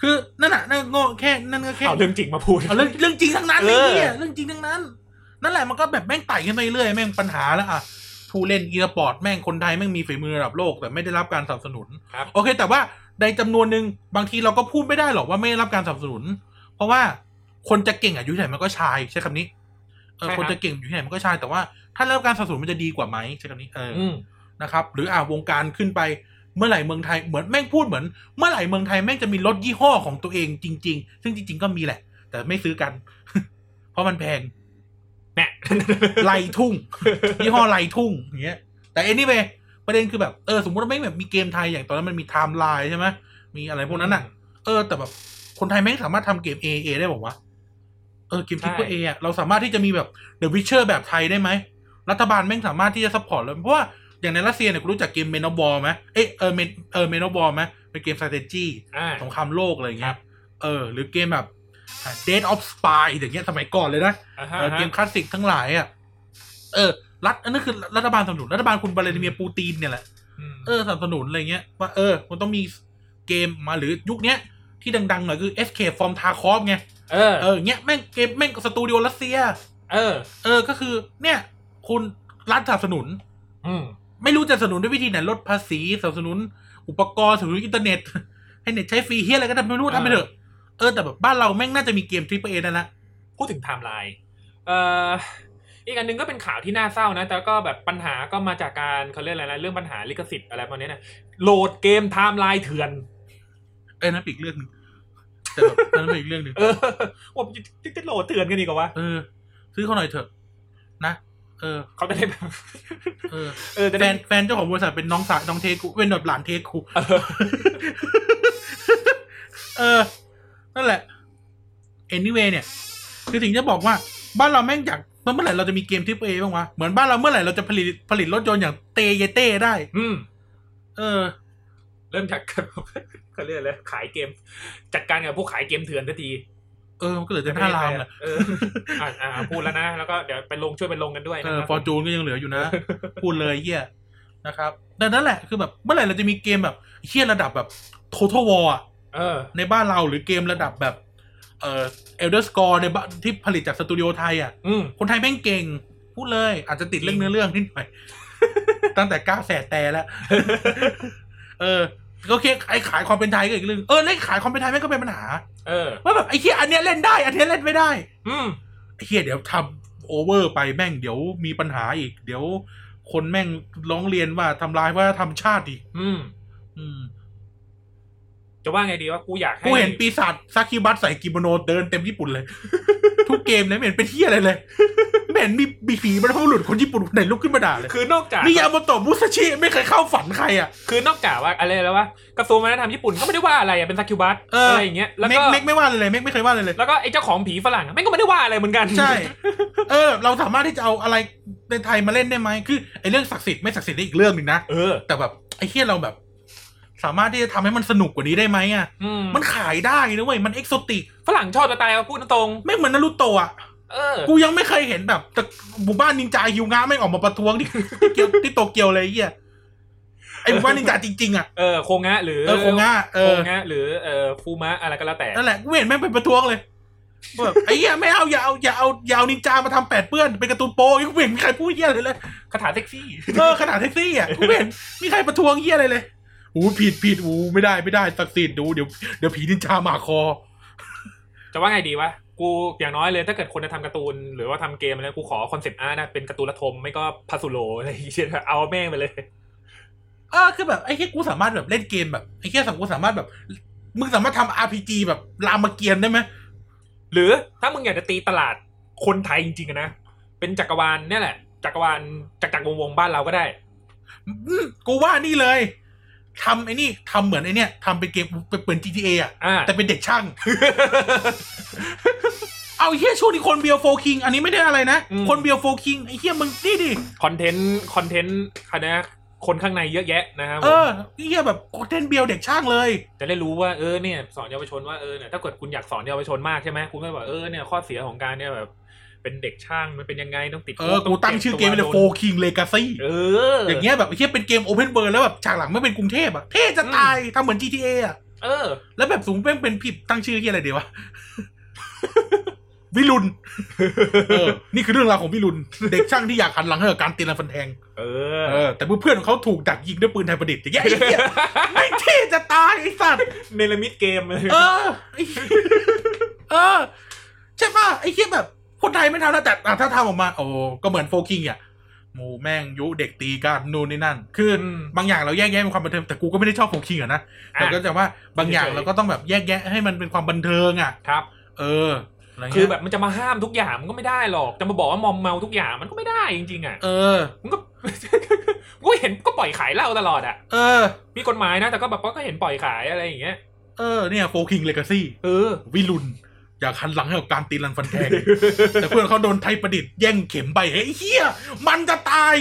S1: คือนั่นน่ะนั่นโง่แค่นั่นก็แค่
S2: เอาเรื่องจริงมาพูด
S1: เอาเรื่องเรื่องจริงทั้งนั้น
S2: เอ
S1: ไอ้
S2: อ
S1: เหี้ยเรื่องจริงทั้งนั้น นั่นแหละมันก็แบบแม่งไต่ขึ้นไปเรื่อยแม่งปัญหาแล้วอ่ะผู้เล่นอีสปอร์ตแม่งคนไทยแม่งมีฝีมือระดับโลกแต่ไม่ได้รับการสนับสนุน
S2: ครับ
S1: โอเค แต่ว่าในจำนวนหนึ่งบางทีเราก็พูดไม่ได้หรอกว่าไม่ได้รับการสนับสนุน เพราะว่าคนจะเก่งอายุเท่าไหร่มันก็ชายใช้คำนี้เออ
S2: ใช่ครับ
S1: คนจะเก่งอยู่ที่ไหนมันก็ชายแต่ว่า ถ้าได้รับการสนับสนุนมันจะดีกว่าไหมใช้คำนี้เอออ
S2: อืม
S1: นะครับหรืออ่าวงการขึ้นไปเมื่อไหร่เมืองไทยเหมือนแม่งพูดเหมือน เมื่อไหร่เมืองไทยแม่งจะมีรถยี่ห้อของตัวเองจริง ๆ ซึ่งจริง ๆ ก็มีแหละ แต่ไม่ซื้อกัน เพราะมันแพง
S2: แน่
S1: ไลทุ่ง ยี่ห้อไลทุ่งอย่างเงี้ย แต่เอ็นี่ไปประเด็นคือแบบเออสมมติว่าแม่งแบบมีเกมไทยอย่างตอนนั้นมันมีไทม์ไลน์ใช่ไหมมีอะไรพวกนั้นอ่ะ เออ แต่แบบคนไทยแม่งสามารถทำเกม AA ได้บอกว่าวะเออเกมทิปเปอร์เออะเราสามารถที่จะมีแบบ The Witcher แบบไทยได้ไหม รัฐบาลแม่งสามารถที่จะซัพพอร์ตเลยเพราะว่าอย่างในรัสเซียเนี่ยกูรู้จักเกมเมนอบอลไหมเอยเออเมนเออเมนอบอลไหมเป็นเกม strategy
S2: อ่า
S1: สงครามโลกอะไรอย่างเงี้ย
S2: ครับ
S1: เออ หรือเกมแบบ Dead of Spy อย่างเงี้ยสมัยก่อนเลยนะ
S2: อ่า
S1: เออ
S2: ฮะ
S1: เกมคลาสสิกทั้งหลายอ่ะเออ รัฐอันนั้นคือรัฐบาลสนับสนุนรัฐบาลคุณวลาดิเมียร์ปูตินเนี่ยแหละ
S2: ม
S1: เออสนับสนุนอะไรเงี้ยว่าเออ มันต้องมีเกมมาหรือยุคเนี้ย ที่ดังๆหน่อยคือ Escape from Tarkov ไง
S2: เออ
S1: เออเงี้ยแม่งเกมแม่งสตูดิโอรัสเซีย
S2: เออ
S1: เออก็คือ เนี่ย คุณรัฐสนับสนุน
S2: อืม
S1: ไม่รู้จะสนับสนุนด้วยวิธีไหนลดภาษีสนับสนุน อุปกรณ์สนับสนุนอินเทอร์เน็ต ให้เน็ตใช้ฟรีเฮียอะไรก็ทำไม่รู้ทำไปเถอะเออแต่แบบบ้านเราแม่งน่าจะมีเกมทริปเอนั่นละ
S2: พูดถึงไทม์ไลน์เอ่ออีกอันหนึงก็เป็นข่าวที่น่าเศร้านะ แต่ก็แบบปัญหาก็มาจากการเขาเรียกอะไรนะเรื่องปัญหาลิขสิทธิ์อะไรพวกนี้นะโหลดเกมไทม์ไลน์เถื่อน
S1: เอ้ยนั่นเป็นอีกเรื่องหนึงแต่แบบนั่นเป็นอีกเรื่องหนึ่ง
S2: เออผมจะจะโหลดเถื่อนกันดีกว่าวะ
S1: เออ ซื้อเขาหน่อยเถอะ นะเออ
S2: เขาจะได้แบบ
S1: เออ
S2: เออจะ
S1: แฟ
S2: ได้
S1: นแฟนเจ้าของบริษัทเป็นน้องสาวน้องเทคุเป็นแบบหลานเทคุ
S2: เออ
S1: เออ นั่นแหละ anyway เนี่ย คือถึงจะบอกว่า บ้านเราแม่งอยากเมื่อไหร่เราจะมีเกมทริปเอบ้างวะ เหมือนบ้านเราเมื่อไหร่เราจะผลิตผลิตรถยนต์อย่างเตเยเต้ได้
S2: อืม
S1: เออ
S2: เริ่ม จาก เขาเรียกอะไรขายเกม จัดการกับผู้ขายเกมเถื่อนทันที
S1: เออมันก็เหลือแต่หน้ารามแหละ
S2: เอออ่ะอ่าพูดแล้วนะแล้วก็เดี๋ยวไปลงช่วยไปลงกันด้วย
S1: เอ
S2: นะ
S1: อ
S2: ครับ
S1: ฟอร์จูนก็ยังเหลืออยู่นะ พูดเลยเหี้ยนะครับดังนั้นแหละคือแบบเมื่อไหร่เราจะมีเกมแบบเหี้ยระดับแบบ total war อะ
S2: เออ
S1: ในบ้านเราหรือเกมระดับแบบ เอ่อเอลเดอร์สกอร์ในบ้านที่ผลิตจากสตูดิโอไทยอ่ะ
S2: อืม
S1: คนไทยแม่งเก่ง พูดเลย อาจจะติดเรื่องเนื้อเรื่องนิดหน่อย ตั้งแต่ก้าวแสแต่แล้ว เออก็โอเคไอ้ขายความเป็นไทยก็อีกเรื่องเออเล่นขายความเป็นไทยแม่งก็เป็นปัญหา
S2: เออ
S1: ว่าแบบไอ้เฮียอันเนี้ยเล่นได้ อันเนี้ยเล่นไม่ได้
S2: อืม
S1: ไอ้เฮียเดี๋ยวทำโอเวอร์ไปแม่งเดี๋ยวมีปัญหาอีก เดี๋ยว คนแม่งร้องเรียนว่าทำลายว่าทำชาติอีก
S2: อืม
S1: อืม
S2: จะว่าไงดีว่ากูอยากให้
S1: กูเห็นปีศาจซากิบัตใส่กิโมโนเดินเต็มญี่ปุ่นเลย ทุกเกมเลยไม่เห็นเป็นเที่ยอะไรเลยไม่เห็นมีบีผีบรรพบุรุษคนญี่ปุ่นคนไหนลุกขึ้นมาด่าเลย
S2: คือนอกจาก
S1: นี่ยาโมโตะมุสชิไม่เคยเข้าฝันใครอ่ะ
S2: คือนอกจากว่าอะไรแล้วว่ากระทรวงวัฒนธรรมญี่ปุ่นก็ไม่ได้ว่าอะไรอ่ะเป็นซากิบัส
S1: เอออ
S2: อะไรอย่างเงี้ยแล้ว
S1: เม็ก
S2: ก็
S1: เม็กไม่ว่าเลยเลยเม็กไม่เคยว่าเลยเลย
S2: แล้วก็ไอ้เจ้าของผีฝรั่งอ่ะแม่งก็ไม่ได้ว่าอะไรเหมือนกัน
S1: ใช่ เออ เราสามารถที่จะเอาอะไรในไทยมาเล่นได้ไหมคือไอ้เรื่องศักดิ์สิทธิ์ไม่ศักดิ์สิทธิ์นี่อีกเรื่องหนึ่งนะ
S2: เออ
S1: แต่แบบไอ้เที่ยเราแบบ สามารถที่จะทำให้มันสนุกกว่านี้ได้ไหมอ่ะ
S2: อืม
S1: มันขายได้นะเว้ยมันเอกโซติก
S2: ฝรั่งชอบจะตายเอาพูดตรง
S1: ไม่งเหมือนนารูโตะอ่ะ
S2: ๆเออ
S1: กูยังไม่เคยเห็นแบบแต่หมู่บ้านนินจาฮิว งะไม่งออกมาประท้วงที่ ที่เกียวที่โตเกียวเลยไอ้เหี้ยไอหมู่บ้านนินจาจริงๆอ่ะ
S2: เออโคงะหรือ
S1: เออคงง่าเอ
S2: โค
S1: อง
S2: ะหรือเอ่อฟูมะอะไรก็แล้วแต่
S1: นั่นแหละกูไม่เห็นแม่งไปประท้วงเลยแบบไอ้เหี้ยไม่เอาอย่าเอาอย่าเอาอย่าเอานินจามาทำแปดเปื้อนเป็นการ์ตูนโป้ยังไม่เห็นมีใครพูดเหี้ยเลยเลย
S2: คาถาเซ็กซี่
S1: เออขนาดแท็กซี่อ่ะกูไม่เห็นมีใครประท้วงเหี้ยอะไรเลยโอ้ผิดผิดโอ้ไม่ได้ไม่ได้ศักดิ์สิทธิ์ดูเดี๋ยวเดี๋ยวผีนินจามาคอ
S2: จะว่าไงดีวะ กูอย่างน้อยเลยถ้าเกิดคนจะทำการ์ตูน หรือว่าทำเกมอะไรกูขอคอนเซปต์อาร์ตนะเป็นการ์ตูนระทม ไม่ก็พาสุโลอะไรอย่างเงี้ยเอาแม่งไปเลย
S1: เออคือแบบไอ้แค่กูสามารถแบบเล่นเกมแบบไอ้แค่สังกูสามารถแบบ มึงสามารถทำ RPG แบบรามเกียรติได้ไหม
S2: หรือถ้ามึงอยากจะตีตลาดคนไทยจริงๆอะนะ เป็นจักรวาลเนี่ยแหละ จักรวาลจักรจักรวงศ์วงศ์บ้านเราก็ได้
S1: อืมกูว่านี่เลยทำไอ้นี่ทำเหมือนไอ้เนี่ยทำเป็นเกมเป็นเหมือน GTA อ่ะ
S2: อ่า
S1: แต่เป็นเด็กช่าง เอาไอ้เฮียช่วงนี้คนเบียร์โฟคิงอันนี้ไม่ได้อะไรนะ
S2: อืม
S1: คนเบียร์โฟคิงไอ้เฮียมึงนี่ดิ
S2: คอนเทนต์คอนเทนต์คะนะคนข้างในเยอะแยะนะครับผ
S1: เออ
S2: ม
S1: ไอ้เฮียแบบโคเทนเบียร์เด็กช่างเลย
S2: จะได้รู้ว่าเออเนี่ยสอนเยาวชนว่าเออเนี่ยถ้าเกิดคุณอยากสอนเยาวชนมากใช่ไหมคุณก็บอกเออเนี่ยข้อเสียของการเนี่ยแบบ เป็นเด็กช่างมันเป็นยังไงต้องติด
S1: เออ
S2: คุต้
S1: กูตั้งชื่อเกมเป็นโฟ
S2: โดน
S1: คิงเลกาซี่
S2: เออ
S1: อ
S2: อย่าง
S1: เงี้ยแบบไอ้เฮียเป็นเกมโอเพนเบิร์แล้วแบบฉากหลังไม่เป็นกรุงเทพอ่ะ เท่จะตายทำเหมือน GTA อ่ะ
S2: เออ
S1: แล้วแบบสูงเป็นเป็นผิดตั้งชื่อเฮียอะไรดีวะ วิรุณเออนี่คือเรื่องราวของวิรุณเด็กช่างที่อยากหันหลังให้กับการตีลันฟันแทง
S2: เออ
S1: เออแต่เพื่อนๆของเขาถูกดักยิงด้วยปืนไทยประดิษฐ์อย่างเงี้ยไอ้เหี้ย ไอ้เท่จะตายไอ้สัตว์
S2: เนลมิดเกมเลย
S1: เออไอ้เออใช่ป่ะไอ้เหี้ยแบบ คนไทยไม่ทำนะแต่อ่ะถ้าทำออกมา โอ้ก็เหมือนโฟกิงอ่ะหมูแม่งยุเด็กตีกันนู่นนี่นั่น คือ
S2: อืม
S1: บางอย่างเราแยกแยะเป็นความบันเทิงแต่กูก็ไม่ได้ชอบโฟกิงอ่ะนะแต่
S2: อ่ะ
S1: ก็จะว่าบางอย่างเราก็ต้องแบบแยกแยะให้มันเป็นความบันเทิงอ่ะ
S2: ครับ
S1: เอออะไร
S2: คื
S1: เงี้
S2: อย แบบมันจะมาห้ามทุกอย่างมันก็ไม่ได้หรอก จะมาบอกว่ามอมเมาทุกอย่างมันก็ไม่ได้จริงๆอ่ะ
S1: เออ
S2: มันก็ กูเห็นก็ปล่อยขายเหล้าตลอดอ่ะ
S1: เออ
S2: มีกฎหมายนะ แต่ก็แบบว่าก็เห็นปล่อยขายอะไรอย่างเงี้ย
S1: เออเนี่ยโฟกิงเลกาซี่
S2: เออ
S1: วิรุณอยากหันหลังให้กับการตีลันฟันแทง แต่เพื่อนเขาโดนไทยประดิษฐ์แย่งเข็มไปเฮ้ยเฮียมันจะตาย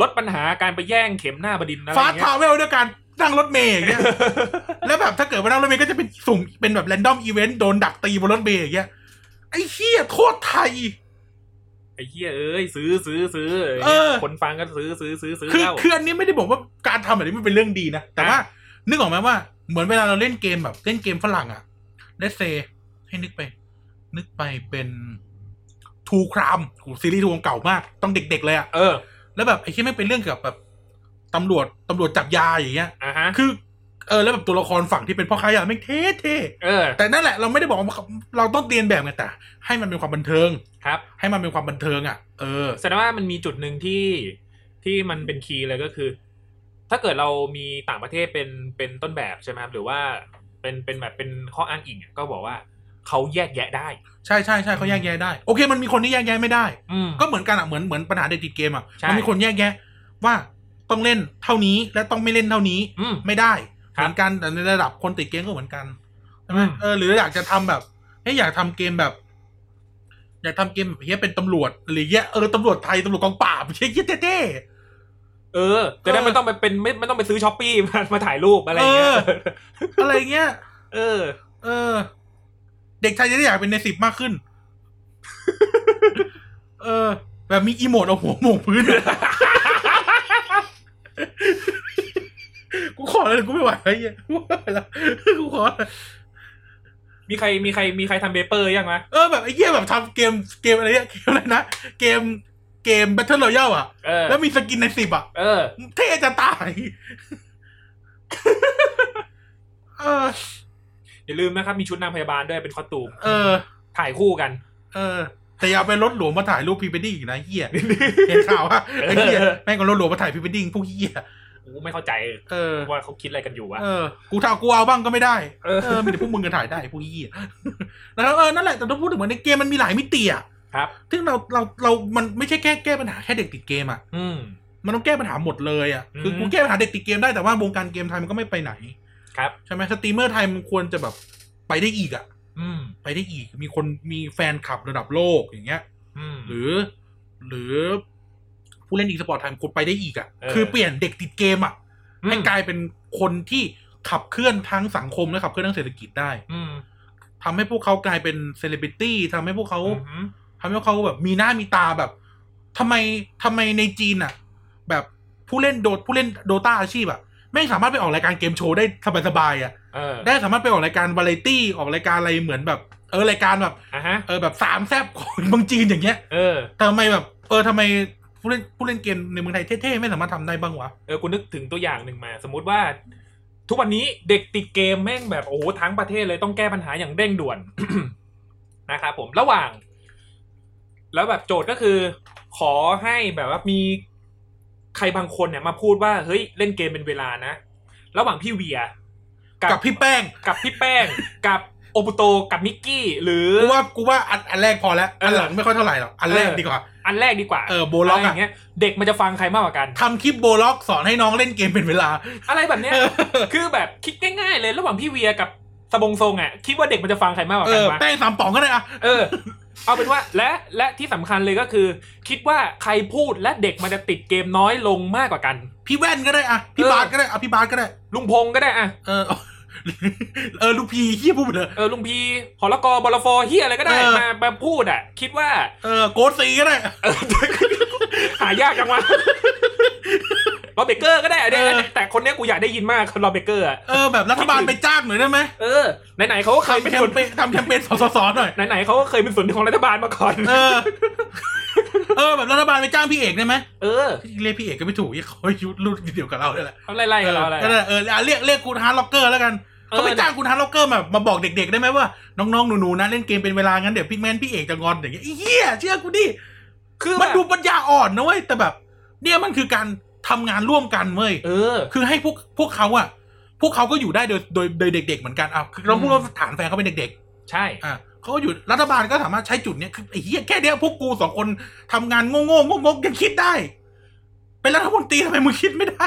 S2: ลดปัญหาการไปแย่งเข็มหน้าบดินทร์อะไรอ
S1: ฟ้า
S2: ย่างเงี้
S1: ทาย เวลด้วยการนั่งรถเมย์อย่างเงี้ย แล้วแบบถ้าเกิดว่านั่งรถเมย์ก็จะเป็นสุ่มเป็นแบบแรนดอมอีเวนต์โดนดักตีบนรถเมย์อย่างเงี้ยไอ้เฮียโคตรไทย
S2: ไอ้เหี้ยเอ้ยซื้อซื้อซื้อ
S1: เออ
S2: คนฟังก็ซื้อซื้อซื้อซื้อ
S1: คือ
S2: เหล้า
S1: คืออันนี้ไม่ได้บอกว่าการทำแบบนี้มันเป็นเรื่องดีนะ แต่ว่า นึกออกไหมว่าเหมือนเวลาเราเล่นเกมแบบเล่นเกมฝรั่งอะเลสเซให้นึกไป นึกไปเป็นทูครามโหซีรีส์ทูเก่ามากต้องเด็ก ๆ เลยอะ
S2: เออ
S1: แล้วแบบไอ้ที่ไม่งเป็นเรื่องเกี่ยวกับแบบตำรวจตำรวจจับยาอย่างเงี้ย
S2: อ่ะฮะ
S1: คือ เออแล้วแบบตัวละครฝั่งที่เป็นพ่อค้ายาไม่งเท่เท่
S2: เออ
S1: แต่นั่นแหละเราไม่ได้บอกว่าเราต้องเรียนแบบไงแต่ ให้มันเป็นความบันเทิง
S2: ครับ
S1: ให้มันเป็นความบันเทิงอ่ะเออ
S2: แสดงว่ามันมีจุดหนึ่งที่ที่มันเป็นคีย์เลยก็คือ ถ้าเกิดเรามีต่างประเทศเป็นเป็นต้นแบบใช่ไหมครับหรือว่าเป็นเป็นแบบเป็นข้ออ้างอิงอะก็บอกว่า เขาแยกแยะได้
S1: ใช่ใช่ใช่เขาแยกแยะได้ โอเค มันมีคนที่แยกแยะไม่ได้
S2: อืม
S1: ก็เหมือนกันอะเหมือนเหมือนปัญหาเด็กติดเกมอะ
S2: ใช่
S1: มันมีคนแยกแยะ ว่าต้องเล่นเท่านี้และต้องไม่เล่นเท่านี้
S2: อืม
S1: ไม่ได้
S2: ค
S1: เห
S2: รับ
S1: มือนกันแต่ในระดับคนติดเกมก็เหมือนกันใช่ไหม
S2: อืม
S1: เออหรืออยากจะทำแบบเฮ้ยอยากทำเกมแบบ อยากทำเกมแบบเฮียเป็นตำรวจหรือเฮียเออตำรวจไทยตำรวจกองปราบเฮียเฮียเท่
S2: เออจะ
S1: เอ
S2: ได้
S1: อ
S2: ไม่ต้องไปเป็นไม่ไม่ต้องไปซื้อช้อปปี้มามาถ่ายรูปอะไรอย่างเงี้ย
S1: เออ ๆอะไรเงี้ย
S2: เออ
S1: เออ เด็กชายจะได้อยากเป็นในสิบมากขึ้น เออ แบบมีอีโมดเอาหัวโหมงพื้น กูขอเลยกูไม่ไหวแล้วไอ้เหี้ยกูไม่ไหวแล้วกูขอเลย
S2: มีใครมีใครมีใครทำเบเปอร์ยังไหม
S1: เออแบบไอ้เหี้ยแบบทำเกมเกมอะไรเนี่ยเกมอะไรนะ เกมเกม Battle Royale อ่ะ
S2: เออ
S1: แล้วมีสกินในสิบอ่ะ
S2: เออ
S1: เท่จะตาย เออ
S2: อย่าลืมนะครับมีชุดนางพยาบาลด้วยเป็นคอสตูม
S1: เออ
S2: ถ่ายคู่กัน
S1: เออ แต่อย่าไปรถหลวงมาถ่ายรูปพรีเวดดิ้งอีกนะเฮีย เห็นข่าวว่าไอ้เหี้ย
S2: เออ
S1: แม่งก็รถหลวงมาถ่ายพรีเวดดิ้งพวกเหี้ย
S2: กูไม่เข้าใจ
S1: เออ
S2: ว่าเขาคิดอะไรกันอยู่วะ
S1: เออกูถ้ากูเอาบ้างก็ไม่ได้
S2: เออ
S1: เออมีแต่พวกมึงกันถ่ายได้พวกเหี้ย นะครับเออนั่นแหละแต่ต้องพูดถึงเหมือนในเกมมันมีหลายมิติอ่ะ
S2: ครับ
S1: ซึ่งเราเราเรามันไม่ใช่แค่แก้ปัญหาแค่เด็กติดเกมอ่ะ
S2: อืม
S1: มันต้องแก้ปัญหาหมดเลยอ่ะคือ
S2: อืม
S1: กูแก้ปัญหาเด็กติดเกมได้แต่ว่าวงการเกมไทยมันก็ไม่ไปไหน
S2: ครับ
S1: ใช่ไหมสตรีมเมอร์ไทยมันควรจะแบบไปได้อีกอ่ะ
S2: อืม
S1: ไปได้อีก มีคนมีแฟนคลับระดับโลกอย่างเงี้ย
S2: อืม
S1: หรือ หรือผู้เล่นอีสปอร์ตไทม์คนไปได้อีกอะ่ะ
S2: เออ
S1: คือเปลี่ยนเด็กติดเกมอะ่ะให้กลายเป็นคนที่ขับเคลื่อนทั้งสังคมและขับเคลื่อนทั้งเศรษฐกิจได้
S2: อืม
S1: ทำให้พวกเขากลายเป็นเซเลบริตี้ทำให้พวกเขา
S2: อืมอืม
S1: ทำให้พวกเขาแบบมีหน้ามีตาแบบทำไมทำไมในจีนอะ่ะ แบบผู้เล่นโดดผู้เล่นโดตาอาชีพอะ่ะไม่งสามารถไปออกรายการเกมโชว์ได้สบายๆอะ่ะ
S2: เออ
S1: ได้สามารถไปออกรายการวาไรตี้ออกรายการอะไรเหมือนแบบ เออรายการแบบ
S2: อ่ะฮะ
S1: เออแบบสามแซบของเมืองจีนอย่างเงี้ย
S2: เออ
S1: แต่ทำไมแบบเออทำไมผู้เล่นผู้เล่นเกมในเมืองไทยเท่ๆไม่สามารถทำได้บ้างวะ
S2: เออกูนึกถึงตัวอย่างหนึ่งมา สมมติว่า ทุกวันนี้เด็กติดเกมแม่งแบบโอ้โหทั้งประเทศเลยต้องแก้ปัญหาอย่างเร่งด่วน นะครับผมระหว่าง แล้วแบบโจทย์ก็คือ ขอให้แบบว่ามีใครบางคนเนี่ยมาพูดว่าเฮ้ยเล่นเกมเป็นเวลานะ ระหว่างพี่เวีย กั
S1: กับพี่แป้ง
S2: กับพี่แป้ ง กับโอปุโตกับมิกกี้หรือ
S1: กูว่ากูว่าอันอันแรกพอแล้ว
S2: เอออั
S1: อันหลังไม่ค่อยเท่าไหร่หรอกอันแรก
S2: เออ
S1: ดีกว่า
S2: อันแรกดีกว่า
S1: เออโบล็อก
S2: ไรอ
S1: อะ
S2: ย่างเงี้ยเด็กมันจะฟังใครมากกว่ากัน
S1: ทำคลิปโบล็อกสอนให้น้องเล่นเกมเป็นเวลา
S2: อะไรแบบเนี้ย
S1: เออ
S2: คือแบบคิดง่ายๆเลยระหว่างพี่เวียกับสบงทรงอ่ะคิดว่าเด็กมันจะฟังใครมากกว่า
S1: เอ
S2: กัน
S1: อ
S2: วะ
S1: แป้งสามป๋องก็ได้อะ
S2: เออ เอาเป็นว่าและและที่สำคัญเลยก็คือ คิดว่าใครพูดและเด็กมันจะติดเกมน้อยลงมากกว่ากัน
S1: พี่แว่นก็ได้อะพี่
S2: เออ
S1: บาสก็ได้อะพี่บาสก็ได้
S2: ลุงพงก็ได้อ่ะ
S1: เออ เออลูกพีเฮียพูดไปเลย
S2: เออลุงพีหอละกอบอลฟอเฮียอะไรก็ได้
S1: เออ
S2: มามาพูดอ่ะ คิดว่า
S1: เออโกดซีก็ได้
S2: เออ หายาก จังวะรอเบเกอร์ก็ได้อะเนี่ยแต่คนเนี้ยกูอยากได้ยินมากรอเบเกอร์อ่ะ
S1: เออแบบรัฐบาลไปจ้างหน่อยได้ไหม
S2: เออไหนๆเขาก็เคย
S1: ทำ
S2: เป็น
S1: แค
S2: ค
S1: ม
S2: น
S1: เปญทำแคมเปญสสสหน่อย
S2: ไหนๆเขาก็เคยเป็นส่วนหนึ่งของรัฐบาลมาก่อน
S1: เออ เออแบบรัฐบาลไปจ้างพี่เอกได้ไหม
S2: เออ
S1: เรียกพี่เอกก็ไม่ถูกเรียกเขาอายุรุ่นเดียวกับเราเนี่ยแหละ
S2: เขาไล่ๆกับเราอะไร
S1: เออเอออ่ะเรียกเรียกคุณฮาร์ดล็อกเกอร์แล้วกันเขาไปจ้างคุณฮาร์ดล็อกเกอร์มามาบอกเด็กๆได้ไหมว่าน้องๆหนูๆนะเล่นเกมเป็นเวลางั้นเดี๋ยวพี่แมนพี่เอกจะงอนอย่างเงี้ยไอ้เหี้ยเชื่อกูดิ
S2: คือ
S1: มัน
S2: แบบ
S1: ดูปัญญาอ่อนนะเว้ยแต่แบบ เนี่ยมันคือการทำงานร่วมกันเว้ย
S2: เออ
S1: คือให้พวกพวกเขาอะพวกเขาก็อยู่ได้โดยโดยโดยเด็ก ๆ เหมือนกันอ่ะคือเราพูดว่าฐานแฟนเขาเป็นเด็ก
S2: ใช่
S1: ๆอ่ะเขาก็อยู่รัฐบาลก็สามารถใช้จุดเนี้ยคือไอ้เหี้ยแค่เนี้ยพวกกูสองคนทำงานโง่โง่ๆงกๆยังคิดได้ เป็นรัฐมนตรีทำไมมึงคิดไม่ได้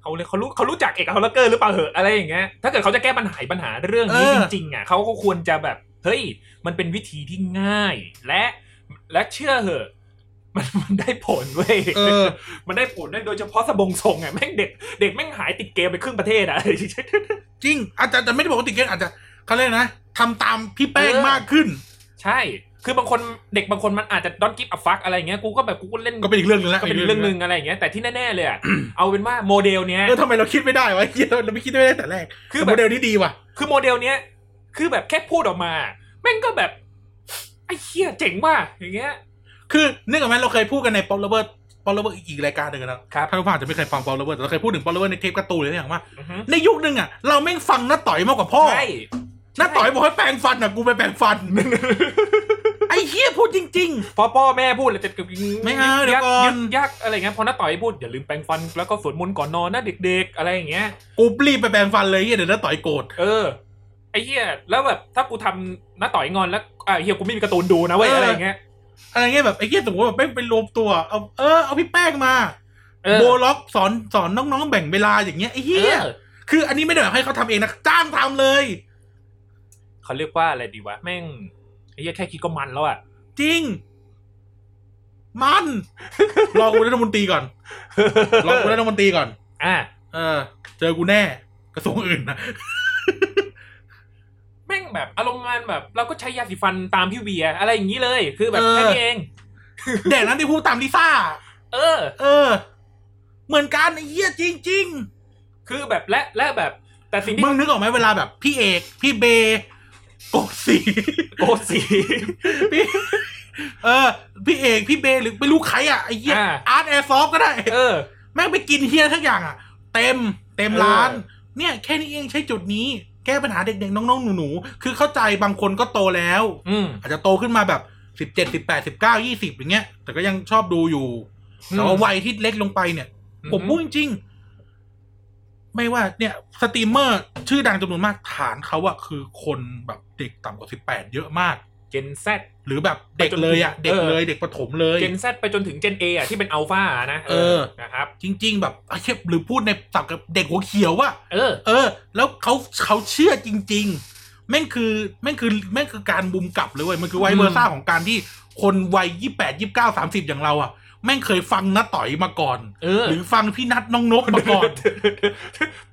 S2: เขาเลยเขารู้เขารู้จักเอกฮอลเลเกอร์หรือเปล่าเหอะอะไรอย่างเงี้ยถ้าเกิดเขาจะแก้ปัญหาปัญหาเรื่องนี้
S1: เอ
S2: จ
S1: อ
S2: ริงๆอ่ะเขาก็ควรจะแบบเฮ้ย มันเป็นวิธีที่ง่าย และและเชื่อเหอะ มันมันได้ผลเว้ย
S1: เออ
S2: มันได้ผลด้วยโดยเฉพาะสบงทรงอ่ะแม่งเด็กเด็กแม่งหายติดเกมไปครึ่งประเทศอ่ะ
S1: จริง อาจจะแต่ไม่ได้บอกว่าติดเกมอาจจะเขาเรียกนะทำตามพี่แป้ง
S2: เออ
S1: มากขึ้น
S2: ใช่ คือบางคนเด็กบางคนมันอาจจะดอนกิฟต์อัฟักอะไรอย่างเงี้ยกูก็แบบกูก็เล่น
S1: ก็เป็นอีกเรื่องหนึงแล้ว
S2: ก็เป็นเรื่องหนึ่งอะไรอย่างเงี้ยแต่ที่แน่ๆเลยอ่ะเอาเป็นว่าโมเดลเนี้ย
S1: เออทำไมเราคิดไม่ได้วะ เหี้ยเราไม่คิดไม่ได้แต่แรก
S2: คือแบ
S1: โม
S2: บ
S1: เดลนี้ดีว่ะ
S2: คือโมเดลเนี้ย คือแบบแค่พูดออกมา แม่งก็แบบ ไอ้เหี้ยเจ๋งว่ะอย่างเงี้ย
S1: คือนึกออกไหมเราเคยพูดกันในป๊อปเลเวอร์ป๊อปเลเวอร์อีกรายการหนึ่งนะครับ ท่านผู้ฟังอาจจะไม่เคยฟังป๊อปเลเวอร์แต่เราเคยพูดถึงป๊อปเลเวอร์ในเทปการ์ตูนเลยนะอย่างว่า
S2: อือฮึ
S1: ในยุคนึงอ่ะเราแม่งฟังน้าต่อยมากกว่าพ่อ
S2: ใช่
S1: น้าต่อยบอกให้แปรงฟันอ่ะกูไปแปรงฟัน ไอ้เหี้ยพูดจริง
S2: พอพ่อแม่พูดแล้วจะ
S1: ไม่เอาเดี๋ยวก่อน
S2: กษ์ยักษ์อะไรเงี้ยพอน้าต่อยพูดอย่าลืมแปรงฟันแล้วก็สวดมนต์ก่อนนอนนะเด็กๆ อะไรอย่างเงี้ย
S1: ๆกูรีบไปแปรงฟันเลยเหี้ยเดี๋ยวน้าต่อยโกรธ
S2: เออ ไอ้เหี้ยแล้วแบบถ้ากูทำน้าต่อยงอนแล้วอ่ะเฮียกูไม่มีการ์ตูนดูนะเว้ยอะไรอย่างเงี้ย
S1: อะไรเงี้ยแบบไอ้เหี้ยสมมติแบบแม่งไปรวมตัวเอาเออเอาพี่แป้งมา
S2: เออ
S1: โบล็อกสอนสอนน้องๆแบ่งเวลาอย่างเงี้ยไอ้เหี้ย
S2: ออ
S1: คืออันนี้ไม่ได้แบบให้เขาทำเองนะจ้างทำเลย
S2: เขาเรียกว่าอะไรดีวะแม่งไอ้เหี้ยแค่คิดก็มันแล้วอ่ะ
S1: จริง มัน รอกูรัฐมนตรีก่อน รอกูรัฐมนตรีก่อน
S2: อ่ะ
S1: เออ เจอกูแน่ กระทรวงอื่นนะ
S2: แม่งแบบอารมณ์งานแบบ เราก็ใช้ยาสีฟันตามพี่เวีย อะไรอย่างนี้เลย คือแบบแค่นี้เอง
S1: แดกนั้นที่พูดตามลิซ่า
S2: เออ
S1: เออ เหมือนกันไอ้เหี้ยจริงจริง
S2: คือแบบและและแบบ แต่สิ่ง
S1: ๆ
S2: ที่
S1: มึงนึกออกไหมเวลาแบบ พี่เอก พี่เบกกสี
S2: โกสี
S1: พี่ เออ พี่เอก พี่เบหรือไม่รู้ใครอ่ะไอ้เหี้ย
S2: อ่า
S1: อาร์ตแอร์ซอฟก็ได้
S2: เออ
S1: แม่งไปกินเฮียทักอย่างอ่ะ เต็ม เต็มร้าน
S2: เออ
S1: เนี่ย แค่นี้เองใช้จุดนี้ แก้ปัญหาเด็กๆ น้องๆ หนูๆ คือเข้าใจบางคนก็โตแล้ว
S2: อืม
S1: อาจจะโตขึ้นมาแบบสิบเจ็ดสิบแปดสิบเก้ายี่สิบอย่างเงี้ย แต่ก็ยังชอบดูอยู่
S2: อืม
S1: แต่ว่าวัยที่เล็กลงไปเนี่ย ผมพูดจริงๆไม่ว่าเนี่ย สตรีมเมอร์ชื่อดังจำนวนมากฐานเขาอะคือคนแบบเด็กต่ำกว่าสิบแปดเยอะมาก
S2: เจนแซด
S1: หรือแบบเด็กเลยอะ
S2: ไปจนถึง
S1: เด็กเลย
S2: เออ
S1: เด็กประถมเลย
S2: เจนแซดไปจนถึงเจนเออะที่เป็นอัลฟาอะนะ
S1: เออ
S2: นะครับ
S1: จริง ๆ แบบไอ้เหี้ยหรือพูดในศัพท์กับเด็กหัวเขียวว่า
S2: เออ
S1: เออ แล้วเขาเขาเชื่อจริง ๆ แม่งคือแม่งคือแม่งคือการบุมกลับเลยเว้ยมันคือไว
S2: อืม
S1: เบอร์ซ่าของการที่คนวัยยี่แปดยี่เก้าสามสิบอย่างเราอ่ะ แม่งเคยฟังน้าต่อยมาก่อน
S2: เออ
S1: หรือฟังพี่นัทน้องนกมาก่อน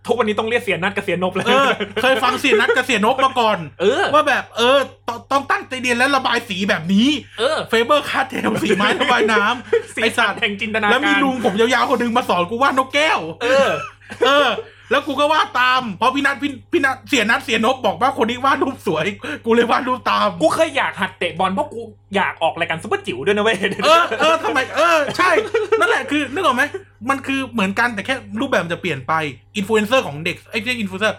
S2: ทุกวันนี้ต้องเรียกเสียนัดกับเสียนบแล้ว
S1: เออ เคยฟังเสียนัทกับเสียนกมาก่อน
S2: เออ
S1: ว่าแบบเออตต้องตั้งใจเรียนและระบายสีแบบนี้
S2: เออ
S1: เฟเบอร์คาเทลสีไม้ระบายน้ำ
S2: สี
S1: ไอ้สั
S2: สั
S1: ต
S2: น
S1: ว์
S2: แห่งจิ นตนาการ
S1: แล้วมีลุงผมยาวๆคนหนึงมาสอนกูวาดนกแก้ว
S2: เออ
S1: เออ แล้วกูก็วาดตาม เพราะพี่นัทพี่พี่นัทเสียนัทเสียนบบอกว่าคนนี้วาดรูปสวย กูเลยวาดรูปตาม
S2: กูเคยอยากหัดเตะบอลเพราะกูอยากออกรายการซุปเปอร์จิ๋วด้วยนะเว้ย
S1: เออเออทำไมเออ ใช่ นั่นแหละคือนึกออกไหมมันคือเหมือนกันแต่แค่รูปแบบมันจะเปลี่ยนไปอินฟลูเอนเซอร์ของเด็กไอ้ที่อินฟลูเอนเซอร์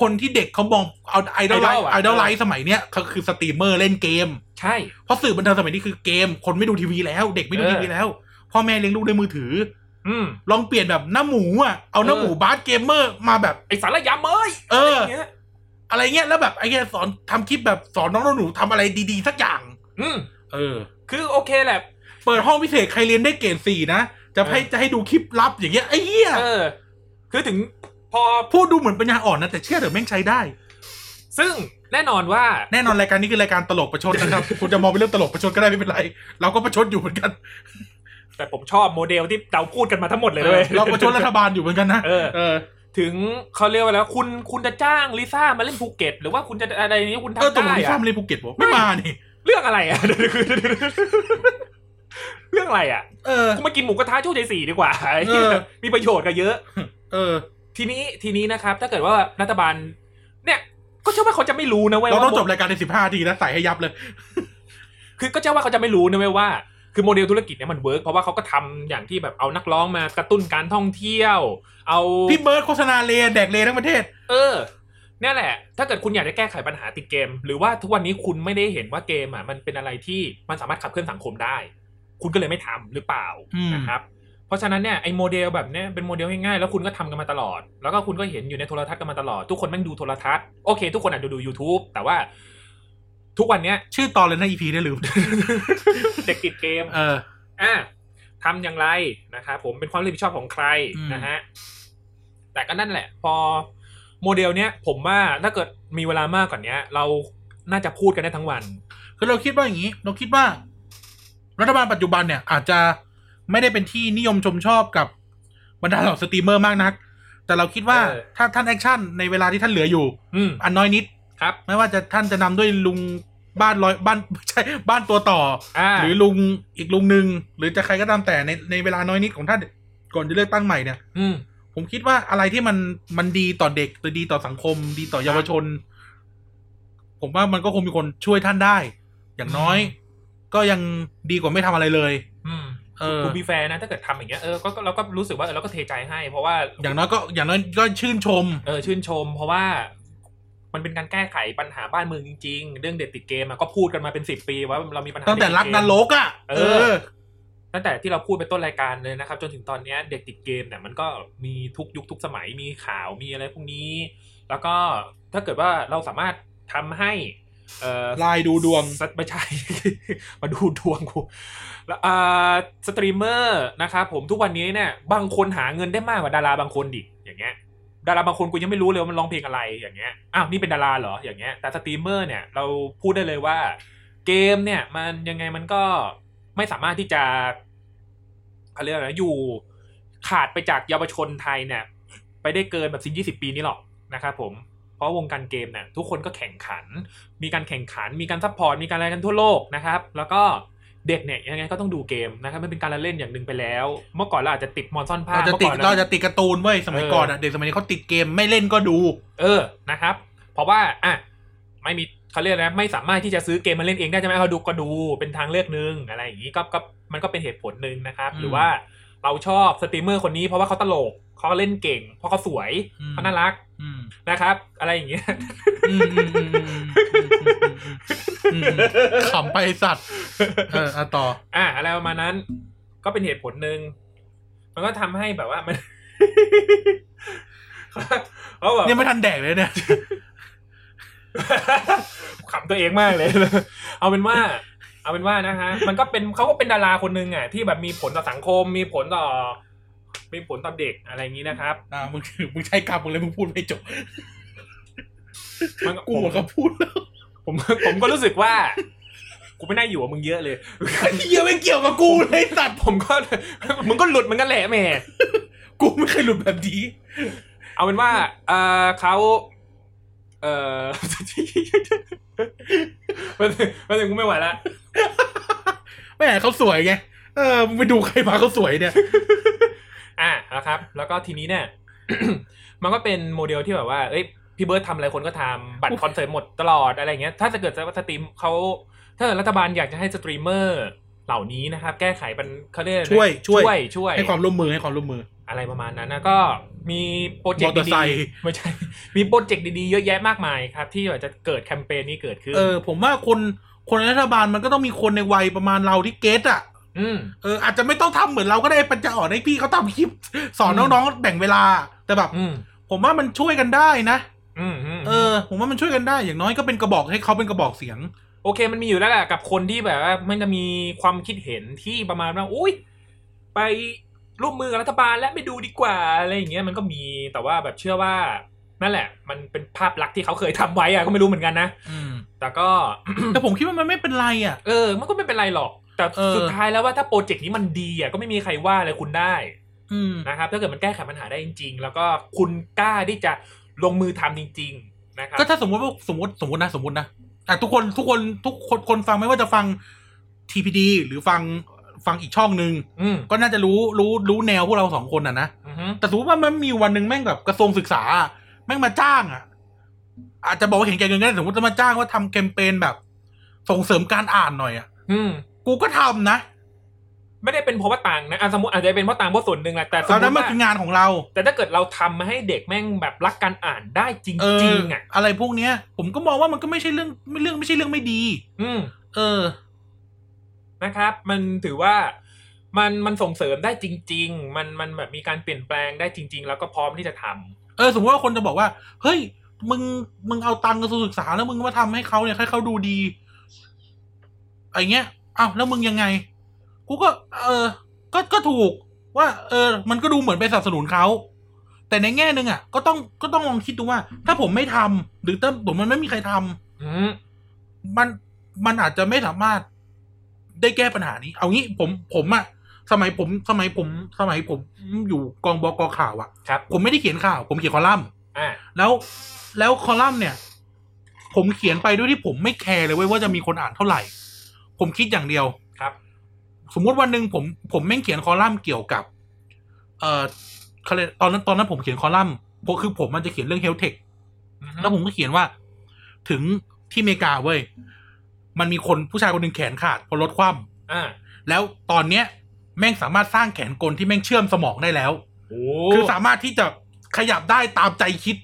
S1: คนที่เด็กเขามองเอาไอดอลไล
S2: Idol
S1: ท์
S2: อะ
S1: ไอดอลไลท์สมัยเนี้ยเขาคือสตรีมเมอร์เล่นเกม
S2: ใช่
S1: เพราะสื่อบันเทิงสมัยนี้คือเกม คนไม่ดูทีวีแล้วเด็กไม่ดูทีวีแล้ว พ่อแม่เลี้ยงลูกด้วยมือถือ
S2: อืม
S1: ลองเปลี่ยนแบบหน้าหมูอ่ะเอาหน้า
S2: เออ
S1: หมูบาสเกมเมอร์มาแบบ
S2: ไอสารยามเอ้ย
S1: เออ
S2: ะไรย่างเงี้ย
S1: อะไรเงี้ยแล้วแบบไอ้เงี้ยสอนทำคลิปแบบสอนน้องๆหนูๆทำอะไรดีๆ สักอย่าง
S2: อืม
S1: เออ
S2: คือโอเคแหละ
S1: เปิดห้องพิเศษใครเรียนได้เกรดสี่นะ จะให้
S2: เออ
S1: จะให้ดูคลิปลับอย่างเงี้ยไอ้เหี้ย
S2: เออ คือถึงพอ
S1: พูดดูเหมือนปัญญาอ่อนนะแต่เชื่อเถอะแม่งใช้ได้
S2: ซึ่งแน่นอนว่า
S1: แน่นอนรายการนี้คือรายการตลกประชดนะครับ คุณจะมองเป็นเรื่องตลกประชดก็ได้ไม่เป็นไร เราก็ประชดอยู่เหมือนกัน
S2: แต่ผมชอบโมเดลที่เราพูดกันมาทั้งหมดเลยเลย
S1: เราประชดรัฐบาลอยู่เหมือนกันนะ
S2: เออ
S1: เออ
S2: ถึงเขาเรียกว่าแล้วคุณคุณจะจ้างลิซ่ามาเล่นภูเก็ต หรือว่าคุณจะอะไรอย่างนี้ยคุณทำ
S1: เออตรง
S2: ได้
S1: ที่ข้า
S2: อะ
S1: มเลยภูเก็ตบอกไม่มานี่
S2: เรื่องอะไร อะ เรื่องอะไรอะ
S1: เออ
S2: กูมากินหมูกระทะโชคชัยสี่ดีกว่าไอ้เหี้ย
S1: เออ
S2: มีประโยชน์กันเยอะ
S1: เออ
S2: ทีนี้ทีนี้นะครับ ถ้าเกิดว่ารัฐบาล เนี่ย ก็เชื่อว่าเขาจะไม่รู้นะเว้ย
S1: เรา
S2: ว่า
S1: ต้องจบรายการในสิบห้าทีนะใส่ให้ยับเลย
S2: คือก็เชื่อว่าเขาจะไม่รู้นะเว้ยว่า คือโมเดลธุรกิจเนี่ยมันเวิร์กเพราะว่าเขาก็ทำอย่างที่แบบเอานักร้องมากระตุ้นการท่องเที่ยว เอา
S1: พี่เบิร์ดโฆษณาเลแดกเลทั้งประเทศ
S2: เออเนี่ยแหละ ถ้าเกิดคุณอยากจะแก้ไขปัญหาติดเกม หรือว่าทุกวันนี้คุณไม่ได้เห็นว่าเกมอ่ะมันเป็นอะไรที่มันสามารถขับเคลื่อนสังคมได้ คุณก็เลยไม่ทำหรือเปล่า
S1: อืม
S2: นะครับ เพราะฉะนั้นเนี่ยไอ้โมเดลแบบเนี้ยเป็นโมเดลง่ายๆแล้วคุณก็ทำกันมาตลอด แล้วก็คุณก็เห็นอยู่ในโทรทัศน์กันมาตลอด ทุกคนแม่งดูโทรทัศน์โอเค ทุกคนอาจจะดู YouTube แต่ว่า ทุกวันเนี้ย
S1: ชื่อตอนเลยนะอีพีได้ลืม
S2: เด็กติดเกม
S1: เออ
S2: อ่ะทำอย่างไรนะครับผมเป็นความรับผิดชอบของใคร
S1: อืม
S2: นะฮะแต่ก็นั่นแหละ พอโมเดลเนี้ย ผมว่าถ้าเกิดมีเวลามากกว่านเนี้ย เราน่าจะพูดกันได้ทั้งวัน
S1: คือเราคิดว่าอย่างนี้ เราคิดว่า รัฐบาลปัจจุบันเนี่ย อาจจะไม่ได้เป็นที่นิยมชมชอบกับบรรดาเหล่าสตรีมเมอร์มากนัก แต่เราคิดว่า
S2: เออ
S1: ถ้าท่านแอคชั่นในเวลาที่ท่านเหลืออยู่
S2: อืม
S1: อันน้อยนิด
S2: ครับ
S1: ไม่ว่าจะท่านจะนำด้วยลุงบ้านร้อยบ้าน ไม่ใช่บ้านตัวต่อ
S2: อ่า
S1: หรือลุงอีกลุงหนึ่งหรือจะใครก็ตามแต่ในในเวลาน้อยนิดของท่านก่อนจะเลือกตั้งใหม่เนี่ย
S2: อืม
S1: ผมคิดว่าอะไรที่มันมันดีต่อเด็กหรือดีต่อสังคม ดีต่อเยาวชน ผมว่ามันก็คงมีคนช่วยท่านได้ อย่างน้อย ก็ยังดีกว่าไม่ทำอะไรเลย
S2: อืม
S1: เออ
S2: กูบีแฟร์นะถ้าเกิดทำอย่างเงี้ยเออก็ก็เราก็รู้สึกว่าเออเราก็เทใจให้ เพราะว่า
S1: อย่างน้อยก็อย่างน้อยก็ชื่นชม
S2: เออชื่นชม เพราะว่ามันเป็นการแก้ไขปัญหาบ้านเมืองจริง ๆ เรื่องเด็กติดเกมอะก็พูดกันมาเป็นสิบปีว่าเรามีปัญหา
S1: ตั้งแต่
S2: เด็ด
S1: รัก
S2: เม
S1: นรกอ่ะ
S2: เอ
S1: เอ
S2: อ
S1: อ
S2: ตั้งแต่ที่เราพูดไปต้นรายการเลยนะครับ จนถึงตอนเนี้ยเด็กติดเกมเนี่ยมันก็มีทุกยุคทุกสมัยมีข่าวมีอะไรพวกนี้ แล้วก็ถ้าเกิดว่าเราสามารถทำให้เอ่อ
S1: ลายดูดวง
S2: สัตไม่ใช่ มาดูดวงกูแล้วอ่าสตรีมเมอร์นะครับผมทุกวันนี้เนี่ยบางคนหาเงินได้มากกว่าดาราบางคนดิอย่างเงี้ย ดาราบางคนกูยังไม่รู้เลยว่ามันร้องเพลงอะไรอย่างเงี้ยอ้าวนี่เป็นดาราเหรออย่างเงี้ยแต่สตรีมเมอร์เนี่ยเราพูดได้เลยว่า เกมเนี่ย มันยังไงมันก็ไม่สามารถที่จะเขาเรียกอะไรนะอยู่ขาดไปจากเยาวชนไทยเนี่ย ไปได้เกินแบบสิบยี่สิบปีนี้หรอกนะครับผม เพราะวงการเกมเนี่ยทุกคนก็แข่งขัน มีการแข่งขัน มีการซัพพอร์ต มีการอะไรกันทั่วโลกนะครับ แล้วก็เด็กเนี่ยยังไงก็ต้องดูเกมนะครับ มันเป็นการละเล่นอย่างหนึ่งไปแล้ว เมื่อก่อนเราอาจจะติดมอนซ่อนผ้า
S1: เราจะ
S2: มื่อ
S1: ติด
S2: ก่อน
S1: เราจะติดการ์ตูนเว้ยสมัย
S2: เออ
S1: ก่อนอะเด็กสมัยนี้เขาติดเกมไม่เล่นก็ดู
S2: เออ นะครับ เพราะว่า อ่ะ ไม่มีเขาเรียกอะไรนะไม่สามารถที่จะซื้อเกมมาเล่นเองได้ใช่ไหมเขาดูก็ดู เป็นทางเลือกหนึ่งอะไรอย่างนี้ก็ก็มันก็เป็นเหตุผลหนึ่งนะครับ
S1: อืม
S2: หรือว่าเราชอบสตรีมเมอร์คนนี้เพราะว่าเขาตลก เขาเล่นเก่ง เพราะเขาสวย
S1: อืม
S2: เขาน่ารัก
S1: อืม
S2: นะครับ อะไรอย่างเงี้ย
S1: อืมอืมอืมอืมอืมอืมอืมขำไปไอ้สัตว์เออเอาต่อ
S2: อ่ะอะไรประมาณนั้น ก็เป็นเหตุผลหนึ่ง มันก็ทำให้แบบว่ามัน เขาแบบ
S1: เนี่ยไม่ทันแดกเลยเนี่ย
S2: ขำตัวเองมากเลย เอาเป็นว่า เอาเป็นว่านะฮะ มันก็เป็นเขาก็เป็นดาราคนหนึ่งอ่ะที่แบบมีผลต่อสังคม มีผลต่อ มีผลต่อเด็กอะไรอย่างนี้นะครับ
S1: อ่ามึง มึงใช้กรรมมึงเลยมึงพูดไม่จบ
S2: มัน
S1: กู
S2: ผ
S1: หม
S2: ม
S1: ดคำพูดแล้ว
S2: ผมผมก็รู้สึกว่า กูไม่น่าอยู่กับมึงเยอะเลย
S1: ไอ้เหี้ยไม่เกี่ยวกับกูเลยสัตว์
S2: ผมก็ มึงก็หลุดมันก็แหละแหม่
S1: กูไม่เคยหลุดแบบนี้
S2: เอาเป็นว่า เออเขาเออ มันมันถึงกูไม่ไหวละ
S1: แม่เขาสวยไงเออมึงไปดูใครมาเขาสวยเนี่ย
S2: อ่ะนะครับ แล้วก็ทีนี้เนี่ย มันก็เป็นโมเดลที่แบบว่า เอ้ย พี่เบิร์ดทำอะไรคนก็ทำบัตรคอนเสิร์ตหมดตลอดอะไรอย่างเงี้ย ถ้าจะเกิดว่าสตรีมเขาถ้าเกิดรัฐบาลอยากจะให้สตรีมเมอร์เหล่านี้นะครับ แก้ไขมันเขาเรียกอะไรนะ
S1: ช่วยช่วย
S2: ช่วยช่วย
S1: ให้ความร่วมมือให้ความร่วมมือ
S2: อะไรประมาณนั้นนะก็มีโปรเจกต์
S1: มอเตอร์ไซ
S2: ดี
S1: ค์
S2: ๆไม่ใช่ มีโปรเจกต์ดีๆเยอะแยะมากมายครับ ที่แบบจะเกิดแคมเปญนี้เกิดขึ้น
S1: เออ ผมว่าคนคนในรัฐบาลมันก็ต้องมีคนในวัยประมาณเราที่เก็ตอ่ะ
S2: อืม
S1: เอออาจจะไม่ต้องทำเหมือนเราก็ได้ปัญญาอ่อนให้พี่เขาทำคลิป สอนน้องๆแบ่งเวลา แต่แบบ
S2: อืม
S1: ผมว่ามันช่วยกันได้นะ
S2: อืมอืม
S1: เออ ผมว่ามันช่วยกันได้อย่างน้อยก็เป็นกระบอกให้เขาเป็นกระบอกเสียง
S2: โอเคมันมีอยู่แล้วแหละกับคนที่แบบว่ามันจะมีความคิดเห็นที่ประมาณว่าอุ้ยไปร่วมมือกับรัฐบาลและไม่ดูดีกว่าอะไรอย่างเงี้ยมันก็มีแต่ว่าแบบเชื่อว่านั่นแหละ มันเป็นภาพลักษณ์ที่เขาเคยทำไว้อะก็ไม่รู้เหมือนกันนะ
S1: อืม
S2: แต่ก็
S1: แต่ผมคิดว่ามันไม่เป็นไรอ่ะ
S2: เออ มันก็ไม่เป็นไรหรอก แต่
S1: เออ
S2: สุดท้ายแล้วว่าถ้าโปรเจกต์นี้มันดีอะก็ไม่มีใครว่าอะไรคุณได้
S1: อืม
S2: นะครับ ถ้าเกิดมันแก้ไขปัญหาได้จริง ๆ แล้วก็คุณกล้าที่จะลงมือทำจริง ๆ นะครับ
S1: ก็ถ้าสมมติว่าสมมติสมมตินะสมมตินะอ่ะทุกคนทุกคนทุกคนคนฟังไม่ว่าจะฟัง TPD หรือฟังฟังอีกช่องหนึ่ง
S2: อืม
S1: ก็น่าจะรู้รู้รู้แนวพวกเราสองคนอ่ะนะ
S2: อือฮึ
S1: แต่สมมติว่ามันมีวันหนึ่งแม่งแบบกระทรวงศึกษาอะแม่งมาจ้างอ่ะ อาจจะบอกว่าเห็นแก่เงินก็ได้สมมติจะมาจ้างว่าทำแคมเปญแบบ ส่งเสริมการอ่านหน่อยอ่ะ
S2: อืม
S1: กูก็ทำนะ
S2: ไม่ได้เป็นเพราะว่าตังค์นะอ่ะสมมติอาจจะเป็นเพราะตังค์เพราะส่วนหนึ่งแหละแต่สม
S1: ตอ
S2: ม
S1: นนั้น
S2: ติ
S1: มัน
S2: ว่า
S1: คืองานของเรา
S2: แต่ถ้าเกิดเราทำมาให้เด็กแม่งแบบรักการอ่านได้จริง
S1: เออ
S2: จริงๆอ่ะ
S1: อะไรพวกเนี้ย ผมก็มองว่ามันก็ไม่ใช่เรื่องไม่เรื่องไม่ใช่เรื่องไม่ดี
S2: อืม
S1: เออ
S2: นะครับ มันถือว่ามันมันส่งเสริมได้จริง ๆ มันมันแบบมีการเปลี่ยนแปลงได้จริง ๆ แล้วก็พร้อมที่จะทำ
S1: เออสมมติว่าคนจะบอกว่า เฮ้ย มึงมึงเอาตังค์กระทรวงศึกษาแล้วมึงมาทำให้เขาเนี่ยให้เขาดูดีไอเงี้ยอ้าวแล้วมึงยังไง กูก็ เออ ก็ก็ถูก ว่า เออ มันก็ดูเหมือนไปสนับสนุนเขาแต่ในแง่หนึ่งอ่ะ ก็ต้องก็ต้องลองคิดดูว่า ถ้าผมไม่ทำหรือถ้าผมมันไม่มีใครทำ
S2: อืม
S1: มันมันอาจจะไม่สามารถได้แก้ปัญหานี้ เอางี้ผมผมอ่ะสมัยผมสมัยผม สมัยผมอยู่กองบกข่าวอ่ะ
S2: ครับ
S1: ผมไม่ได้เขียนข่าว ผมเขียนคอลัมน์
S2: อ่ะ
S1: แล้วแล้วคอลัมน์เนี่ย ผมเขียนไปด้วยที่ผมไม่แคร์เลยเว้ยว่าจะมีคนอ่านเท่าไหร่ ผมคิดอย่างเดียว
S2: ครับ
S1: สมมุติวันหนึ่งผมผมแม่งเขียนคอลัมน์เกี่ยวกับ เอ่อเขาเรียกตอนนั้นตอนนั้นผมเขียนคอลัมน์เพราะคือผมมันจะเขียนเรื่องเฮลเทค
S2: อืม
S1: แล้วผมก็เขียนว่า ถึงที่อเมริกาเว้ยมันมีคนผู้ชายคนหนึ่งแขนขาดเพอรถคว่
S2: อ่ะ
S1: ำแล้วตอนเนี้ย แม่งสามารถสร้างแขนกลที่แม่งเชื่อมสมองได้แล้ว
S2: โอ้
S1: คือสามารถที่จะขยับได้ตามใจคิด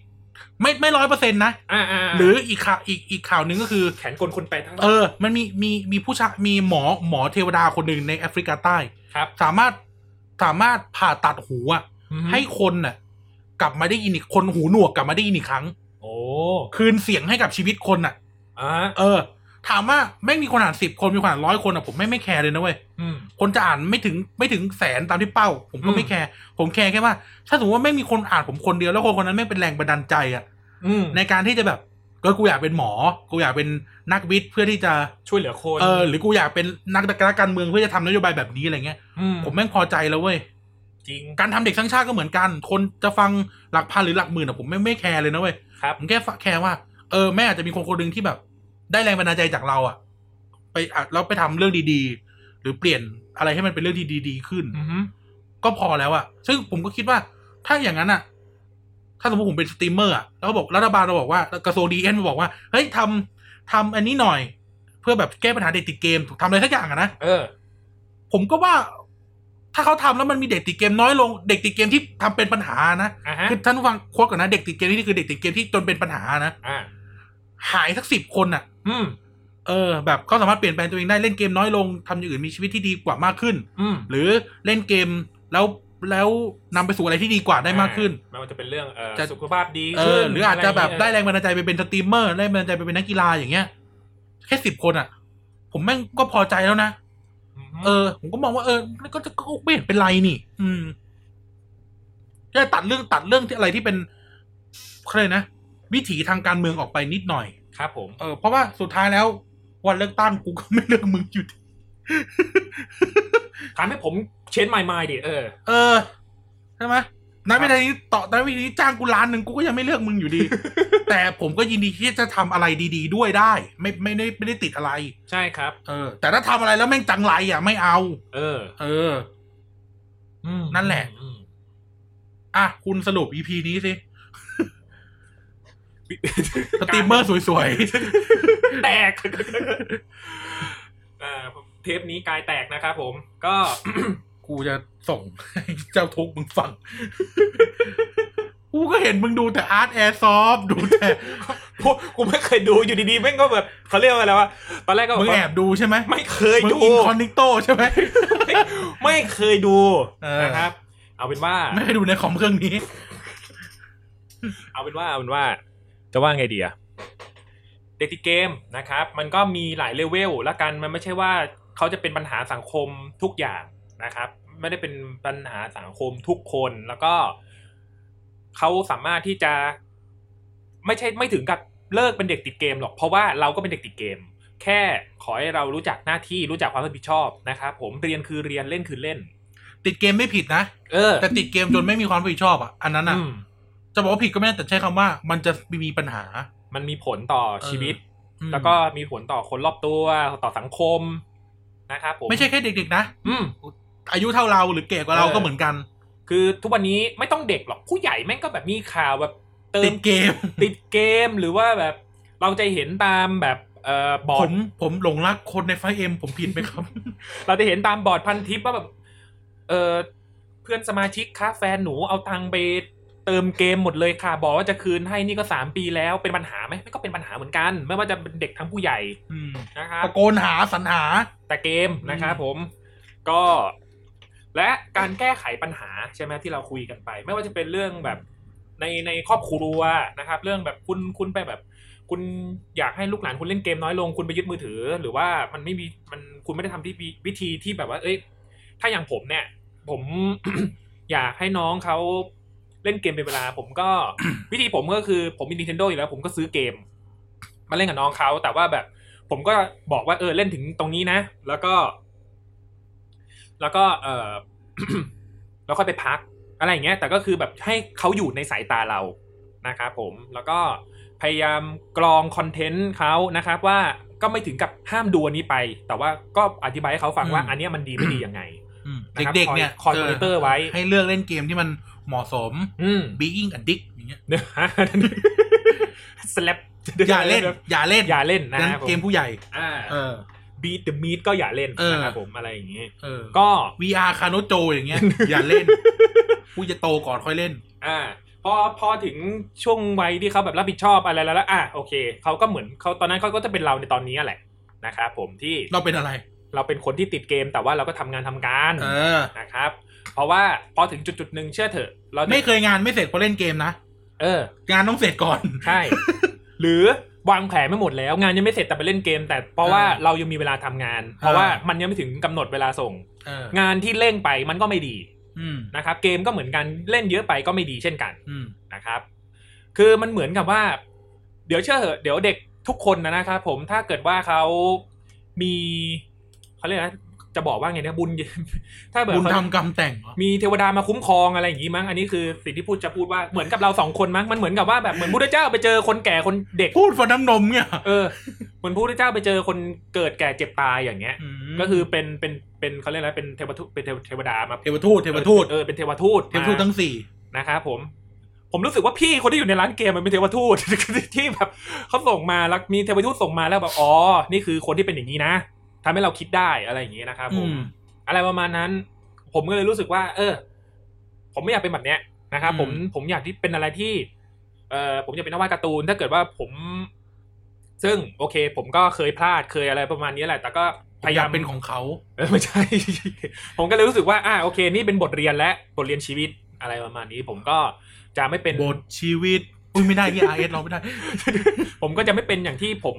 S1: ไม่ไม่ร้อยเปอร์เซ็นต์นะ
S2: อ่ะอ่ะ
S1: หรืออีกข่าวอีกอีกข่าวหนึ่งก็คือ
S2: แขนกลคนแปลทั้ง
S1: เออ มันมีมีมีผู้ชายมีหมอหมอเทวดาคนหนึ่งในแอฟริกาใต้
S2: ครับ
S1: สามารถสามารถผ่าตัดหูอะ
S2: อืม
S1: ให้คนน่ะ กลับมาได้ยินอีกคนหูหนวกกลับมาได้ยินอีกครั้ง
S2: โอ้
S1: คืนเสียงให้กับชีวิตคนอ่ะ
S2: อ่ะ
S1: เออ ถามว่าแม่งมีคนอ่านสิบคนมีคนอ่านร้อยคนอ่ะผมไม่งไม่แคร์เลยนะเว้ย
S2: อืม
S1: คนจะอ่านไม่ถึงไม่ถึงแสนตามที่เป้า ผมก็
S2: อืม
S1: ไม่แคร์ผมแคร์แค่ว่า ถ้าสมมติว่าไม่งมีคนอ่านผมคนเดียวแล้วคนคนนั้นไม่งเป็นแรงบันดาลใจอะ
S2: อืม
S1: ในการที่จะแบบก็กูอยากเป็นหมอ กูอยากเป็นนักวิทย์เพื่อที่จะ
S2: ช่วยเหลือคน
S1: เออ หรือกูอยากเป็นนักนักการเมืองเพื่อจะทำนโยบายแบบนี้อะไรเงี้ย
S2: อืม
S1: ผมแม่งพอใจแล้วเว้ย
S2: จริง
S1: การทำเด็กสร้างชาติก็เหมือนกัน คนจะฟังหลักพันหรือหลักหมื่นอะผมไม่งไม่แคร์เลยนะเว้ย
S2: ครับ
S1: ผมแค่ฝแคร์ว่าเออแม่อาจจะมีคนคนหนึ่งที่แบบ ได้แรงบันดาลใจจากเราอะไปอ่ะแล้วไปทำเรื่องดีๆ หรือเปลี่ยนอะไรให้มันเป็นเรื่องที่ดีๆขึ้น
S2: อืม
S1: ก็พอแล้วอะซึ่งผมก็คิดว่า ถ้าอย่างนั้นอะถ้าสมมติผมเป็นสตรีมเมอร์อะแล้วก็บอกรัฐบาลมาบอกว่ากระทรวงดีเอ็นมาบอกว่า เฮ้ยทำทำอันนี้หน่อย เพื่อแบบแก้ปัญหาเด็กติดเกมทำอะไรสักอย่างอะนะ
S2: เออ
S1: ผมก็ว่า ถ้าเขาทำแล้วมันมีเด็กติดเกมน้อยลง เด็กติดเกมที่ทำเป็นปัญหานะ
S2: อ่ะฮะ
S1: คือท่านผู้ฟังโค้ดก่อนนะ เด็กติดเกมนี่คือเด็กติดเกมที่จนเป็นปัญหานะ
S2: อ่า
S1: หายสักสิบคนอะ
S2: อืม
S1: เออ แบบเขาสามารถเปลี่ยนแปลงตัวเองได้เล่นเกมน้อยลงทำอย่างอื่นมีชีวิตที่ดีกว่ามากขึ้น
S2: อืม
S1: หรือเล่นเกมแล้วแล้วนำไปสู่อะไรที่ดีกว่าได้มากขึ้น
S2: ไม่ว่าจะเป็นเรื่องเออ
S1: จะ
S2: สุขภาพดี
S1: เอ
S2: ขึ้
S1: อน หรืออาจจะแบบ
S2: ย่
S1: ได้
S2: เย
S1: แรงบันดาลใจไปเป็นสตรีมเมอร์ได้แรงบันดาลใจไปเป็นนักกีฬาอย่างเงี้ย แค่สิบคนอ่ะ ผมแม่งก็พอใจแล้วนะ
S2: ม
S1: เออ ผมก็มองว่าเออแล้วก็จะก็ไม่เห็นเป็นไรนี่ อืมจะตัดเรื่องตัดเรื่องที่อะไรที่เป็นเขาเลยกนะวิถีทางการเมืองออกไปนิดหน่อย
S2: ครับผม
S1: เออเพราะว่าสุดท้ายแล้ว วันเลือกตั้งกูก็ไม่เลือกมึงอยู่ดี
S2: ทำให้ผมเชนไมล์ไมล์ดิเออ
S1: เออใช่ไหมนายไม่ได้นี้ต่อนายไม่ได้นี้จ้างกูล้านหนึ่งกูก็ยังไม่เลือกมึง อยู่ดี แต่ผมก็ยินดีที่จะทำอะไรดี ๆ ด้วยได้ ไม่ไม่ได้ไม่ได้ติดอะไร
S2: ใช่ครับ
S1: เออแต่ถ้าทำอะไรแล้วแม่งจังไรอ่ะไม่เอา
S2: เออ
S1: เออ
S2: อืม
S1: นั่นแหละ
S2: อืม
S1: อ่ะคุณสรุป EP นี้สิ สตรีมเมอร์สวย
S2: แตก อ่าเทปนี้กายแตกนะครับผม ก็
S1: ๆ กูจะส่งให้เจ้าทุกข์มึงฟัง กูก็เห็นมึงดูแต่อาร์ตแอร์ซอฟดูแต่
S2: พวกกูไม่เคยดูอยู่ดีๆแม่งก็แบบเขา เรียกว่าอะไรวะตอนแรกก็บ
S1: มึ
S2: อก
S1: ง
S2: ว่า
S1: แอบดูใช่ไหม
S2: ไม่เคย
S1: มึง
S2: ดู
S1: อินคอนนิโตใช่ไหม
S2: ไม่ ไม่เคยดู
S1: เออ
S2: นะครับ เอาเป็นว่า
S1: ไม่ได้ดูในคอมเครื่องนี้
S2: เอาเป็นว่าเอาเป็นว่า จะว่าไงดีอะเด็กติดเกมนะครับ มันก็มีหลายเลเวลละกันมันไม่ใช่ว่าเขาจะเป็นปัญหาสังคมทุกอย่างนะครับ ไม่ได้เป็นปัญหาสังคมทุกคนแล้วก็เขาสามารถที่จะ ไม่ใช่ไม่ถึงกับเลิกเป็นเด็กติดเกมหรอกเพราะว่าเราก็เป็นเด็กติดเกม แค่ขอให้เรารู้จักหน้าที่รู้จักความรับผิดชอบนะครับผมเรียนคือเรียนเล่นคือเล่น
S1: ติดเกมไม่ผิดนะ
S2: เออ
S1: แต่ติดเกมจนไม่มีความรับผิดชอบอ่ะ อันนั้นอ่ะ
S2: อืม
S1: จะบอกว่าผิดก็ไม่ได้แต่ใช้คำว่า มันจะมีปัญหา
S2: มันมีผลต่อชีวิต
S1: อืม
S2: แล้วก็มีผลต่อคนรอบตัวต่อสังคมนะครับผม
S1: ไม่ใช่แค่เด็ก ๆ นะ
S2: อืม
S1: อายุเท่าเราหรือแก่กว่าเรา
S2: เออ
S1: ก็เหมือนกัน
S2: คือทุกวันนี้ไม่ต้องเด็กหรอกผู้ใหญ่แม่งก็แบบมีข่าวแบบเติ
S1: ติ
S2: ม
S1: ดเกม
S2: ติดเกมหรือว่าแบบเราจะเห็นตามแบบเอ่อบอ
S1: ผ
S2: ร์ด
S1: มผมหลงรักคนในไฟเอ็มผมผิดไหมครับ
S2: เราจะเห็นตามบอร์ดพันทิปว่าแบบเออเพื่อนสมาชิกค้าแฟนหนูเอาตังค์ไปเติมเกมหมดเลยค่ะ บอกว่าจะคืนให้นี่ก็สามปีแล้วเป็นปัญหาไหมมันก็เป็นปัญหาเหมือนกัน ไม่ว่าจะเป็นเด็กทั้งผู้ใหญ่
S1: อืม
S2: นะครับ
S1: ตะโกนหาสรรหา
S2: แต่เกมนะครับผมก็ และการแก้ไขปัญหาใช่ไหมที่เราคุยกันไป ไม่ว่าจะเป็นเรื่องแบบในในครอบครัวนะครับ เรื่องแบบคุณคุณไปแบบ คุณอยากให้ลูกหลานคุณเล่นเกมน้อยลงคุณไปยึดมือถือ หรือว่ามันไม่มีมันคุณไม่ได้ทำที่วิวิธีที่แบบว่า เอ้ย ถ้าอย่างผมเนี่ย ผม อยากให้น้องเขาเล่นเกมเป็นเวลา ผมก็ วิธีผมก็คือผมมี Nintendo อยู่แล้ว ผมก็ซื้อเกม มาเล่นกับน้องเขาแต่ว่าแบบ ผมก็บอกว่าเออเล่นถึงตรงนี้นะ แล้วก็ แล้วก็เออ แล้วค่อยไปพัก อะไรอย่างเงี้ย แต่ก็คือแบบให้เขาอยู่ในสายตาเรานะครับผมแล้วก็พยายามกรองคอนเทนต์เขานะครับว่าก็ไม่ถึงกับห้ามดูอันนี้ไป แต่ว่าก็อธิบายให้เขาฟังว่า
S1: อืม
S2: อันเนี้ยมันดีไม่ดียังไง
S1: อืม
S2: นะครับ
S1: เด็กๆเนี่ย
S2: คอยคอยมอนิเตอร์ไว้
S1: ให้เลือกเล่นเกมที่มันเหมาะสม
S2: อืม
S1: being addict อย่างเงี้ย
S2: เนื้อหาสแลป
S1: อย่าเล่น อย่าเล่น
S2: อย่าเล่นนะ
S1: เล่น
S2: ครับ
S1: เกมผู้ใหญ่
S2: อ่า
S1: เออ
S2: beat the meat ก็อย่าเล่น
S1: เออ
S2: นะครับผมอะไรอย่างนี้
S1: เออ
S2: ก็
S1: VR คาโนโจอย่างเงี้ย อย่าเล่นผู้จะโตก่อนค่อยเล่น
S2: อ่า พอพอถึงช่วงวัยที่เขาแบบรับผิดชอบอะไรแล้วแล้วอ่ะโอเคเขาก็เหมือนเขาตอนนั้นเขาก็จะเป็นเราในตอนนี้แหละนะครับผมที่
S1: เราเป็นอะไร
S2: เราเป็นคนที่ติดเกมแต่ว่าเราก็ทำงานทำการ
S1: เออ
S2: นะครับ เพราะว่าพอถึงจุดจุดๆหนึ่งเชื่อเถอะ เราจะ
S1: ไม่เคยงานไม่เสร็จเพราะเล่นเกมนะ
S2: เออ
S1: งานต้องเสร็จก่อน
S2: ใช่ หรือวางแผนไม่หมดแล้ว งานยังไม่เสร็จแต่ไปเล่นเกม แต่เพราะว่า
S1: อ่า
S2: เรายังมีเวลาทำงาน เพราะ
S1: อ่า
S2: ว่ามันยังไม่ถึงกำหนดเวลาส่ง
S1: เออง
S2: านที่เร่งไปมันก็ไม่ดี
S1: อืม
S2: นะครับ เกมก็เหมือนกันเล่นเยอะไปก็ไม่ดีเช่นกัน
S1: อืม
S2: นะครับ คือมันเหมือนกับว่า เดี๋ยวเชื่อเหอะเดี๋ยวเด็กทุกคนนะนะครับผมถ้าเกิดว่าเขามีเขาเรียกนะจะบอกว่าไงนะบุญ ถ้าแบบ
S1: บุญ
S2: เขา
S1: ทำกรรมแต่งเหรอ
S2: มีเทวดามาคุ้มครองอะไรอย่างนี้มั้ง อันนี้คือสิ่งที่พูดจะพูดว่าเหมือนกับเราสองคนมั้ง มันเหมือนกับว่าแบบเหมือนพุทธเจ้าไปเจอคนแก่คนเด็ก
S1: พูดฟันน้ำนมเนี่ย
S2: เออ เหมือนพุทธเจ้าไปเจอคนเกิดแก่เจ็บตายอย่างเงี้ย
S1: ม
S2: ก็คือเป็นเป็นเป็นเขาเรียกอะไรเป็นเทวทูตเป็นเทวดามา
S1: เทวทูตเทวทูต
S2: เออเป็นเทวทูต
S1: เทวทูต
S2: มา
S1: ทั้งสี่
S2: นะครับผม ผมรู้สึกว่าพี่คนที่อยู่ในร้านเกมมันเป็นเทวทูต ที่แบบเขาส่งมาแล้วมีเทวทูตส่งมาแล้วแบบอ๋อนี่คือคนที่เป็นอย่างนี้นะทำให้เราคิดได้อะไรอย่างนี้นะครับผ
S1: อื
S2: ม
S1: ม
S2: อะไรประมาณนั้น ผมก็เลยรู้สึกว่า เออ ผมไม่อยากเป็นแบบเนี้ยนะครับ
S1: อืม
S2: ผมผมอยากที่เป็นอะไรที่ เออผมอยากเป็นนักวาดการ์ตูน ถ้าเกิดว่าผม ซึ่งโอเค ผมก็เคยพลาดเคยอะไรประมาณนี้แหละ แต่ก็พ
S1: อ
S2: ยาาย
S1: ยาม กเป็นของเขา
S2: เออไม่ใช่ ผมก็เลยรู้สึกว่า อ่าโอเค นี่เป็นบทเรียนและบทเรียนชีวิตอะไรประมาณนี้ ผมก็จะไม่เป็น
S1: บทชีวิต อุ้ย ไม่ได้ที่ไอเอสเราไม่ได้
S2: ผมก็จะไม่เป็นอย่างที่ผม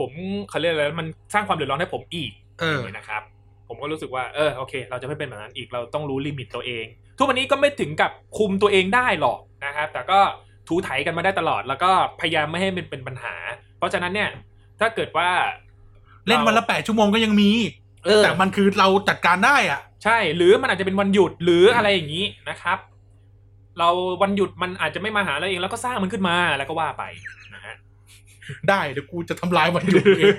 S2: ผมเขาเรียกอะไรมันสร้างความเดือดร้อนให้ผมอีก
S1: เออ
S2: นี่นะครับผมก็รู้สึกว่าเออโอเค เราจะไม่เป็นแบบนั้นอีกเราต้องรู้ลิมิตตัวเอง ทุกวันนี้ก็ไม่ถึงกับคุมตัวเองได้หรอกนะครับ แต่ก็ถูไถกันมาได้ตลอด แล้วก็พยายามไม่ให้มันเป็นปัญหา เพราะฉะนั้นเนี่ย ถ้าเกิดว่า
S1: เล่นวันละแปดชั่วโมงก็ยังมี
S2: เออ
S1: แต่มันคือเราจัดการได้อ่ะ
S2: ใช่ หรือมันอาจจะเป็นวันหยุดหรืออะไรอย่างนี้นะครับ เราวันหยุดมันอาจจะไม่มาหาเราเองแล้วก็สร้างมันขึ้นมาแล้วก็ว่าไปนะฮะ
S1: ได้เดี๋ยวกูจะทำลาย วันหยุดเอง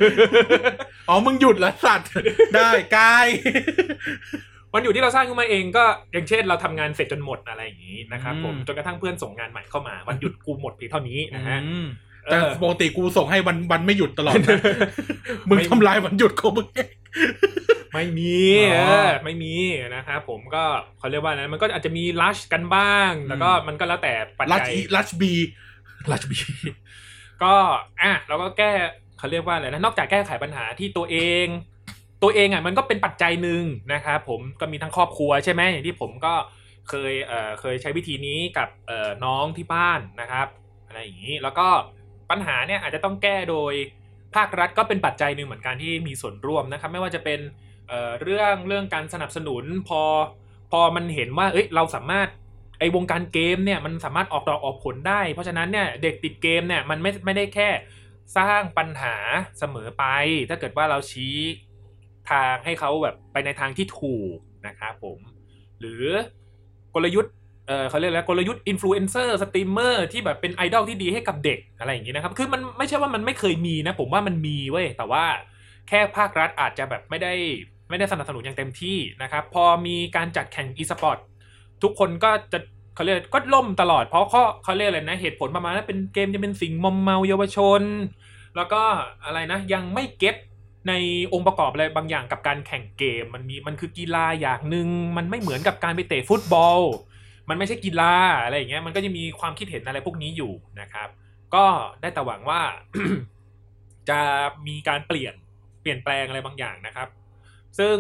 S1: อ๋อมึงหยุดแล้วสัตว์ ได้กาย
S2: วันอยู่ที่เราสร้างขึ้นมาเองก็อย่างเช่นเราทำงานเสร็จจนหมดอะไรอย่างนี้นะครับผมจนกระทั่งเพื่อนส่งงานใหม่เข้ามา วันหยุดกูหมดเพียงเท่านี้นะฮะ
S1: อืม
S2: เอ
S1: แต่
S2: อ
S1: ปกติกูส่งให้วันวันไม่หยุดตลอดนะมึงทำลายวันหยุดของมึงเอง
S2: ไม่มี
S1: อ๋
S2: เอ
S1: อ
S2: อไม่มีนะครับผมก็เขาเรียกว่าอะไรมันก็อาจจะมีลัชกันบ้าง
S1: อืม
S2: แล้วก็มันก็แล้วแต่ปัจ
S1: ลัช
S2: จัย
S1: อีลัชบี
S2: ลัชบีก็อ่ะเราก็แก้เขาเรียกว่าอะไรนะนอกจากแก้ไขปัญหาที่ตัวเอง ตัวเองอ่ะมันก็เป็นปัจจัยหนึ่งนะครับผมก็มีทั้งครอบครัวใช่ไหมอย่างที่ผมก็เคยเอ่อเคยใช้วิธีนี้กับเอ่อน้องที่บ้านนะครับอะไรอย่างนี้แล้วก็ปัญหาเนี่ยอาจจะต้องแก้โดยภาครัฐก็เป็นปัจจัยหนึ่งเหมือนกันที่มีส่วนร่วมนะครับ ไม่ว่าจะเป็น เอ่อเรื่องเรื่องการสนับสนุนพอพอมันเห็นว่าเอ้ยเราสามารถไอวงการเกมเนี่ยมันสามารถออกดอกออกผลได้ เพราะฉะนั้นเนี่ยเด็กติดเกมเนี่ยมันไม่ไม่ได้แค่สร้างปัญหาเสมอไป ถ้าเกิดว่าเราชี้ทางให้เขาแบบไปในทางที่ถูกนะครับผม หรือกลยุทธ์เออเขาเรียกแล้วกลยุทธ์อินฟลูเอนเซอร์สตรีมเมอร์ที่แบบเป็นไอดอลที่ดีให้กับเด็กอะไรอย่างนี้นะครับ คือมันไม่ใช่ว่ามันไม่เคยมีนะ ผมว่ามันมีเว้ยแต่ว่า แค่ภาครัฐอาจจะแบบไม่ได้ไม่ได้สนับสนุนอย่างเต็มที่นะครับ พอมีการจัดแข่งอีสปอร์ตทุกคนก็จะเขาเรียกก็ล่มตลอด เพราะเขาเขาเรียกอะไรนะเหตุผลประมาณว่าเป็นเกมจะเป็นสิ่งมอมเมาเยาวชน แล้วก็อะไรนะยังไม่เก็ตในองค์ประกอบอะไรบางอย่างกับการแข่งเกมมันมีมันคือกีฬาอย่างหนึ่งมันไม่เหมือนกับการไปเตะฟุตบอล มันไม่ใช่กีฬาอะไรอย่างเงี้ยมันก็จะมีความคิดเห็นอะไรพวกนี้อยู่นะครับ ก็ได้แต่หวังว่า จะมีการเปลี่ยนเปลี่ยนแปลงอะไรบางอย่างนะครับ ซึ่ง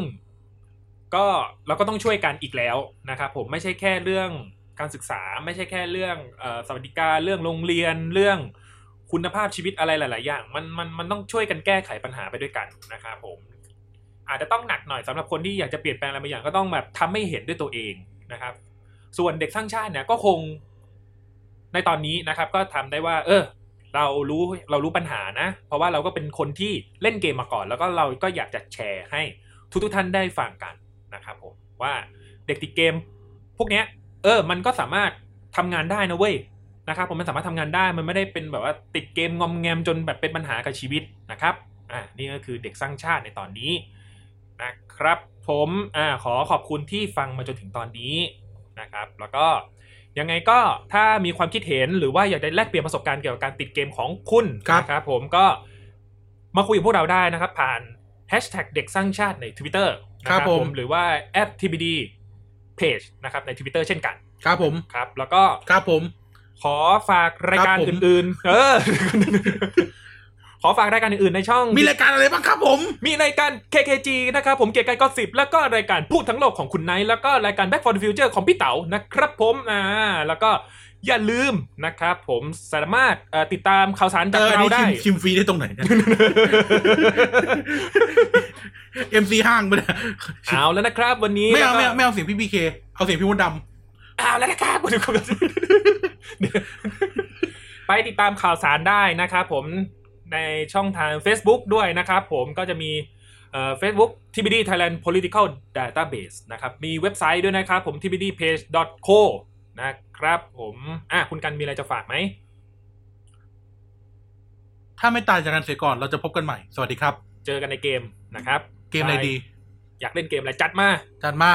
S2: ก็เราก็ต้องช่วยกันอีกแล้วนะครับ ผมไม่ใช่แค่เรื่องการศึกษา ไม่ใช่แค่เรื่องเออสวัสดิการเรื่องโรงเรียนเรื่องคุณภาพชีวิตอะไรหลาย ๆ อย่าง มันมันมันต้องช่วยกันแก้ไขปัญหาไปด้วยกันนะครับผม อาจจะต้องหนักหน่อยสำหรับคนที่อยากจะเปลี่ยนแปลงอะไรบางอย่างก็ต้องแบบทำให้เห็นด้วยตัวเองนะครับ ส่วนเด็กสร้างชาติเนี่ยก็คงในตอนนี้นะครับ ก็ทำได้ว่า เออ เรารู้เรารู้ปัญหานะ เพราะว่าเราก็เป็นคนที่เล่นเกมมาก่อน แล้วก็เราก็อยากจะแชร์ให้ทุกทุกๆท่านได้ฟังกันนะครับผมว่าเด็กติดเกม พวกเนี้ย เออ มันก็สามารถทำงานได้นะเว้ยนะครับ ผมมันสามารถทำงานได้มันไม่ได้เป็นแบบว่าติดเกมงอมแงมจนแบบเป็นปัญหากับชีวิตนะครับอ่านี่ก็คือเด็กสร้างชาติในตอนนี้นะครับ ผมอ่าขอขอบคุณที่ฟังมาจนถึงตอนนี้ นะครับแล้วก็ยังไงก็ถ้ามีความคิดเห็นหรือว่าอยากจะแลกเปลี่ยนประสบการณ์เกี่ยวกับการติดเกมของคุณ
S1: ครับ
S2: นะครับผมก็มาคุยกับพวกเราได้นะครับ ผ่าน hashtag เด็กสร้างชาติใน Twitter นะครับ
S1: ผม
S2: หรือว่า @tbd page นะครับใน Twitter เช่นกัน
S1: ครับผม
S2: ครับ แล้วก็
S1: ครับผม
S2: ขอฝากรายการ
S1: ครับผม
S2: อื่นๆ เออ ขอฝากรายการอื่นๆในช่อง
S1: มีรายการอะไรบ้างครับผม
S2: มีรายการ KKG นะครับผมเกียรติกายก็สิบแล้วก็รายการพูดทั้งโลกของคุณไนท์แล้วก็รายการ Back for the Future ของพี่เต๋านะครับผมอ่าแล้วก็ อย่าลืมนะครับผมสามารถเอ่อติดตามข่าวสารจาก
S1: เอออัน
S2: เรา
S1: นี้
S2: ได้
S1: ชิมชิมฟรีได้ตรงไหน เนี่ย เอ็มซีห้างไปะเนี่ย
S2: เอาแล้วนะครับวันนี้
S1: ไม่เอาไม่
S2: แล้
S1: เอา
S2: วก็
S1: ไม่เอาเสียงพี่บีเคเอาเสียงพี่มดด
S2: เอาแล้วนะครับคุณผู้ชม ไปติดตามข่าวสารได้นะครับผมในช่องทาง Facebook ด้วยนะครับผมก็จะมีเอ่อ Facebook TBD Thailand Political Database นะครับ มีเว็บไซต์ด้วยนะครับผม tbdpage.co นะครับผมอ่ะคุณกันมีอะไรจะฝากไหม
S1: ำถ้าไม่ตายจากกันเสียก่อนเราจะพบกันใหม่ สวัสดีครับ
S2: เจอกันในเกมนะครับ
S1: เกมไหนดี
S2: อยากเล่นเกมอะไรจัดมา
S1: จัดมา